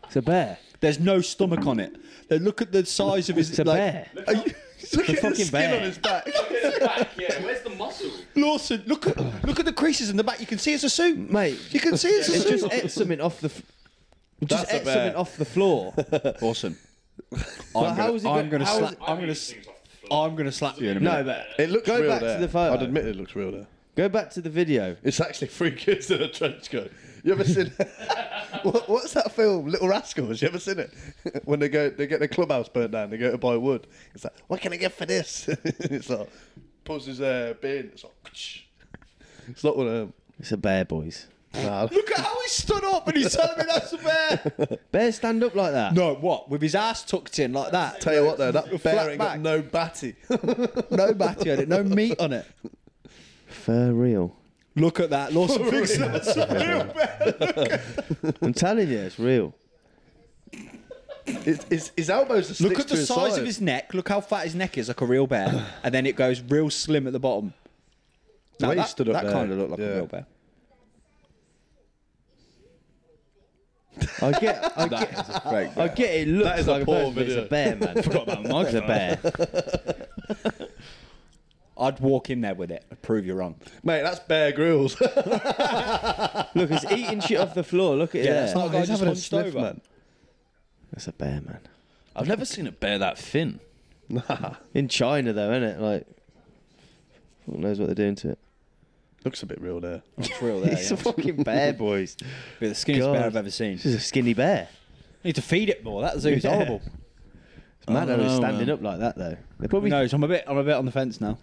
Speaker 1: It's a bear.
Speaker 4: There's no stomach on it. Then look at the size of his.
Speaker 1: It's a
Speaker 4: like-
Speaker 1: bear.
Speaker 4: Are you,
Speaker 3: Look at
Speaker 1: fucking
Speaker 3: his skin
Speaker 1: bear.
Speaker 3: on his back.
Speaker 7: yeah, where's the muscle?
Speaker 4: Lawson, look at look at the creases in the back. You can see it's a suit,
Speaker 1: Mate,
Speaker 4: You can see it's a
Speaker 1: It
Speaker 4: suit.
Speaker 1: just ate something off the. F- it
Speaker 3: That's
Speaker 1: just
Speaker 3: a
Speaker 1: ate
Speaker 3: bear.
Speaker 1: something off the floor.
Speaker 4: Awesome.
Speaker 1: But how
Speaker 4: I'm gonna,
Speaker 1: is it
Speaker 4: I'm
Speaker 1: go-
Speaker 4: gonna
Speaker 1: how is
Speaker 4: slap.
Speaker 1: it-
Speaker 4: I'm gonna. s- I'm gonna slap you in a minute.
Speaker 1: No, but
Speaker 3: It looks
Speaker 1: go
Speaker 3: real
Speaker 1: back
Speaker 3: there.
Speaker 1: to the photo.
Speaker 3: I'd admit it looks real there.
Speaker 1: Go back to the video.
Speaker 3: It's actually three kids in a trench coat. You ever seen? what, what's that film, Little Rascals? You ever seen it? when they go, they get the clubhouse burnt down. They go to buy wood. It's like, what can I get for this? it's like, pulls his uh, bin. It's like, it's not one of them.
Speaker 1: It's a bear, boys.
Speaker 3: Nah,
Speaker 4: Look at how he stood up and he's telling me that's a bear.
Speaker 1: Bears stand up like that.
Speaker 4: No, what? With his ass tucked in like that.
Speaker 3: tell you what though, that bear
Speaker 4: Flat
Speaker 3: ain't got
Speaker 4: back.
Speaker 3: no batty.
Speaker 4: No batty on it. No meat on it.
Speaker 1: For real.
Speaker 4: Look at that. Lawson thinks that's a real bear.
Speaker 1: I'm telling you, it's real.
Speaker 3: his, his, his elbows are sticks
Speaker 4: Look at
Speaker 3: to
Speaker 4: the
Speaker 3: his
Speaker 4: size
Speaker 3: side.
Speaker 4: of his neck. Look how fat his neck is, like a real bear. and then it goes real slim at the bottom.
Speaker 3: The
Speaker 4: Now,
Speaker 3: way he
Speaker 4: that
Speaker 3: stood up
Speaker 4: that
Speaker 3: there,
Speaker 4: kind of looked like
Speaker 3: yeah.
Speaker 4: a real bear.
Speaker 1: I get, I get, I get. It
Speaker 3: That
Speaker 1: looks
Speaker 3: is a
Speaker 1: like a,
Speaker 3: poor
Speaker 1: person, but it's
Speaker 3: video.
Speaker 1: a bear, man. Forgot about It's a bear.
Speaker 4: I'd walk in there with it. I'd prove you wrong.
Speaker 3: Mate, that's Bear Grylls.
Speaker 1: Look, it's eating shit off the floor. Look at
Speaker 4: Yeah,
Speaker 1: it.
Speaker 4: that's
Speaker 1: That's,
Speaker 4: not- Oh, he's having a sniff, man.
Speaker 1: that's a bear, man.
Speaker 2: I've never seen a bear that thin.
Speaker 1: In China, though, isn't it? Like, who knows what they're doing to it?
Speaker 3: Looks a bit real there.
Speaker 4: It's real there.
Speaker 1: It's a
Speaker 4: yeah.
Speaker 1: fucking bear, boys.
Speaker 4: eh? Be the skinniest
Speaker 1: God.
Speaker 4: bear I've ever seen.
Speaker 1: This is a skinny bear.
Speaker 4: Need to feed it more. That zoo's
Speaker 1: Yeah.
Speaker 4: horrible.
Speaker 1: It's mad
Speaker 2: don't
Speaker 1: how it's
Speaker 2: know,
Speaker 1: standing
Speaker 2: Oh, man.
Speaker 1: up like that, though. They probably
Speaker 4: knows? I'm a bit. I'm a bit on the fence now.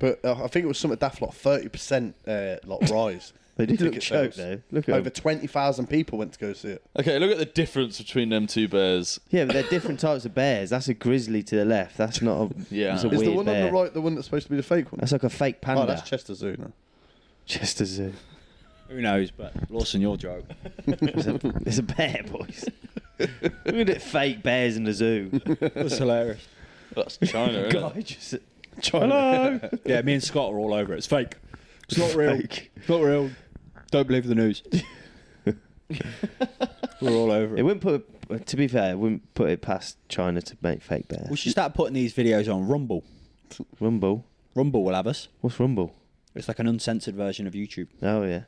Speaker 3: But uh, I think it was something daft like thirty percent uh, like rise.
Speaker 1: They did
Speaker 3: in
Speaker 1: look
Speaker 3: ticket
Speaker 1: choked,
Speaker 3: sales.
Speaker 1: though. Look at
Speaker 3: over
Speaker 1: them.
Speaker 3: twenty thousand people went to go see it.
Speaker 2: Okay, look at the difference between them two bears.
Speaker 1: Yeah, but they're different types of bears. That's a grizzly to the left. That's not a.
Speaker 2: Yeah.
Speaker 1: that's a
Speaker 2: Is
Speaker 3: Is
Speaker 1: weird
Speaker 3: the one
Speaker 1: bear.
Speaker 3: on the right the one that's supposed to be the fake one?
Speaker 1: That's like a fake panda.
Speaker 3: oh, that's Chester Zoo now.
Speaker 1: just a zoo.
Speaker 4: Who knows? But Lawson, your joke.
Speaker 1: It's a, it's a bear, boys. Look at it, fake bears in the zoo.
Speaker 4: That's hilarious.
Speaker 2: That's China, isn't
Speaker 1: God,
Speaker 2: it?
Speaker 1: just Hello.
Speaker 4: Yeah, me and Scott are all over it. It's fake. It's not real. It's not real. Don't believe the news. We're all over
Speaker 1: It
Speaker 4: it.
Speaker 1: wouldn't put. To be fair, it wouldn't put it past China to make fake bears.
Speaker 4: We should start putting these videos on Rumble.
Speaker 1: Rumble.
Speaker 4: Rumble will have us.
Speaker 1: What's Rumble?
Speaker 4: It's like an uncensored version of YouTube.
Speaker 1: Oh yeah.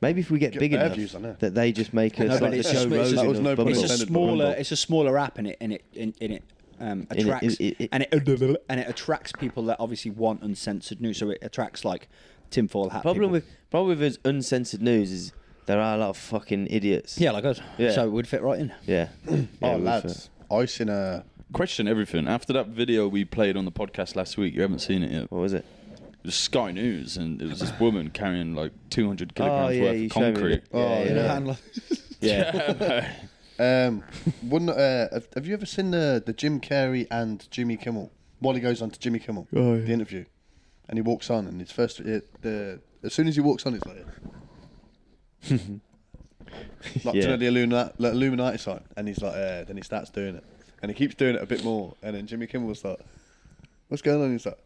Speaker 1: Maybe if we get,
Speaker 3: Get
Speaker 1: big
Speaker 3: their
Speaker 1: enough
Speaker 3: views on it.
Speaker 1: that they just make us
Speaker 4: No, but
Speaker 1: like the
Speaker 4: it's
Speaker 1: show
Speaker 4: just- it's
Speaker 1: Rogan
Speaker 4: just-
Speaker 3: that was
Speaker 1: of
Speaker 3: no pun
Speaker 1: Bumble.
Speaker 3: intended.
Speaker 4: it's a smaller it's a smaller app and it and it and, and it um,
Speaker 1: it-
Speaker 4: attracts
Speaker 1: it- it-
Speaker 4: and it and it attracts people that obviously want uncensored news so it attracts like tinfoil hat
Speaker 1: Problem
Speaker 4: people.
Speaker 1: with problem with his uncensored news is there are a lot of fucking idiots.
Speaker 4: yeah like us
Speaker 1: Yeah.
Speaker 4: so it would fit right in
Speaker 1: yeah. yeah
Speaker 3: Oh,
Speaker 1: we've,
Speaker 3: lads. Ice in a.
Speaker 2: Question everything. After that video we played on the podcast last week, you haven't seen it yet.
Speaker 1: uh, What was it?
Speaker 2: It was Sky News, and it was this woman carrying like 200 kilograms
Speaker 1: Oh, yeah,
Speaker 2: worth
Speaker 1: you
Speaker 2: of
Speaker 1: showed me the-
Speaker 2: concrete.
Speaker 1: Oh, Yeah.
Speaker 4: You know, and like-
Speaker 1: Yeah.
Speaker 3: Um, one, uh, have- have you ever seen the, the Jim Carrey and Jimmy Kimmel? While he goes on to Jimmy Kimmel,
Speaker 1: Oh,
Speaker 3: the interview, and he walks on, and his first, it, the as soon as he walks on, it's like, like
Speaker 1: Yeah.
Speaker 3: to the Illuminati, like Illuminati sign, and he's like, uh, then he starts doing it, and he keeps doing it a bit more, and then Jimmy Kimmel was like, "What's going on?" He's like,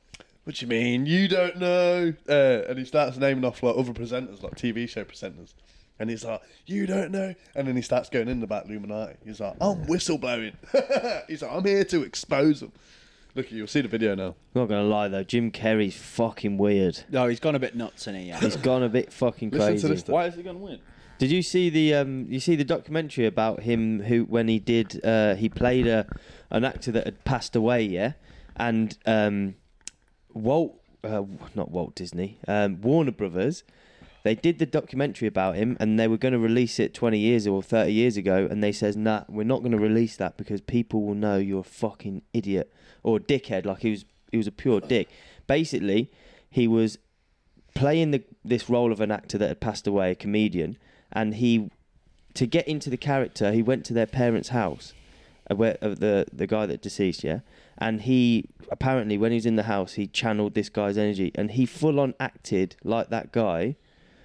Speaker 3: "What do you mean you don't know?" Uh, and he starts naming off like other presenters, like TV show presenters, and he's like, "You don't know," and then he starts going in about Illuminati. He's like, "I'm whistleblowing." he's like, "I'm here to expose them." Look, you'll see the video now.
Speaker 1: Not gonna lie though, Jim Carrey's fucking weird.
Speaker 4: no he's gone a bit nuts in it yeah
Speaker 1: He's gone a bit fucking
Speaker 3: Listen to
Speaker 1: crazy.
Speaker 3: this
Speaker 2: Why is he going to win?
Speaker 1: Did you see the um, you see the documentary about him who when he did uh, he played a an actor that had passed away, yeah, and um, Walt uh, not Walt Disney um, Warner Brothers. They did the documentary about him, and they were going to release it 20 years or 30 years ago. And they says, "Nah, we're not going to release that because people will know you're a fucking idiot or a dickhead." Like he was, he was a pure dick. Basically, he was playing the this role of an actor that had passed away, a comedian, and he to get into the character, he went to their parents' house, uh, where of the the guy that deceased, yeah, and he apparently when he was in the house, he channeled this guy's energy, and he full on acted like that guy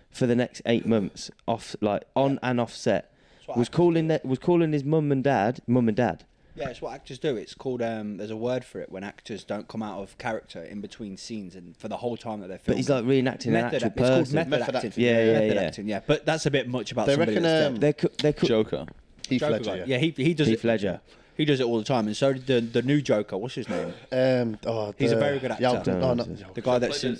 Speaker 1: for the next eight months, off like on and off set.
Speaker 4: what
Speaker 1: Was
Speaker 4: actors
Speaker 1: calling that was calling his mum and dad, mum and dad.
Speaker 4: yeah it's what actors do it's called um there's a word for it when actors don't come out of character in between scenes and for the whole time that they're filming
Speaker 1: But he's like reenacting an
Speaker 4: method,
Speaker 1: actual
Speaker 4: it's called
Speaker 1: person.
Speaker 4: method,
Speaker 3: Method
Speaker 4: acting.
Speaker 3: acting.
Speaker 1: Yeah, yeah,
Speaker 4: method
Speaker 1: yeah.
Speaker 4: acting yeah but that's a bit much about
Speaker 3: They
Speaker 4: somebody
Speaker 3: reckon,
Speaker 4: that's dead.
Speaker 3: um,
Speaker 1: They're co- they're co-
Speaker 2: Joker.
Speaker 3: Heath
Speaker 4: Joker
Speaker 3: Ledger,
Speaker 4: guy. yeah. he he does
Speaker 1: Heath
Speaker 4: it.
Speaker 1: Ledger.
Speaker 4: He does it all the time, and so did the the new Joker. What's his name?
Speaker 3: Um, oh,
Speaker 4: He's
Speaker 3: the-
Speaker 4: a very good actor.
Speaker 3: Yal-
Speaker 1: Don't
Speaker 3: oh,
Speaker 1: know.
Speaker 3: no, Yal-
Speaker 4: The guy that's in,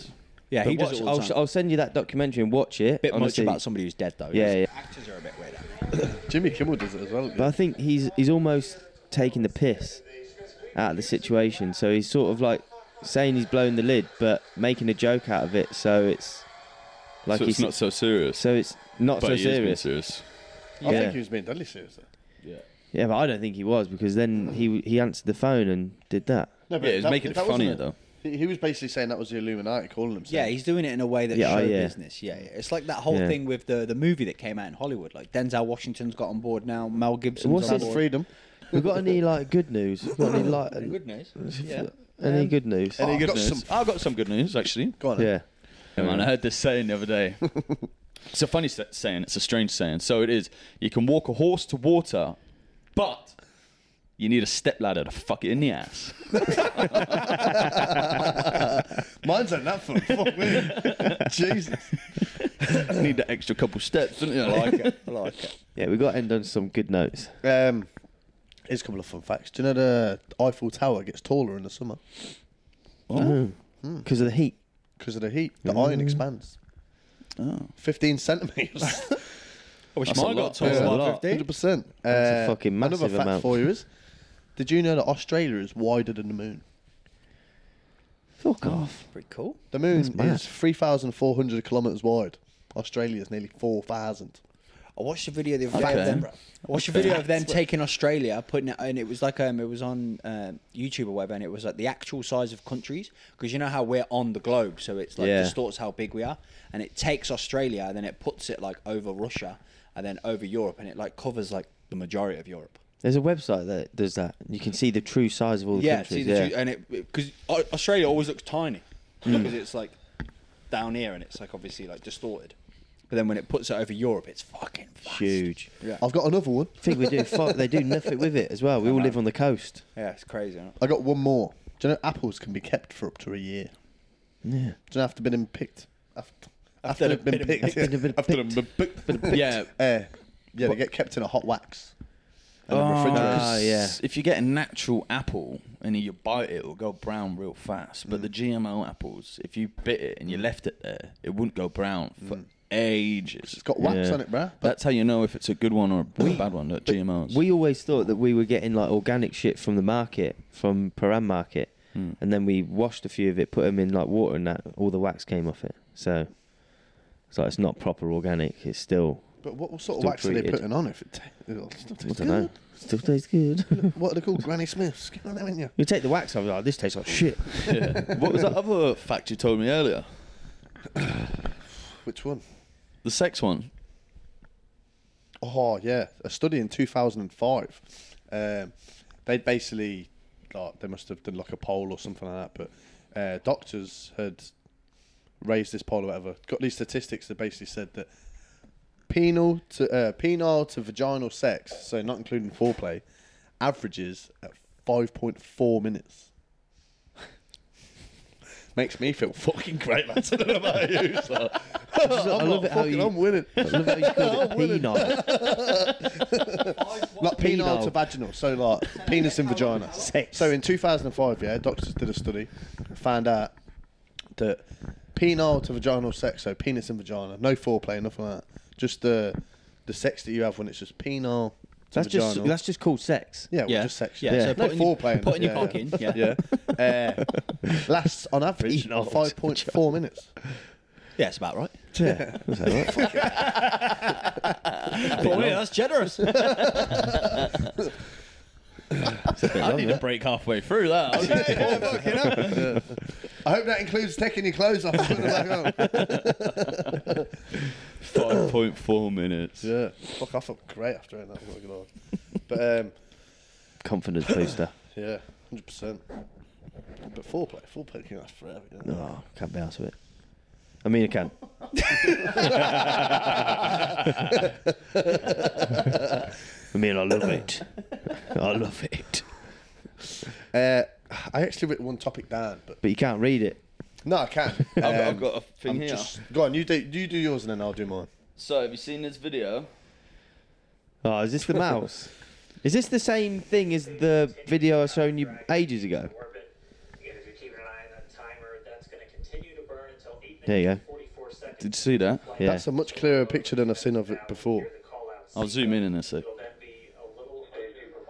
Speaker 4: yeah,
Speaker 1: But
Speaker 4: he does
Speaker 1: watch-
Speaker 4: it all
Speaker 1: I'll,
Speaker 4: the time.
Speaker 1: I'll send you that documentary and watch it.
Speaker 4: bit
Speaker 1: honestly.
Speaker 4: much about somebody who's dead though.
Speaker 1: Yeah, yeah.
Speaker 4: Actors are a bit weird.
Speaker 3: Jimmy Kimmel does it as well.
Speaker 1: But I think he's he's almost taking the piss out of the situation. So he's sort of like saying he's blown the lid, but making a joke out of it. So it's like
Speaker 2: so
Speaker 1: he's
Speaker 2: it's not so serious.
Speaker 1: so it's not
Speaker 2: but
Speaker 1: so
Speaker 2: he is being
Speaker 1: serious.
Speaker 2: serious.
Speaker 3: I
Speaker 1: yeah.
Speaker 3: think he was being deadly serious. Though.
Speaker 1: Yeah, but I don't think he was because then he he answered the phone and did that.
Speaker 3: No,
Speaker 2: Yeah, he's making it
Speaker 3: wasn't
Speaker 2: funnier, though.
Speaker 3: He, he was basically saying that was the Illuminati calling him.
Speaker 4: Yeah,
Speaker 3: saying,
Speaker 4: he's doing it in a way that's
Speaker 1: Yeah, oh,
Speaker 4: show
Speaker 1: yeah.
Speaker 4: business. Yeah, yeah, it's like that whole
Speaker 1: Yeah.
Speaker 4: thing with the the movie that came out in Hollywood. Like Denzel Washington's got on board now. Mel Gibson's
Speaker 1: What's
Speaker 4: on
Speaker 1: his
Speaker 3: "That's
Speaker 4: board.
Speaker 3: freedom.
Speaker 1: We've got any like good news? We've got any like
Speaker 4: Good news. Yeah. Um,
Speaker 1: any good news?
Speaker 3: Any good
Speaker 2: Got
Speaker 3: news?
Speaker 2: some- I've got some good news, actually.
Speaker 3: Go on. then.
Speaker 1: Yeah.
Speaker 2: Yeah, man, I heard this saying the other day. it's a funny sa- saying. It's a strange saying. So it is. You can walk a horse to water, but you need a stepladder to fuck it in the ass.
Speaker 3: Mine's ain't that fun. Fuck me. Jesus.
Speaker 2: you need that extra couple steps, don't you?
Speaker 4: I like it. I like it.
Speaker 1: Yeah, we got to end on some good notes.
Speaker 3: Um, here's a couple of fun facts. Do you know the Eiffel Tower gets taller in the summer
Speaker 4: Hmm.
Speaker 1: Because of the heat.
Speaker 3: because of the heat? The
Speaker 1: Mm.
Speaker 3: iron expands.
Speaker 2: Oh.
Speaker 3: 15 centimetres.
Speaker 4: I wish
Speaker 2: That's a
Speaker 4: mine
Speaker 2: lot.
Speaker 4: got taller
Speaker 2: That's a
Speaker 4: than
Speaker 1: lot.
Speaker 4: 50.
Speaker 3: 100%. Uh,
Speaker 1: That's a fucking massive
Speaker 3: Another fact
Speaker 1: amount.
Speaker 3: for you is, did you know that Australia is wider than the moon?
Speaker 1: Fuck off.
Speaker 4: Pretty cool.
Speaker 3: The moon
Speaker 1: mad.
Speaker 3: is 3,400 kilometres wide. Australia is nearly 4,000.
Speaker 4: I watched a video the other day
Speaker 2: Okay.
Speaker 4: of them. I watched a video of them taking Australia, putting it, and it was like um, it was on um, YouTube or whatever, and it was like the actual size of countries because you know how we're on the globe, so it's like
Speaker 1: Yeah.
Speaker 4: distorts how big we are, and it takes Australia and then it puts it like over Russia and then over Europe, and it like covers like the majority of Europe.
Speaker 1: There's a website that does that. You can see the true size of all the
Speaker 4: yeah,
Speaker 1: countries.
Speaker 4: see, the two- and it because Australia always looks tiny because it's like down here and it's like obviously like distorted, but then when it puts it over Europe, it's fucking vast.
Speaker 1: huge.
Speaker 4: Yeah.
Speaker 3: I've got another one.
Speaker 1: I think we do. Fuck, they do nothing with it as well. We all live on the coast.
Speaker 4: Yeah, it's crazy. Isn't it?
Speaker 3: I got one more. Do you know apples can be kept for up to a year? Yeah. Do you know after been in picked? After, after,
Speaker 4: After
Speaker 3: they've been,
Speaker 4: been
Speaker 3: picked.
Speaker 1: picked.
Speaker 3: After they've been picked.
Speaker 2: Yeah.
Speaker 3: Uh, yeah, they get kept in a hot wax. And then refrigerated.
Speaker 1: Ah, yeah.
Speaker 2: If you get a natural apple and you bite it, it'll go brown real fast. But the GMO apples, if you bit it and you left it there, it wouldn't go brown for ages.
Speaker 3: It's got wax
Speaker 1: Yeah.
Speaker 3: on it, bruh.
Speaker 2: That's how you know if it's a good one or a bad one. Like GMOs.
Speaker 1: We always thought that we were getting like organic shit from the market, from Paran Market,
Speaker 2: Hmm.
Speaker 1: and then we washed a few of it, put them in like water, and that all the wax came off it. So it's like it's not proper organic. It's still
Speaker 3: But what, what sort of
Speaker 1: Still
Speaker 3: wax are they
Speaker 1: treated.
Speaker 3: putting on if it ta- it'll still
Speaker 1: I
Speaker 3: taste
Speaker 1: don't
Speaker 3: good?
Speaker 1: know. Still tastes good.
Speaker 3: What are they called? Granny Smiths. Get on them, ain't you?
Speaker 1: you take the wax off, you're like this tastes like shit.
Speaker 2: Yeah. what was that other fact you told me earlier?
Speaker 3: Which one?
Speaker 2: The sex one.
Speaker 3: Oh yeah, a study in 2005. Um, they basically, like, they must have done like a poll or something like that. But uh, doctors had raised this poll or whatever. Got these statistics that basically said that penal to uh, penile to vaginal sex, so not including foreplay, averages at 5.4 minutes. Makes me feel fucking great, lads. I don't know about you. So. I'm
Speaker 1: I love
Speaker 3: not
Speaker 1: it how
Speaker 3: fucking,
Speaker 1: you-
Speaker 3: I'm winning.
Speaker 1: I love how you called it penile.
Speaker 3: Not penile
Speaker 1: Penile.
Speaker 3: to vaginal, so like penis and vagina.
Speaker 1: Sex.
Speaker 3: So in 2005, yeah, doctors did a study, found out that penile to vaginal sex, so penis and vagina, no foreplay, nothing like that. Just the the sex that you have when it's just penile. To
Speaker 1: That's
Speaker 3: vaginal.
Speaker 1: just that's just called sex.
Speaker 3: yeah, well,
Speaker 4: Yeah.
Speaker 3: just sex.
Speaker 4: Yeah,
Speaker 3: no
Speaker 4: so put in your-
Speaker 3: foreplay.
Speaker 4: put in your
Speaker 3: yeah,
Speaker 4: cock in,
Speaker 3: yeah. yeah. Uh, lasts on average
Speaker 1: Penile to
Speaker 3: 5.4 minutes.
Speaker 4: Yeah, that's about right.
Speaker 1: Yeah. That's all right.
Speaker 4: Well, yeah, that's generous.
Speaker 1: It's a bit
Speaker 2: I
Speaker 1: long,
Speaker 2: need
Speaker 1: yeah.
Speaker 2: to break halfway through that.
Speaker 3: Yeah, fucking hell. I hope that includes taking your clothes off. and putting them back on.
Speaker 2: Five point four minutes.
Speaker 3: Yeah. Fuck, I felt great after it. That was good. Lord. But um,
Speaker 1: Confidence booster.
Speaker 3: yeah, hundred percent. But foreplay, foreplay can last forever. You know?
Speaker 1: Oh, can't be arsed with it. I mean, I can. I mean, I love it. I love it.
Speaker 3: Uh, I actually wrote one topic down, but
Speaker 1: But you can't read it.
Speaker 3: no, I can.
Speaker 2: I've, I've got a thing
Speaker 3: I'm
Speaker 2: here.
Speaker 3: just go on. You do you do yours and then I'll do mine.
Speaker 2: So have you seen this video?
Speaker 1: Oh, is this the mouse? Is this the same thing as the video I showed you ages ago?
Speaker 6: Orbit. Again, if you're keeping an eye on that timer, that's going to continue to burn until 8
Speaker 1: There you
Speaker 6: minutes
Speaker 1: go.
Speaker 6: 44 seconds.
Speaker 2: Did you see that?
Speaker 1: Yeah.
Speaker 3: That's a much clearer picture than I've seen of it before.
Speaker 6: Hear the call out.
Speaker 2: I'll zoom in in a sec.
Speaker 6: It'll then be a little a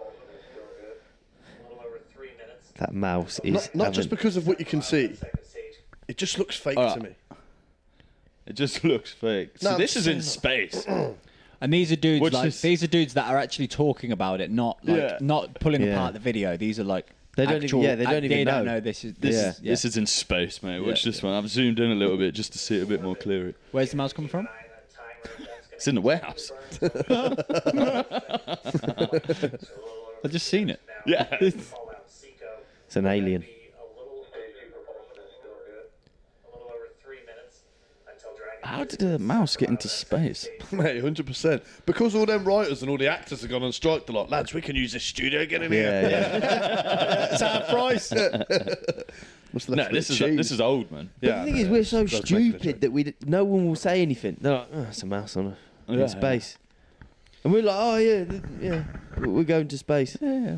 Speaker 6: little over 3 minutes.
Speaker 1: That mouse is.
Speaker 3: Not, not just
Speaker 1: having-
Speaker 3: because of what you can see.
Speaker 6: Second stage.
Speaker 3: It just looks fake
Speaker 2: Alright.
Speaker 3: to me.
Speaker 2: It just looks fake.
Speaker 3: No,
Speaker 2: so
Speaker 3: I'm
Speaker 2: this is in
Speaker 3: saying-
Speaker 2: space.
Speaker 4: And these are dudes
Speaker 2: Watch
Speaker 4: like
Speaker 2: this.
Speaker 4: these are dudes that are actually talking about it, not like
Speaker 2: Yeah.
Speaker 4: not pulling
Speaker 1: Yeah.
Speaker 4: apart the video. These are like
Speaker 1: They don't even-
Speaker 4: actual,
Speaker 1: yeah, they don't
Speaker 4: act-
Speaker 1: even
Speaker 4: they don't
Speaker 1: know.
Speaker 4: know this is this
Speaker 1: Yeah.
Speaker 4: is yeah.
Speaker 2: This is in space, mate. Watch this one. I've zoomed in a little bit just to see it a bit more clearly.
Speaker 4: Where's the mouse coming from?
Speaker 6: Eye on that timer, that's
Speaker 2: It's
Speaker 6: gonna
Speaker 2: in the warehouse.
Speaker 6: continue to burn until 8 minutes. So a little over
Speaker 4: I've just seen it.
Speaker 6: now.
Speaker 2: Yeah.
Speaker 6: Call out Seco.
Speaker 1: It's an alien.
Speaker 6: Be a little a little over 3 minutes until Dragon
Speaker 2: How did a mouse get into space?
Speaker 3: Mate, hundred percent. Because all them writers and all the actors have gone on strike a lot, lads. We can use this studio again in here.
Speaker 1: Yeah, yeah.
Speaker 3: That's our price. Must have
Speaker 2: No,
Speaker 3: left
Speaker 2: this
Speaker 3: it
Speaker 2: is
Speaker 3: cheese.
Speaker 2: this is old, man.
Speaker 1: But the thing is,
Speaker 3: yeah,
Speaker 1: we're
Speaker 3: it's-
Speaker 1: so
Speaker 3: does make me
Speaker 1: stupid that we d- no one will say anything. They're like, oh, it's a mouse on a,
Speaker 2: Yeah.
Speaker 1: in space, and we're like, oh yeah, th- yeah, we're going to space. Yeah,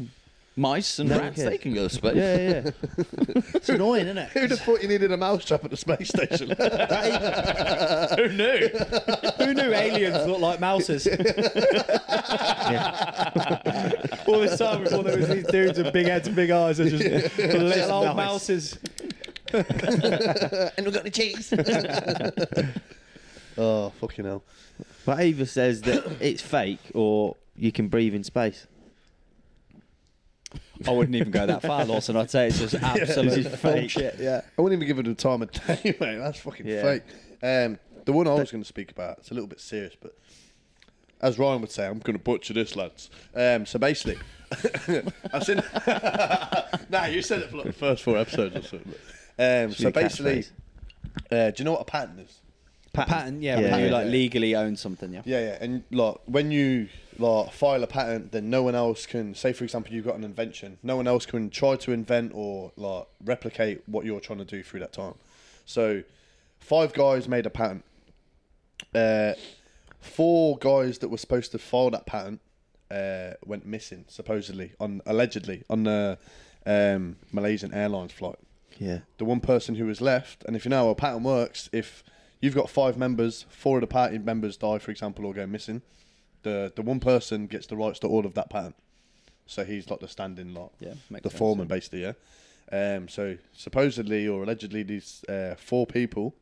Speaker 2: Mice and
Speaker 1: No one
Speaker 2: rats,
Speaker 1: cares.
Speaker 2: they can go to space.
Speaker 1: yeah, yeah. it's annoying, isn't
Speaker 3: Who'd
Speaker 1: it?
Speaker 3: have thought you needed a mousetrap at the space station?
Speaker 2: Who knew?
Speaker 4: Who knew aliens look like mouses? All this time before there was these dudes with big heads and big eyes and just little old mouses.
Speaker 3: and we got the cheese. oh, fucking hell.
Speaker 1: But Ava says that it's fake, or you can breathe in space.
Speaker 4: I wouldn't even go that far, Lawson. I'd say it's just absolute bullshit. Yeah.
Speaker 3: I wouldn't even give it the time of day, mate. That's fucking
Speaker 1: Yeah.
Speaker 3: fake. Um, the one I was going to speak about, it's a little bit serious, but as Ryan would say, I'm going to butcher this, lads. Um, so basically, I've seen. nah, you said it for like the first four episodes or something. but- Um,
Speaker 1: Should be
Speaker 3: so
Speaker 1: a
Speaker 3: basically,
Speaker 1: catchphrase.
Speaker 3: uh, do you know what a pattern is?
Speaker 4: Pattern, yeah,
Speaker 1: Yeah,
Speaker 4: when you
Speaker 1: yeah.
Speaker 4: like legally own something, yeah.
Speaker 3: Yeah, yeah, and like when you like file a patent, then no one else can. Say, for example, you've got an invention, no one else can try to invent or like replicate what you're trying to do through that time. So, five guys made a patent. Uh, four guys that were supposed to file that patent uh, went missing, supposedly on allegedly on the um, Malaysian Airlines flight
Speaker 1: Yeah,
Speaker 3: the one person who was left. And if you know how a pattern works, if you've got five members, four of the party members die, for example, or go missing. The the one person gets the rights to all of that pattern. So he's like the standing lot.
Speaker 4: Yeah, makes
Speaker 3: the
Speaker 4: sense,
Speaker 3: foreman basically, yeah. Um, so supposedly or allegedly, these uh, four people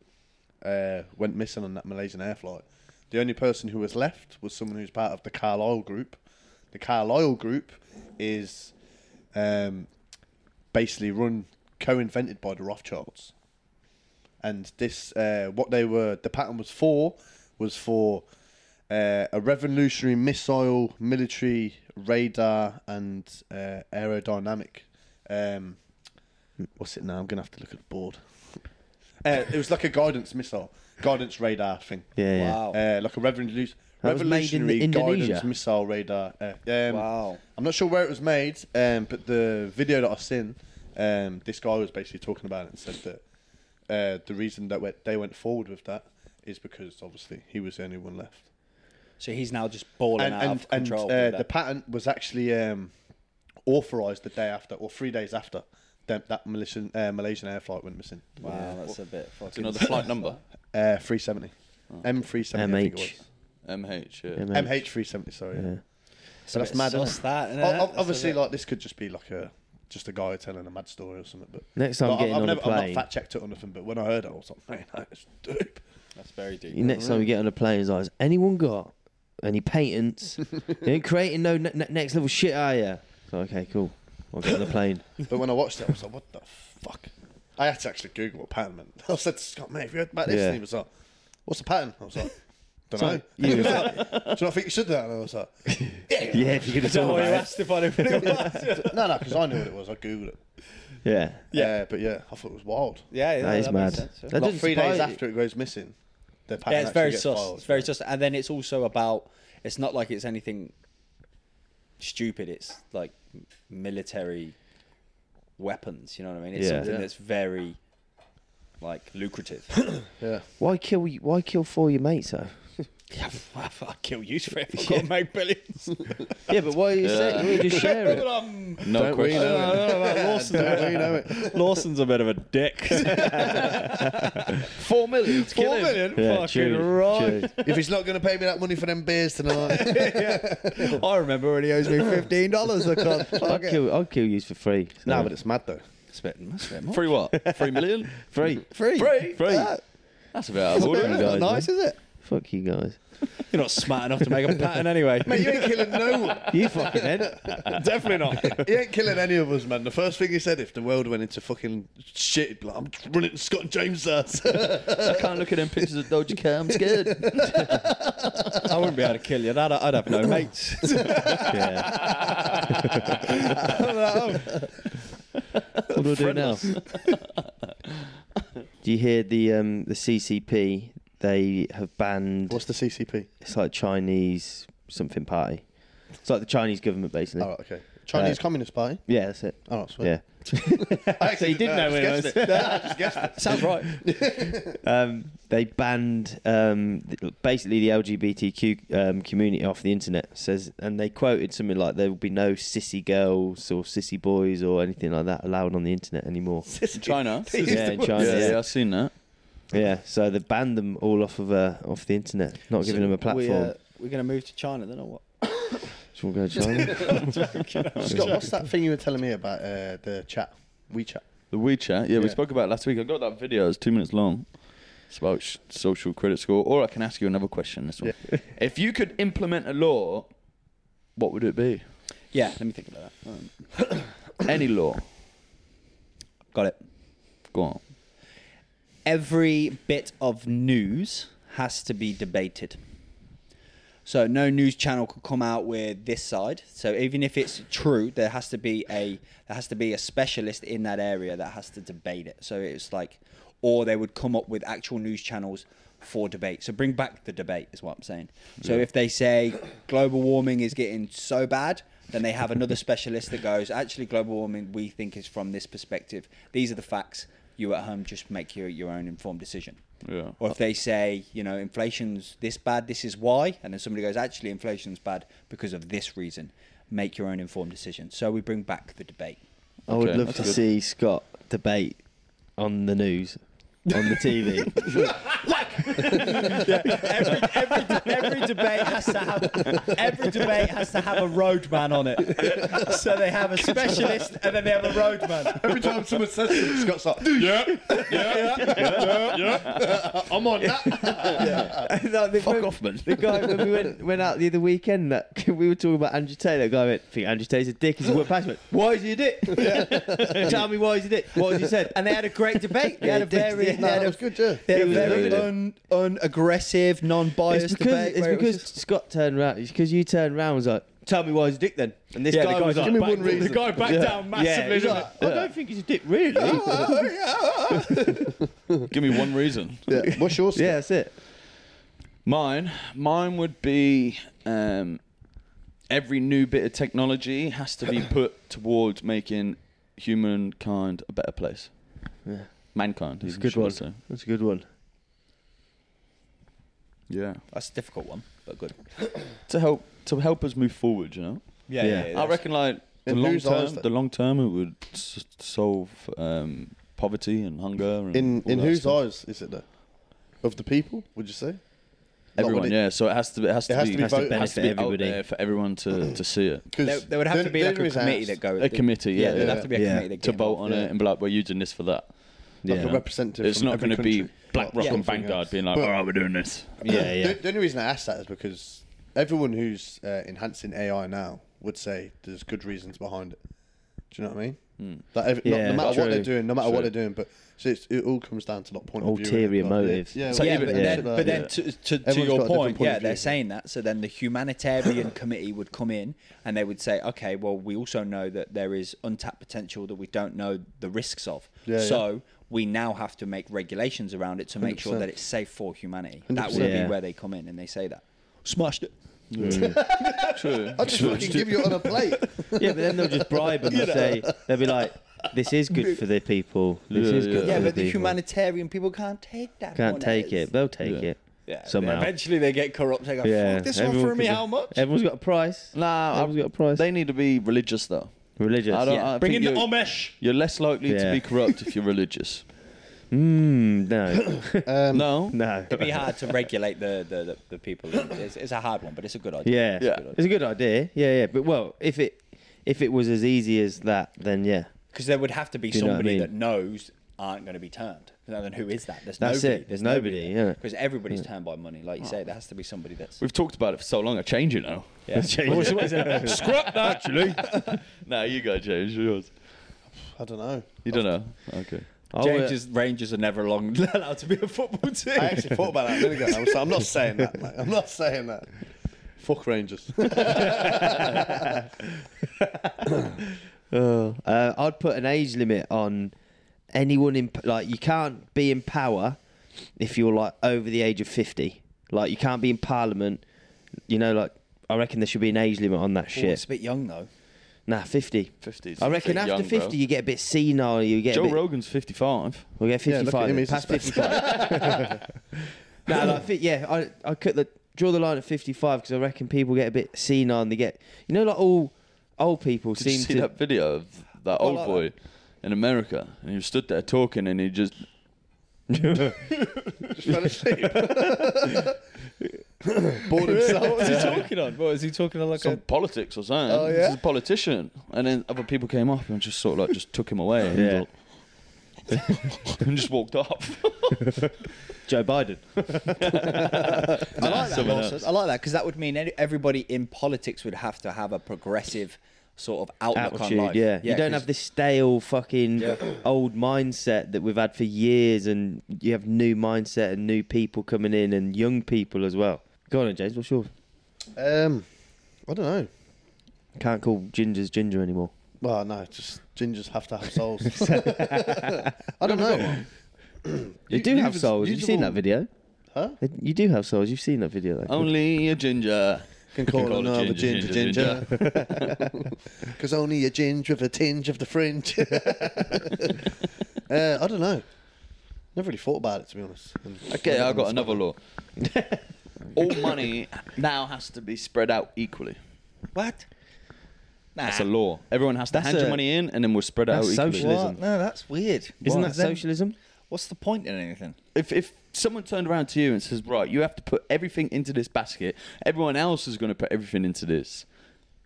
Speaker 3: uh, went missing on that Malaysian air flight. The only person who was left was someone who's part of the Carlisle group. The Carlisle group is um, basically run co-invented by the Rothschilds, and this uh, what they were the pattern was for was for uh, a revolutionary missile, military radar, and uh, aerodynamic. Um, what's it now? I'm gonna have to look at the board. Uh, it was like a guidance missile, guidance radar thing.
Speaker 1: Yeah, yeah.
Speaker 4: Wow.
Speaker 3: Uh, like a revolutionary,
Speaker 1: That was made in
Speaker 3: revolutionary guidance
Speaker 1: Indonesia?
Speaker 3: missile radar. Uh, um,
Speaker 4: Wow.
Speaker 3: I'm not sure where it was made, um, but the video that I've seen, um, this guy was basically talking about it and said that uh, the reason that we- they went forward with that is because obviously he was the only one left.
Speaker 4: So he's now just balling
Speaker 3: And
Speaker 4: out
Speaker 3: and,
Speaker 4: of
Speaker 3: and
Speaker 4: control.
Speaker 3: uh,
Speaker 4: with
Speaker 3: the
Speaker 4: that.
Speaker 3: patent was actually um, authorized the day after or three days after that, that Malaysian, uh, Malaysian air flight went missing.
Speaker 4: wow, that's a bit fucking.
Speaker 2: Another flight number.
Speaker 3: Uh, 370.
Speaker 4: Oh.
Speaker 3: M370. I think it
Speaker 1: MH.
Speaker 3: was.
Speaker 2: MH. Yeah.
Speaker 1: Yeah, mate.
Speaker 3: MH370, sorry.
Speaker 1: Yeah.
Speaker 3: So that's mad.
Speaker 4: Sus
Speaker 3: innit?
Speaker 4: that, innit?
Speaker 3: O- o-
Speaker 4: Uh, That's a
Speaker 3: obviously,
Speaker 4: bit-
Speaker 3: like this could just be like a just a guy telling a mad story or something. But
Speaker 1: Next time
Speaker 3: Like,
Speaker 1: getting on
Speaker 3: I've
Speaker 1: a
Speaker 3: never, I've
Speaker 1: plane.
Speaker 3: not fact checked it or nothing. But when I heard it, I was like, man, that is dope.
Speaker 2: That's very deep.
Speaker 1: Next time we get on a plane, it's like, has anyone got any patents? you ain't creating no ne- ne- next level shit, are you? okay, cool. I'll get on the plane.
Speaker 3: But when I watched it, I was like, what the fuck? I had to actually Google what pattern meant. I said to Scott, mate, have you heard about this?
Speaker 1: Yeah.
Speaker 3: And he was like, what's the pattern? I was like, don't know.
Speaker 1: So, you was like-
Speaker 3: Do you not think you should do that? And I was like,
Speaker 1: yeah, if you're going to talk
Speaker 4: Oh, you
Speaker 1: about it.
Speaker 4: asked if I knew what it was. yeah,
Speaker 3: no, no, because I knew what it was. I Googled it.
Speaker 1: Yeah,
Speaker 3: Yeah. but yeah, I thought it was wild.
Speaker 4: yeah,
Speaker 1: that is
Speaker 4: that
Speaker 1: mad.
Speaker 4: makes sense, yeah.
Speaker 1: That
Speaker 3: like
Speaker 1: doesn't
Speaker 3: three days
Speaker 1: surprise-
Speaker 3: after it goes missing, the pattern
Speaker 4: yeah, it's very
Speaker 3: gets
Speaker 4: sus.
Speaker 3: filed.
Speaker 4: It's very sus. And then it's also about. It's not like it's anything stupid. It's like m- military weapons. You know what I mean? It's
Speaker 1: Yeah.
Speaker 4: something
Speaker 1: Yeah.
Speaker 4: that's very like lucrative.
Speaker 3: Yeah.
Speaker 1: Why kill? y- Why kill four of your mates though?
Speaker 4: yeah, I'll kill you for it. I've got to make billions.
Speaker 1: yeah, but why are you
Speaker 2: saying-
Speaker 1: saying? just share it.
Speaker 4: Um,
Speaker 2: No
Speaker 3: Don't we
Speaker 2: question.
Speaker 3: know it?
Speaker 4: Lawson's,
Speaker 3: Don't we know it?
Speaker 4: Lawson's a bit of a dick.
Speaker 2: Four million. Four
Speaker 4: Four
Speaker 2: million.
Speaker 4: million?
Speaker 1: Yeah,
Speaker 4: Fucking
Speaker 1: cheers,
Speaker 4: right.
Speaker 1: cheers.
Speaker 3: if he's not going to pay me that money for them beers tonight.
Speaker 4: I remember when he owes me fifteen dollars. I can't.
Speaker 1: I'd kill. I'd kill you for free.
Speaker 3: nah, but it's mad though.
Speaker 2: Three what? Three million?
Speaker 1: free.
Speaker 4: free.
Speaker 2: Free?
Speaker 4: Free.
Speaker 2: That's about how
Speaker 1: Fuck you guys, man.
Speaker 4: is it?
Speaker 1: Fuck you guys.
Speaker 4: You're not smart enough to make a pattern anyway.
Speaker 3: Mate, you ain't killing no one.
Speaker 1: You fucking head.
Speaker 4: Definitely not.
Speaker 3: He ain't killing any of us, man. The first thing he said, if the world went into fucking shit, he'd be like, I'm running to Scott and James' house.
Speaker 2: I can't look at them pictures of Doja Cat. I'm scared.
Speaker 4: I wouldn't be able to kill you. I'd, I'd have no mates.
Speaker 1: Yeah.
Speaker 4: oh,
Speaker 1: What do I do now? do you hear the um, the CCP? They have banned.
Speaker 3: What's the CCP?
Speaker 1: It's like Chinese something party. It's like the Chinese government basically.
Speaker 3: All right, okay. Chinese
Speaker 1: Uh,
Speaker 3: Communist Party.
Speaker 1: Yeah, that's it.
Speaker 3: Oh, sweet.
Speaker 1: Yeah.
Speaker 3: I actually
Speaker 1: did know
Speaker 3: I just
Speaker 1: it
Speaker 3: guessed it. I just guessed it.
Speaker 4: sounds right.
Speaker 1: um, they banned um, th- basically the LGBTQ um, community off the internet. Says, and they quoted something like, "There will be no sissy girls or sissy boys or anything like that allowed on the internet anymore."
Speaker 2: China.
Speaker 1: yeah, in China.
Speaker 2: yeah,
Speaker 1: Yeah,
Speaker 2: yeah,
Speaker 1: yeah.
Speaker 2: I've seen that.
Speaker 1: so they banned them all off of uh, off the internet, not giving them a
Speaker 4: We,
Speaker 1: platform.
Speaker 4: uh, we're going to move to China then, or what?
Speaker 1: Should we go to China?
Speaker 3: Scott, what's that thing you were telling me about uh, the chat? WeChat.
Speaker 2: The WeChat. Yeah, we
Speaker 3: Yeah.
Speaker 2: spoke about it last week. I got that video. It's two minutes long. It's about sh- social credit score. Or I can ask you another question. This one. if you could implement a law, what would it be?
Speaker 4: Yeah, let me think about that. Um,
Speaker 2: Any law.
Speaker 4: got it.
Speaker 2: Go on.
Speaker 4: every bit of news has to be debated. So no news channel could come out with this side. So even if it's true, there has to be a there has to be a specialist in that area that has to debate it. So it's like, or they would come up with actual news channels for debate. So bring back the debate is what I'm saying. So if they say global warming is getting so bad, then they have another specialist that goes, actually global warming we think is from this perspective. These are the facts. You at home just make your, your own informed decision.
Speaker 2: Yeah.
Speaker 4: Or if they say, you know, inflation's this bad, this is why, and then somebody goes, actually, inflation's bad because of this reason. Make your own informed decision. So we bring back the debate.
Speaker 1: I would
Speaker 2: Okay,
Speaker 1: love
Speaker 2: that's
Speaker 1: to
Speaker 2: good.
Speaker 1: see Scott debate on the news. on the TV.
Speaker 4: every, every, every debate has to have every debate has to have a roadman on it. So they have a specialist and then they have a roadman.
Speaker 3: Every time someone says something, Scott's like, yeah, yeah, yeah, yeah, yeah. I'm on that.
Speaker 1: no, the,
Speaker 2: Fuck off, man.
Speaker 1: The guy when we went went out the other weekend, that we were talking about Andrew Taylor. The guy went, "Think Andrew Taylor's a dick." He's went past me. Why is he a dick? Tell me why he's a dick. What has he said?
Speaker 4: And they had a great debate. They had a very,
Speaker 1: Yeah,
Speaker 4: they had
Speaker 1: that
Speaker 4: a,
Speaker 1: was
Speaker 3: good, yeah.
Speaker 4: they had a
Speaker 1: It was
Speaker 4: very
Speaker 1: really good.
Speaker 4: un, unaggressive, non-biased
Speaker 1: it's because,
Speaker 4: debate.
Speaker 1: it's
Speaker 4: where it was
Speaker 1: because
Speaker 4: just-
Speaker 1: Scott turned round. It's because you turned round and was like, "Tell me why he's a dick then." And this
Speaker 4: Yeah,
Speaker 1: guy
Speaker 4: the guy
Speaker 1: was
Speaker 4: was
Speaker 1: like,
Speaker 4: like,
Speaker 3: "Give me one reason."
Speaker 1: The guy backed down
Speaker 4: massively,
Speaker 1: Yeah,
Speaker 4: didn't
Speaker 1: he? I don't think he's a dick, really.
Speaker 2: Give me one reason.
Speaker 3: Yeah. What's yours?
Speaker 1: yeah, that's it.
Speaker 2: Mine, mine would be um, every new bit of technology has to be put towards making humankind a better place.
Speaker 1: Yeah.
Speaker 2: Mankind.
Speaker 1: That's a
Speaker 2: even,
Speaker 1: good
Speaker 2: should I
Speaker 1: one.
Speaker 2: say.
Speaker 1: That's a good one.
Speaker 2: Yeah.
Speaker 4: that's a difficult one, but good.
Speaker 2: To help to help us move forward, you know.
Speaker 4: Yeah,
Speaker 1: Yeah. I
Speaker 4: yeah. yeah,
Speaker 2: I
Speaker 4: that's-
Speaker 2: reckon like the
Speaker 3: And
Speaker 2: long
Speaker 3: whose eyes
Speaker 2: term,
Speaker 3: that-
Speaker 2: the long term, it would s- solve um, poverty and hunger. And
Speaker 3: In
Speaker 2: all
Speaker 3: in
Speaker 2: that
Speaker 3: whose
Speaker 2: stuff.
Speaker 3: eyes is it though? Of the people, would you say? Not
Speaker 2: Everyone,
Speaker 3: when it-
Speaker 2: yeah. So it has to. be- It has to
Speaker 3: has
Speaker 2: be.
Speaker 3: to be
Speaker 2: has to
Speaker 3: voted-
Speaker 2: has to be
Speaker 1: benefit
Speaker 2: out
Speaker 1: everybody.
Speaker 2: there for everyone to to see it.
Speaker 3: 'Cause
Speaker 4: There, there would have
Speaker 3: then-
Speaker 4: to be
Speaker 3: then
Speaker 4: like a
Speaker 3: is
Speaker 4: committee
Speaker 3: asked
Speaker 4: that go.
Speaker 2: A committee, yeah,
Speaker 4: there'd
Speaker 2: yeah.
Speaker 4: have to be a
Speaker 1: Yeah.
Speaker 4: committee that
Speaker 2: To
Speaker 4: get
Speaker 2: vote
Speaker 4: involved.
Speaker 2: on it and be like, "Well, you're doing this for that."
Speaker 3: Like a representative
Speaker 2: It's
Speaker 3: from
Speaker 2: not
Speaker 3: every
Speaker 2: going to be
Speaker 3: country.
Speaker 2: BlackRock
Speaker 3: Like
Speaker 2: and
Speaker 3: something else.
Speaker 2: Vanguard being like,
Speaker 3: But-
Speaker 2: "All right, we're doing this."
Speaker 1: Yeah, yeah.
Speaker 3: The, the only reason I asked that is because everyone who's uh, enhancing AI now would say there's good reasons behind it. Do you know what I mean? Like every, no-
Speaker 1: Hmm. Yeah,
Speaker 3: no matter what
Speaker 1: true,
Speaker 3: they're doing, no matter what
Speaker 2: true.
Speaker 3: they're doing, but so it's, it all comes down to like point of view.
Speaker 1: Ulterior
Speaker 3: and, like,
Speaker 1: motives.
Speaker 3: Yeah,
Speaker 2: So
Speaker 3: uh, yeah,
Speaker 4: yeah,
Speaker 2: even-
Speaker 4: but
Speaker 1: yeah.
Speaker 4: then, but then
Speaker 2: Yeah.
Speaker 4: to, to,
Speaker 3: Everyone's
Speaker 4: to
Speaker 3: got a
Speaker 4: your
Speaker 3: different
Speaker 4: point,
Speaker 3: point
Speaker 4: yeah,
Speaker 3: of
Speaker 4: they're
Speaker 3: view.
Speaker 4: saying that. So then the humanitarian committee would come in and they would say, okay, well, we also know that there is untapped potential that we don't know the risks of.
Speaker 3: Yeah,
Speaker 4: so we now have to make regulations around it to make sure
Speaker 3: 100%.
Speaker 4: that it's safe for humanity. That would
Speaker 1: 100%. Yeah.
Speaker 4: be where they come in and they say that. Smashed it.
Speaker 2: True.
Speaker 3: I just fucking give you it on a plate.
Speaker 1: Yeah, but then they'll just bribe them and say they'll be like, "This is good for the people. This
Speaker 2: Yeah,
Speaker 1: is good."
Speaker 2: yeah.
Speaker 1: for
Speaker 4: Yeah, but the
Speaker 1: people."
Speaker 4: humanitarian people can't take that.
Speaker 1: can't
Speaker 4: one
Speaker 1: take
Speaker 4: as-
Speaker 1: it. They'll take
Speaker 2: Yeah.
Speaker 1: it.
Speaker 4: Yeah,
Speaker 1: somehow.
Speaker 4: Eventually they get corrupt. They go,
Speaker 1: Yeah,
Speaker 4: fuck, this
Speaker 1: everyone
Speaker 4: one for me,
Speaker 1: can-
Speaker 4: how much?
Speaker 1: Everyone's got a price.
Speaker 2: Nah,
Speaker 1: Everyone's got a price.
Speaker 2: They need to be religious though.
Speaker 1: Religious.
Speaker 2: I don't.
Speaker 4: Yeah.
Speaker 2: I
Speaker 4: Bring
Speaker 2: think
Speaker 4: in the
Speaker 2: you're-
Speaker 4: Amish.
Speaker 2: You're less likely to
Speaker 1: Yeah.
Speaker 2: be corrupt if you're religious.
Speaker 1: Mm, no,
Speaker 3: Um,
Speaker 2: No.
Speaker 1: no.
Speaker 4: It'd be hard to regulate the, the, the, the people. It's, it's a hard one, but it's a good
Speaker 1: Yeah,
Speaker 4: idea.
Speaker 2: Yeah.
Speaker 1: it's a good idea. Yeah, yeah. But well, if it if it was as easy as that, then yeah,
Speaker 4: Because there would have to be
Speaker 1: Do you know what I
Speaker 4: somebody
Speaker 1: mean?
Speaker 4: that knows aren't going to be turned. And then who is that? There's
Speaker 1: That's
Speaker 4: nobody.
Speaker 1: it. There's nobody, yeah. Oh.
Speaker 4: Because everybody's turned by money. Like you say, there has to be somebody that's.
Speaker 2: We've talked about it for so long. I change it now.
Speaker 4: Yeah.
Speaker 1: Change it.
Speaker 2: Scrap that. Actually. no, you go, James. Yours.
Speaker 3: I don't know.
Speaker 2: You don't know. Okay.
Speaker 1: I would-
Speaker 4: James's Rangers are never long allowed to be a football team.
Speaker 3: I actually thought about that a minute ago. I was like, I'm not saying that, mate. I'm not saying that. Fuck Rangers.
Speaker 1: Oh, uh, I'd put an age limit on anyone in like you can't be in power if you're like over the age of fifty. Like you can't be in parliament. You know, like I reckon there should be an age limit on that
Speaker 4: Oh,
Speaker 1: shit.
Speaker 4: It's a bit young though.
Speaker 1: Nah, fifty.
Speaker 2: 50 's
Speaker 1: I reckon
Speaker 2: pretty
Speaker 1: after
Speaker 2: young, bro.
Speaker 1: fifty you get a bit senile. You get a
Speaker 2: Joe
Speaker 1: bit,
Speaker 2: Rogan's 55.
Speaker 1: We'll get
Speaker 3: Yeah, look
Speaker 1: fifty-five.
Speaker 3: at him, he's
Speaker 1: past
Speaker 3: a spec-
Speaker 1: fifty-five. no, like fi- yeah, I I cut the draw the line at fifty-five because I reckon people get a bit senile and they get you know like all old people
Speaker 2: Did
Speaker 1: seem
Speaker 2: you see
Speaker 1: to
Speaker 2: that video of that old
Speaker 1: like
Speaker 2: boy in America? And he was stood there talking, and he just
Speaker 3: Just fell asleep. Bored himself.
Speaker 4: What's he talking on? What is he talking on? Like
Speaker 2: some politics or something.
Speaker 4: Oh, yeah?
Speaker 2: He's a politician. And then other people came up and just sort of like just took him away. And,
Speaker 1: Yeah.
Speaker 2: he was like- and just walked off.
Speaker 1: Joe Biden.
Speaker 4: I like that nonsense. I like that because that would mean any- everybody in politics would have to have a progressive sort of outlook
Speaker 1: attitude.
Speaker 4: on life.
Speaker 1: Yeah. you don't
Speaker 4: 'cause-
Speaker 1: have this stale fucking
Speaker 4: Yeah.
Speaker 1: old mindset that we've had for years, and you have new mindset and new people coming in and young people as well. Go on, then, James. What's yours?
Speaker 3: Um, I don't know.
Speaker 1: Can't call gingers ginger anymore.
Speaker 3: Well, no, just gingers have to have souls. I don't know.
Speaker 1: They
Speaker 3: You-
Speaker 1: do
Speaker 3: you
Speaker 1: have
Speaker 3: was-
Speaker 1: souls.
Speaker 3: you
Speaker 1: You've
Speaker 3: was
Speaker 1: seen
Speaker 3: all-
Speaker 1: that video.
Speaker 3: Huh?
Speaker 1: They- You do have souls. You've seen that video. Though.
Speaker 2: Only a ginger.
Speaker 3: Can call,
Speaker 2: call it
Speaker 3: another
Speaker 2: ginger,
Speaker 3: ginger,
Speaker 2: ginger,
Speaker 3: ginger. Because only a ginger with a tinge of the fringe. uh, I don't know. Never really thought about it, to be honest. And-
Speaker 2: Okay, I got another law. All money now has to be spread out equally.
Speaker 4: What? Nah.
Speaker 2: That's a law. Everyone has to
Speaker 1: That's
Speaker 2: hand
Speaker 1: a-
Speaker 2: your money in, and then we'll spread it out
Speaker 1: that's
Speaker 2: equally.
Speaker 1: socialism.
Speaker 4: No, that's weird.
Speaker 1: Isn't
Speaker 4: Why?
Speaker 1: that
Speaker 4: Then-
Speaker 1: socialism?
Speaker 4: What's the point in anything?
Speaker 2: if if someone turned around to you and says, "Right, you have to put everything into this basket. Everyone else is going to put everything into this.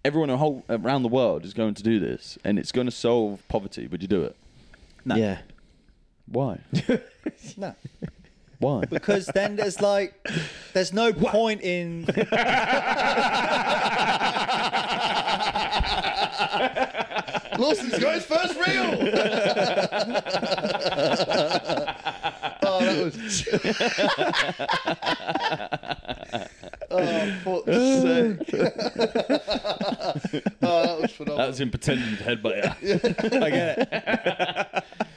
Speaker 2: Everyone a whole, around the world is going to do this, and it's going to solve poverty." Would you do it?
Speaker 4: No.
Speaker 1: Yeah.
Speaker 2: Why?
Speaker 4: No.
Speaker 2: Why?
Speaker 4: Because then there's like, there's no point in.
Speaker 3: Lawson's got his first reel. oh, that was. oh, fuck's sake. oh, that was phenomenal.
Speaker 2: That's him pretending to headbutt you.
Speaker 4: I get it.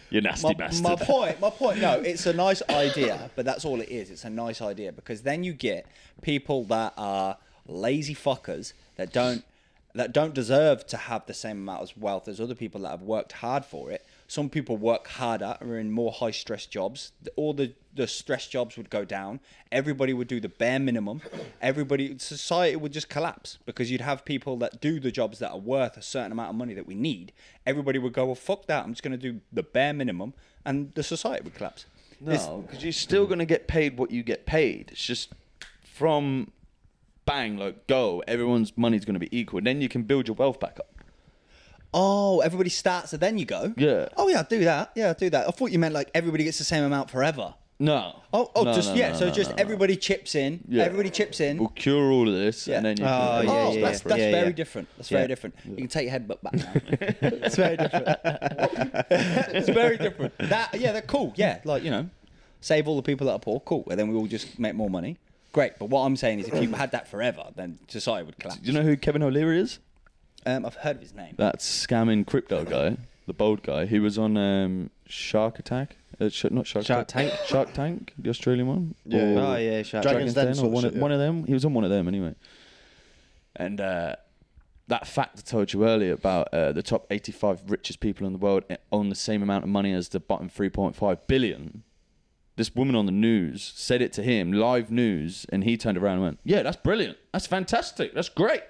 Speaker 2: You nasty
Speaker 4: my,
Speaker 2: bastard.
Speaker 4: my point, my point. No, it's a nice idea, but that's all it is. It's a nice idea because then you get people that are lazy fuckers that don't that don't deserve to have the same amount of wealth as other people that have worked hard for it. Some people work harder and are in more high stress jobs. All the the stress jobs would go down. Everybody would do the bare minimum. Everybody, society would just collapse because you'd have people that do the jobs that are worth a certain amount of money that we need. Everybody would go, well, fuck that. I'm just going to do the bare minimum, and the society would collapse. It's-
Speaker 2: No, because you're still going to get paid what you get paid. It's just from bang, like go. Everyone's money's going to be equal. Then you can build your wealth back up.
Speaker 4: Oh, everybody starts and then you go.
Speaker 2: Yeah.
Speaker 4: Oh yeah, do that. Yeah, do that. I thought you meant like everybody gets the same amount forever.
Speaker 2: No.
Speaker 4: Oh, oh,
Speaker 2: No,
Speaker 4: just
Speaker 2: no,
Speaker 4: yeah.
Speaker 2: no,
Speaker 4: so
Speaker 2: no,
Speaker 4: just
Speaker 2: no, no.
Speaker 4: everybody chips in.
Speaker 2: Yeah.
Speaker 4: Everybody chips in.
Speaker 2: We'll cure all of this,
Speaker 4: Yeah.
Speaker 2: and then you.
Speaker 1: Oh,
Speaker 2: can
Speaker 1: yeah,
Speaker 4: oh,
Speaker 1: yeah,
Speaker 4: that's, that's
Speaker 1: yeah,
Speaker 4: very
Speaker 1: yeah.
Speaker 4: different. That's
Speaker 1: Yeah.
Speaker 4: very different. You can take your headbutt back now. it's very different. it's very different. That yeah, they're cool. Yeah, like you know, save all the people that are poor. Cool, and then we all just make more money. Great, but what I'm saying is, if you had that forever, then society would collapse.
Speaker 2: Do you know who Kevin O'Leary is?
Speaker 4: Um, I've heard of his name.
Speaker 2: That scamming crypto guy, the bold guy. He was on um, Shark Attack. Uh, sh- not Shark,
Speaker 1: Shark
Speaker 2: Attack.
Speaker 1: Tank?
Speaker 2: Shark Tank, the Australian one.
Speaker 3: Yeah,
Speaker 2: Or
Speaker 1: Oh yeah, shark.
Speaker 3: Dragon's
Speaker 2: Dragon's
Speaker 3: Den
Speaker 2: Den,
Speaker 3: sort
Speaker 2: or
Speaker 3: of
Speaker 2: one,
Speaker 3: shit,
Speaker 2: of,
Speaker 3: yeah.
Speaker 2: one of them. He was on one of them anyway. And uh, that fact I told you earlier about uh, the top 85 richest people in the world eh, own the same amount of money as the bottom 3.5 billion. This woman on the news said it to him, live news, and he turned around and went, "Yeah, that's brilliant. That's fantastic. That's great."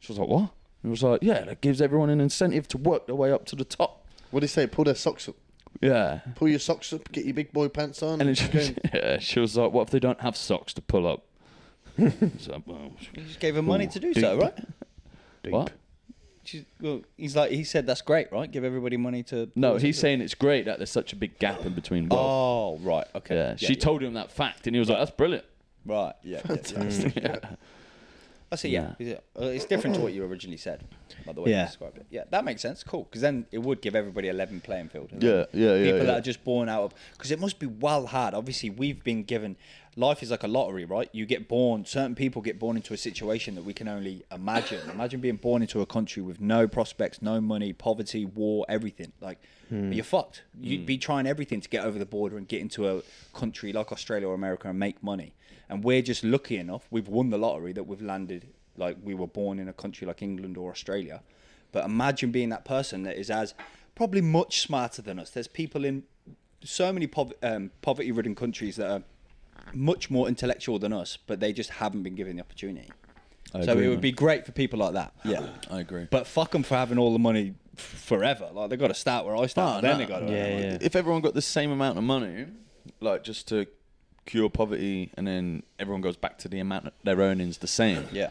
Speaker 2: She was like, "What?" And it was like, "Yeah, that gives everyone an incentive to work their way up to the top."
Speaker 3: What do you say? Pull their socks up.
Speaker 2: Yeah.
Speaker 3: Pull your socks up. Get your big boy pants on.
Speaker 2: And then
Speaker 3: And
Speaker 2: she, yeah, she was like, "What if they don't have socks to pull up?" so, well,
Speaker 4: You just gave him money to do
Speaker 2: deep.
Speaker 4: so, right?
Speaker 2: what?
Speaker 4: She's, well, he's like he said that's great, right? Give everybody money to.
Speaker 2: No, he's saying it's great that there's such a big gap in between wealth.
Speaker 4: Oh right, okay.
Speaker 2: yeah, she told him that fact, and he was like, "That's brilliant."
Speaker 4: Right, yeah. Fantastic. I see. Yeah, Is it- uh, it's different to what you originally said, by the way you
Speaker 1: Yeah.
Speaker 4: described it. Yeah, that makes sense. Cool, because then it would give everybody eleven playing field. and
Speaker 2: Yeah, yeah, yeah,
Speaker 4: People
Speaker 2: yeah.
Speaker 4: that are just born out of because it must be well hard. Obviously, we've been given life is like a lottery, right? You get born. Certain people get born into a situation that we can only imagine. imagine being born into a country with no prospects, no money, poverty, war, everything. Like
Speaker 2: Hmm.
Speaker 4: you're fucked. You'd be trying everything to get over the border and get into a country like Australia or America and make money. And we're just lucky enough. We've won the lottery that we've landed. Like we were born in a country like England or Australia. But imagine being that person that is as probably much smarter than us. There's people in so many pov- um, poverty ridden countries that are much more intellectual than us, but they just haven't been given the opportunity. so
Speaker 2: agree,
Speaker 4: it would
Speaker 2: man.
Speaker 4: be great for people like that. Yeah.
Speaker 2: I agree.
Speaker 4: But fuck them for having all the money f- forever. Like they've got to start where I start.
Speaker 2: Oh,
Speaker 4: then they got to.
Speaker 1: Yeah, yeah.
Speaker 2: If everyone got the same amount of money, like just to cure poverty, and then everyone goes back to the amount their earnings the same.
Speaker 4: Yeah.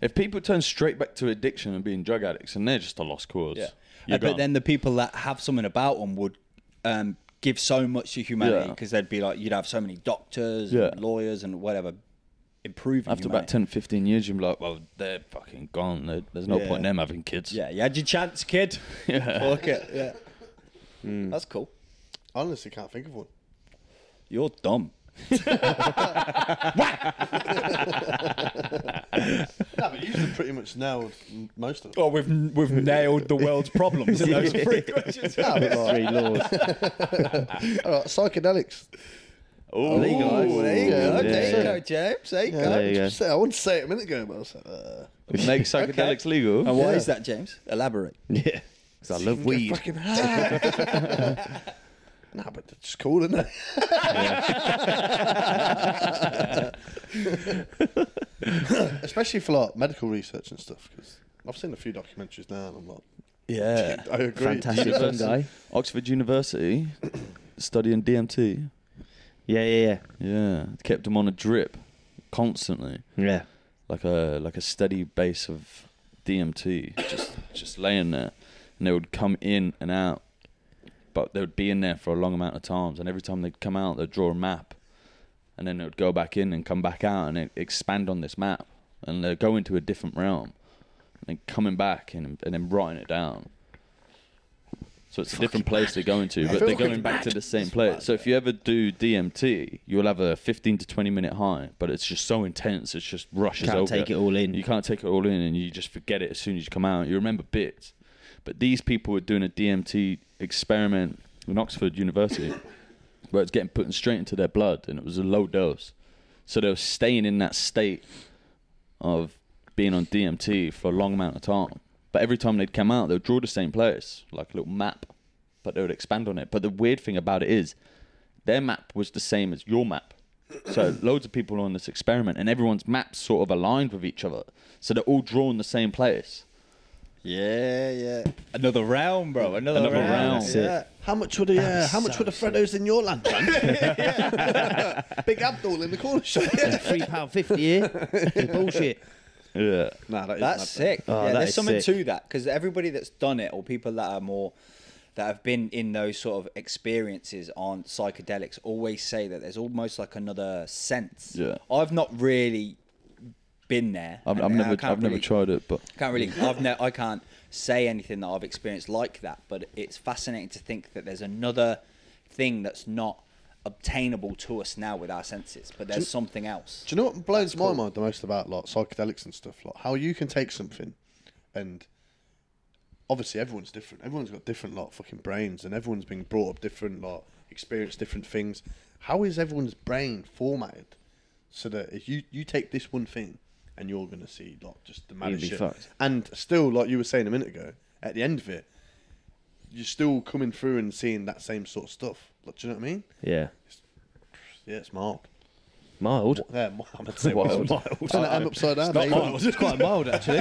Speaker 2: If people turn straight back to addiction and being drug addicts, and they're just a lost cause.
Speaker 4: Yeah.
Speaker 2: You're
Speaker 4: Uh, but
Speaker 2: gone.
Speaker 4: then the people that have something about them would um, give so much to humanity
Speaker 2: Yeah.
Speaker 4: because they'd be like, you'd have so many doctors,
Speaker 2: Yeah.
Speaker 4: and lawyers, and whatever improving
Speaker 2: after about 10,
Speaker 4: humanity.
Speaker 2: 15 years, you're like, "Well, they're fucking gone. There- There's no
Speaker 4: Yeah.
Speaker 2: point in them having kids."
Speaker 4: Yeah, you had your chance, kid. Hmm.
Speaker 2: Yeah.
Speaker 4: Fuck it. Yeah. That's cool.
Speaker 3: I honestly can't think of one.
Speaker 4: You're dumb.
Speaker 3: No, but you've pretty much nailed m- most of them.
Speaker 4: Well, we've we've nailed the world's problems in those three questions.
Speaker 1: Three laws.
Speaker 3: All right, psychedelics.
Speaker 2: Oh,
Speaker 1: Legalised.
Speaker 4: there you
Speaker 3: Yeah,
Speaker 4: go, there
Speaker 1: yeah.
Speaker 4: you go, James. There you
Speaker 3: Yeah,
Speaker 4: go.
Speaker 1: there you go.
Speaker 3: I wanted to say it a minute ago, but I was like, uh,
Speaker 2: Make psychedelics legal.
Speaker 4: And why
Speaker 3: Yeah.
Speaker 4: is that, James? Elaborate.
Speaker 1: Yeah. 'Cause I love
Speaker 3: get
Speaker 1: weed.
Speaker 3: fucking high. nah, but it's cool, isn't it? Especially for like medical research and stuff, because I've seen a few documentaries now, and I'm like,
Speaker 2: Yeah.
Speaker 3: I agree.
Speaker 1: Fantastic
Speaker 2: University-
Speaker 1: fungi.
Speaker 2: Oxford University studying DMT.
Speaker 1: Yeah, yeah,
Speaker 2: Yeah, kept him on a drip constantly,
Speaker 1: yeah. Yeah.
Speaker 2: like a like a steady base of DMT, just just laying there, and they would come in and out, but they would be in there for a long amount of times, and every time they'd come out, they'd draw a map, and then it would go back in and come back out and it expand on this map, and they'd go into a different realm, and then coming back and and then writing it down. So it's a different place they're going to, but they're going back to the same place. So if you ever do DMT, you'll have a 15 to 20 minute high, but it's just so intense, it's just rushes
Speaker 1: Can't
Speaker 2: over.
Speaker 1: take it all in.
Speaker 2: You can't take it all in, and you just forget it as soon as you come out. You remember bits, but these people were doing a DMT experiment in Oxford University, where it's getting put straight into their blood, and it was a low dose, so they were staying in that state of being on DMT for a long amount of time. But every time they'd come out, they'd draw the same place, like a little map, but they would expand on it. But the weird thing about it is, their map was the same as your map. So loads of people on this experiment, and everyone's maps sort of aligned with each other. So they're all drawn the same place.
Speaker 4: Yeah, yeah. Another round, bro. Another,
Speaker 2: Another
Speaker 4: round.
Speaker 2: round.
Speaker 1: That's it.
Speaker 4: Yeah.
Speaker 3: How much would the uh, how much
Speaker 4: so
Speaker 3: would the Freddos in your land? Dan? Big Abdul in the corner shop. Yeah.
Speaker 1: Three pound fifty here. It's bullshit.
Speaker 2: Yeah.
Speaker 3: Nah, that is
Speaker 4: That's
Speaker 3: mad,
Speaker 4: sick.
Speaker 1: Oh,
Speaker 4: yeah,
Speaker 1: that
Speaker 4: there's
Speaker 1: is
Speaker 4: something
Speaker 1: sick.
Speaker 4: to that because everybody that's done it or people that are more that have been in those sort of experiences on psychedelics always say that there's almost like another sense.
Speaker 2: Yeah.
Speaker 4: I've not really been there.
Speaker 2: I've,
Speaker 4: and
Speaker 2: I've
Speaker 4: I
Speaker 2: never,
Speaker 4: can't
Speaker 2: I've never
Speaker 4: really-
Speaker 2: tried it, but
Speaker 4: Can't really. I've ne- I can't say anything that I've experienced like that. But it's fascinating to think that there's another thing that's not obtainable to us now with our senses, but there's something else.
Speaker 3: Do you know what blows my mind the most about like psychedelics and stuff? Like how you can take something, and obviously everyone's different. Everyone's got different like fucking brains, and everyone's been brought up different, like experienced different things. How is everyone's brain formatted so that if you you take this one thing and you're gonna see like just the
Speaker 1: You'll
Speaker 3: maddest
Speaker 1: be
Speaker 3: shit,
Speaker 1: fucked.
Speaker 3: and still like you were saying a minute ago, at the end of it, you're still coming through and seeing that same sort of stuff. Like, do you know what I mean?
Speaker 1: Yeah.
Speaker 3: Yeah, it's mild.
Speaker 1: Mild.
Speaker 3: Yeah, mild. I'd say wild. wild. I'm upside down. mate.
Speaker 1: It's quite mild actually.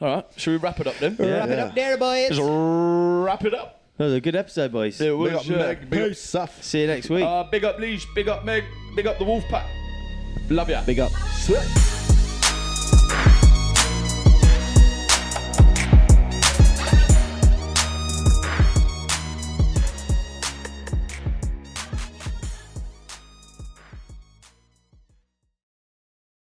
Speaker 2: all right. Should we wrap it up then?
Speaker 1: Yeah.
Speaker 4: Wrap it up there, boys.
Speaker 2: Just wrap it up.
Speaker 1: That was a good episode, boys.
Speaker 2: It was,
Speaker 3: Big up
Speaker 2: uh,
Speaker 3: Meg, big up Saf.
Speaker 1: See you next week.
Speaker 2: Uh, big up Leash, big up Meg, big up the Wolf Pack. Love ya.
Speaker 1: Big up.
Speaker 2: up.